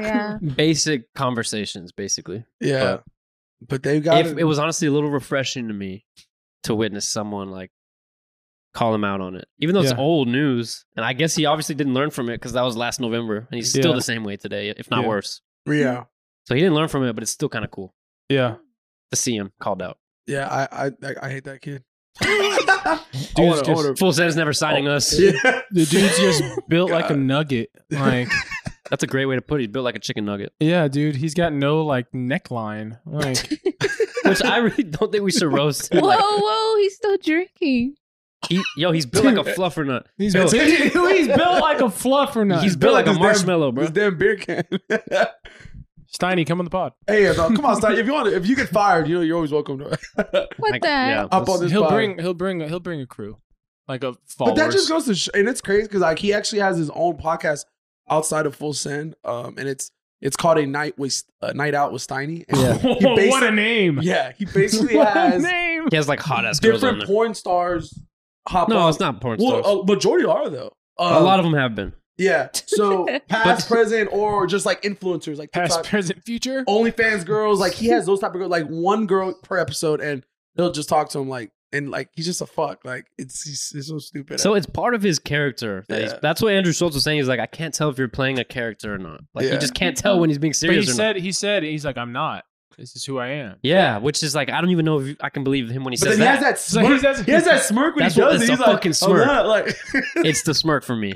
[SPEAKER 3] [LAUGHS]
[SPEAKER 4] yeah.
[SPEAKER 3] basic conversations. Basically,
[SPEAKER 2] yeah. But they got
[SPEAKER 3] if, it was honestly a little refreshing to me to witness someone like call him out on it, even though it's
[SPEAKER 1] Yeah.
[SPEAKER 3] old news. And I guess he obviously didn't learn from it because that was last November, and he's still
[SPEAKER 1] Yeah.
[SPEAKER 3] the same way today, if not
[SPEAKER 1] Yeah.
[SPEAKER 3] worse.
[SPEAKER 2] yeah.
[SPEAKER 3] So he didn't learn from it, but it's still kind of cool
[SPEAKER 1] yeah.
[SPEAKER 3] to see him called out.
[SPEAKER 2] Yeah, I I I, I hate that
[SPEAKER 3] [LAUGHS]
[SPEAKER 2] kid.
[SPEAKER 1] Dude's
[SPEAKER 2] I wanna- I
[SPEAKER 1] just- Oh,
[SPEAKER 2] wanna-
[SPEAKER 3] Full sentence never signing us.
[SPEAKER 2] yeah.
[SPEAKER 1] The dude's
[SPEAKER 2] [LAUGHS]
[SPEAKER 1] just built like a
[SPEAKER 2] God.
[SPEAKER 1] nugget.
[SPEAKER 2] [LAUGHS]
[SPEAKER 1] Like
[SPEAKER 3] That's a great way to put it. He's built like a chicken nugget,
[SPEAKER 1] yeah, dude, he's got no like neckline. Like
[SPEAKER 3] which I really don't think we should roast.
[SPEAKER 4] Whoa,
[SPEAKER 3] him. Like,
[SPEAKER 4] whoa, he's still drinking.
[SPEAKER 3] he, yo, he's built like a fluffer nut.
[SPEAKER 1] He's
[SPEAKER 3] Yo,
[SPEAKER 1] built, [LAUGHS] he's built like a fluffer nut.
[SPEAKER 3] He's built like a
[SPEAKER 2] This damn-
[SPEAKER 3] marshmallow, bro.
[SPEAKER 2] This damn beer can. [LAUGHS]
[SPEAKER 1] Steiny, come on the pod.
[SPEAKER 2] hey, dog, come on, Stein. If you want, if you get fired, you know you're always welcome to.
[SPEAKER 4] What
[SPEAKER 3] Like,
[SPEAKER 4] the
[SPEAKER 3] yeah,
[SPEAKER 4] heck?
[SPEAKER 2] Up on this
[SPEAKER 1] He'll
[SPEAKER 2] pod.
[SPEAKER 1] bring he'll bring he'll bring a crew, like a
[SPEAKER 2] But
[SPEAKER 1] followers.
[SPEAKER 2] that
[SPEAKER 1] [LAUGHS]
[SPEAKER 2] just goes to, sh- and it's crazy because like he actually has his own podcast outside of Full Send, um, and it's it's called a night with a night out with Steiny. And
[SPEAKER 3] [LAUGHS]
[SPEAKER 2] he basi-
[SPEAKER 1] what a name!
[SPEAKER 2] yeah, he
[SPEAKER 1] [LAUGHS]
[SPEAKER 2] basically
[SPEAKER 1] what a
[SPEAKER 2] has
[SPEAKER 1] name!
[SPEAKER 3] He has like hot ass girls on
[SPEAKER 2] different
[SPEAKER 3] there.
[SPEAKER 2] porn stars. Hop
[SPEAKER 3] no,
[SPEAKER 2] on.
[SPEAKER 3] it's not porn stars.
[SPEAKER 2] Well, uh, a majority are though.
[SPEAKER 3] a lot of them have been.
[SPEAKER 2] yeah. So
[SPEAKER 3] [LAUGHS] But-
[SPEAKER 2] past, present, or just like influencers, like
[SPEAKER 1] Past,
[SPEAKER 2] TikTok.
[SPEAKER 1] present, future.
[SPEAKER 2] OnlyFans girls. Like he has those type of girls. Like one girl per episode, and they'll just talk to him like, and like he's just a fuck. Like it's he's, he's so stupid.
[SPEAKER 3] So it's part of his character. That he's,
[SPEAKER 2] Yeah.
[SPEAKER 3] that's what Andrew Schultz was saying. He's like, I can't tell if you're playing a character or not. Like,
[SPEAKER 2] Yeah.
[SPEAKER 3] you just can't tell when he's being
[SPEAKER 1] But he
[SPEAKER 3] serious or not.
[SPEAKER 1] said he said he's like I'm not. This is who I am.
[SPEAKER 3] Yeah, which is like, I don't even know if I can believe him when he
[SPEAKER 2] but
[SPEAKER 3] says
[SPEAKER 2] then he has
[SPEAKER 3] that.
[SPEAKER 2] that
[SPEAKER 1] So
[SPEAKER 2] smirk.
[SPEAKER 1] he's- that's-
[SPEAKER 2] he has that smirk when
[SPEAKER 3] That's
[SPEAKER 2] he
[SPEAKER 3] what-
[SPEAKER 2] does
[SPEAKER 3] it's
[SPEAKER 2] it.
[SPEAKER 3] a
[SPEAKER 2] He's like,
[SPEAKER 3] fucking
[SPEAKER 2] "I'm
[SPEAKER 3] smirk."
[SPEAKER 2] not," Like
[SPEAKER 3] [LAUGHS] it's the smirk for me.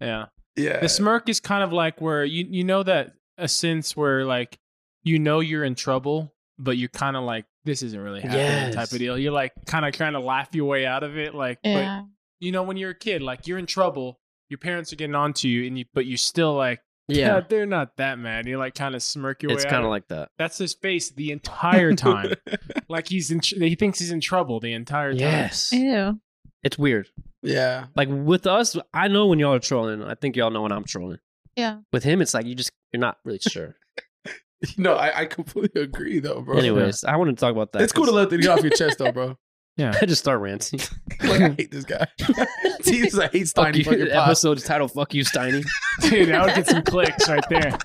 [SPEAKER 1] Yeah.
[SPEAKER 2] [LAUGHS] yeah,
[SPEAKER 1] The smirk is kind of like where you you know that a sense where like you know you're in trouble, but you're kind of like this isn't really happening
[SPEAKER 3] Yes.
[SPEAKER 1] type of deal. You're like kind of trying to laugh your way out of it, like but
[SPEAKER 4] Yeah.
[SPEAKER 1] you know when you're a kid like you're in trouble your parents are getting on to you and you but you're still like [LAUGHS] yeah,
[SPEAKER 3] Yeah,
[SPEAKER 1] they're not that mad you like kind of smirk your
[SPEAKER 3] it's
[SPEAKER 1] way
[SPEAKER 3] kind
[SPEAKER 1] out.
[SPEAKER 3] of like that.
[SPEAKER 1] that's his face the entire
[SPEAKER 3] [LAUGHS]
[SPEAKER 1] time like he's in tr- he thinks he's in trouble the entire time
[SPEAKER 3] Yes.
[SPEAKER 4] Ew.
[SPEAKER 3] It's weird.
[SPEAKER 2] [LAUGHS] yeah. [LAUGHS]
[SPEAKER 3] Like with us, I know when y'all are trolling. I think y'all know when I'm trolling.
[SPEAKER 4] Yeah.
[SPEAKER 3] With him, it's like you just you're not
[SPEAKER 4] [LAUGHS]
[SPEAKER 3] really sure.
[SPEAKER 2] No, I, I completely agree though, bro.
[SPEAKER 3] Anyways, I wanted to talk about that.
[SPEAKER 2] it's cool to
[SPEAKER 3] 'cause
[SPEAKER 2] let that get off your chest though,
[SPEAKER 3] [LAUGHS]
[SPEAKER 2] bro.
[SPEAKER 3] I just start ranting.
[SPEAKER 2] Like I hate this guy. [LAUGHS] Jesus, I hate
[SPEAKER 3] Fuck
[SPEAKER 2] Steiny
[SPEAKER 3] you. [LAUGHS]
[SPEAKER 2] fucking pop.
[SPEAKER 3] Episode title. Fuck you, Steiny.
[SPEAKER 1] [LAUGHS] dude that would get some clicks right
[SPEAKER 3] [LAUGHS]
[SPEAKER 1] there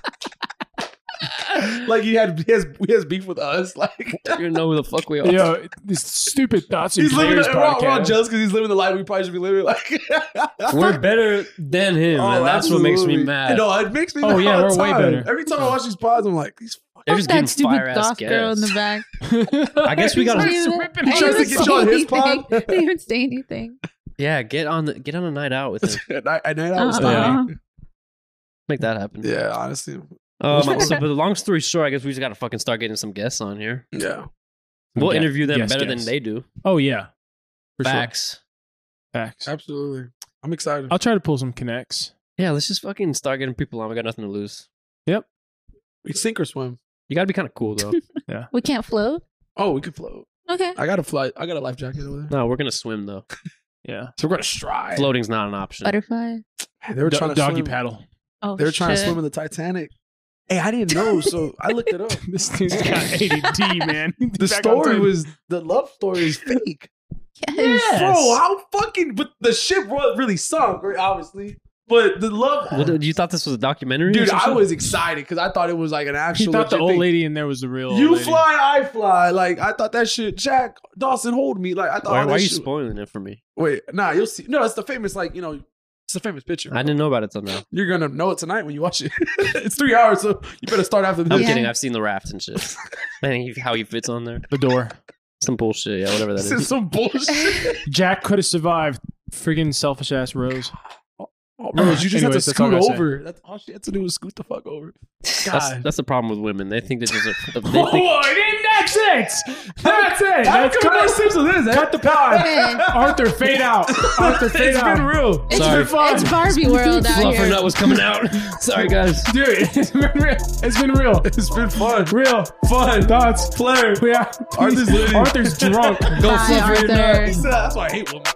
[SPEAKER 2] Like he had he has he has beef with us. [LAUGHS] Like
[SPEAKER 3] you don't know who the fuck we are.
[SPEAKER 1] yo this stupid thoughts and
[SPEAKER 2] he's living.
[SPEAKER 1] prayers
[SPEAKER 2] The, we're, all, we're all
[SPEAKER 1] podcast.
[SPEAKER 2] jealous because he's living the life we probably should be living. Like [LAUGHS]
[SPEAKER 1] [LAUGHS]
[SPEAKER 3] We're better than him, and that's what makes me
[SPEAKER 2] Oh, absolutely.
[SPEAKER 3] mad.
[SPEAKER 2] No, it makes me.
[SPEAKER 1] Oh,
[SPEAKER 2] mad
[SPEAKER 1] yeah,
[SPEAKER 2] all the
[SPEAKER 1] we're way
[SPEAKER 2] time.
[SPEAKER 1] better.
[SPEAKER 2] Every time I watch these pods, I'm like, these [LAUGHS]
[SPEAKER 3] They're
[SPEAKER 4] Fuck
[SPEAKER 3] just getting
[SPEAKER 4] that stupid
[SPEAKER 3] fire ass
[SPEAKER 4] goth girl in the
[SPEAKER 3] guests.
[SPEAKER 4] back.
[SPEAKER 3] I guess
[SPEAKER 2] [LAUGHS]
[SPEAKER 3] we
[SPEAKER 1] He's
[SPEAKER 3] gotta-
[SPEAKER 1] not
[SPEAKER 4] They
[SPEAKER 1] even-
[SPEAKER 4] even-
[SPEAKER 1] ripping
[SPEAKER 4] they
[SPEAKER 1] us.
[SPEAKER 2] Trying to
[SPEAKER 4] even
[SPEAKER 2] get
[SPEAKER 4] say
[SPEAKER 2] you on his
[SPEAKER 4] anything.
[SPEAKER 2] pod?
[SPEAKER 4] [LAUGHS] They even say anything.
[SPEAKER 2] [LAUGHS]
[SPEAKER 3] Yeah, get on the get on a night out with him.
[SPEAKER 2] and I, and I was
[SPEAKER 4] Uh-uh.
[SPEAKER 2] dying.
[SPEAKER 3] Make that happen.
[SPEAKER 2] Yeah, honestly.
[SPEAKER 4] [LAUGHS]
[SPEAKER 3] Um, so, but long story short, I guess we just got to fucking start getting some guests on here.
[SPEAKER 2] Yeah.
[SPEAKER 3] We'll
[SPEAKER 1] Yeah.
[SPEAKER 3] interview them
[SPEAKER 1] Yes,
[SPEAKER 3] better
[SPEAKER 1] yes.
[SPEAKER 3] than they do.
[SPEAKER 1] Oh yeah, for
[SPEAKER 3] Facts.
[SPEAKER 1] sure. Facts.
[SPEAKER 2] Absolutely. I'm excited.
[SPEAKER 1] I'll try to pull some connects.
[SPEAKER 3] Yeah, let's just fucking start getting people on. We got nothing to lose.
[SPEAKER 2] We sink or swim.
[SPEAKER 3] You got to be kind of cool
[SPEAKER 4] [LAUGHS]
[SPEAKER 3] though.
[SPEAKER 4] We can't float.
[SPEAKER 2] Oh, we could float.
[SPEAKER 4] Okay.
[SPEAKER 2] I got a flight. I got a life jacket over there.
[SPEAKER 3] no, we're gonna swim though.
[SPEAKER 1] Yeah,
[SPEAKER 2] So we're gonna stride.
[SPEAKER 3] Floating's not an option.
[SPEAKER 4] Butterfly.
[SPEAKER 2] They were
[SPEAKER 1] Do-
[SPEAKER 2] trying to
[SPEAKER 1] doggy
[SPEAKER 2] swim.
[SPEAKER 1] paddle.
[SPEAKER 4] Oh,
[SPEAKER 2] They were trying to
[SPEAKER 4] shit.
[SPEAKER 2] swim in the Titanic. Hey, I didn't know, so I looked
[SPEAKER 1] [LAUGHS]
[SPEAKER 2] it up.
[SPEAKER 1] This dude's got ADD, man.
[SPEAKER 2] The
[SPEAKER 1] Back on
[SPEAKER 2] story
[SPEAKER 1] time.
[SPEAKER 2] was the love story is fake.
[SPEAKER 4] [LAUGHS] Yes.
[SPEAKER 2] Bro, how fucking but the ship was really sunk, right, obviously. But the love
[SPEAKER 3] What, you thought this was a documentary? or
[SPEAKER 2] Dude,
[SPEAKER 3] some
[SPEAKER 2] I
[SPEAKER 3] shit?
[SPEAKER 2] was excited because I thought it was like an
[SPEAKER 1] He
[SPEAKER 2] actual
[SPEAKER 1] thought the
[SPEAKER 2] legit
[SPEAKER 1] old
[SPEAKER 2] thing.
[SPEAKER 1] lady in there was the real. old
[SPEAKER 2] You
[SPEAKER 1] lady.
[SPEAKER 2] fly, I fly. Like I thought that shit. Jack Dawson, hold me. Like I thought.
[SPEAKER 3] Why,
[SPEAKER 2] all
[SPEAKER 3] why
[SPEAKER 2] that
[SPEAKER 3] are you
[SPEAKER 2] shit-
[SPEAKER 3] spoiling it for me?
[SPEAKER 2] Wait, nah, you'll see. No, it's the famous. Like you know, it's the famous picture.
[SPEAKER 3] I didn't know about it till now.
[SPEAKER 2] You're gonna know it tonight when you watch it. [LAUGHS] it's three hours, so you better start after
[SPEAKER 3] I'm
[SPEAKER 2] this.
[SPEAKER 4] Yeah.
[SPEAKER 3] kidding. I've seen the raft and shit. [LAUGHS] Man, he, how he fits on there.
[SPEAKER 1] The door.
[SPEAKER 3] Some bullshit. Yeah, whatever that
[SPEAKER 2] This
[SPEAKER 3] is.
[SPEAKER 2] is some bullshit.
[SPEAKER 1] [LAUGHS] Jack could have survived. Friggin' selfish ass Rose.
[SPEAKER 2] Oh, Rose, you just have to
[SPEAKER 1] Anyways, that's all I
[SPEAKER 2] scoot
[SPEAKER 1] gotta say.
[SPEAKER 2] over. That's all she had to do was scoot the fuck over.
[SPEAKER 3] That's, that's the problem with women. They think this is [LAUGHS] a. They
[SPEAKER 1] Oh,
[SPEAKER 3] think,
[SPEAKER 1] it didn't make sense. That's it. That's cut,
[SPEAKER 2] this.
[SPEAKER 1] cut the
[SPEAKER 2] [LAUGHS]
[SPEAKER 1] power.
[SPEAKER 4] Hey,
[SPEAKER 1] [LAUGHS] Arthur, fade out. Arthur, fade
[SPEAKER 2] It's
[SPEAKER 1] out.
[SPEAKER 2] been real.
[SPEAKER 4] it's,
[SPEAKER 3] Sorry.
[SPEAKER 4] it's Barbie world out
[SPEAKER 3] Fluffer
[SPEAKER 4] here.
[SPEAKER 3] nut was coming [LAUGHS] out. Sorry, guys.
[SPEAKER 1] Dude, [LAUGHS] it's been real. It's been real.
[SPEAKER 2] It's been fun.
[SPEAKER 1] Real.
[SPEAKER 2] Fun.
[SPEAKER 1] Thoughts.
[SPEAKER 2] Flair.
[SPEAKER 1] We are.
[SPEAKER 2] Arthur's
[SPEAKER 1] Arthur's drunk.
[SPEAKER 4] [LAUGHS] Bye, Arthur.
[SPEAKER 2] That's why I hate women.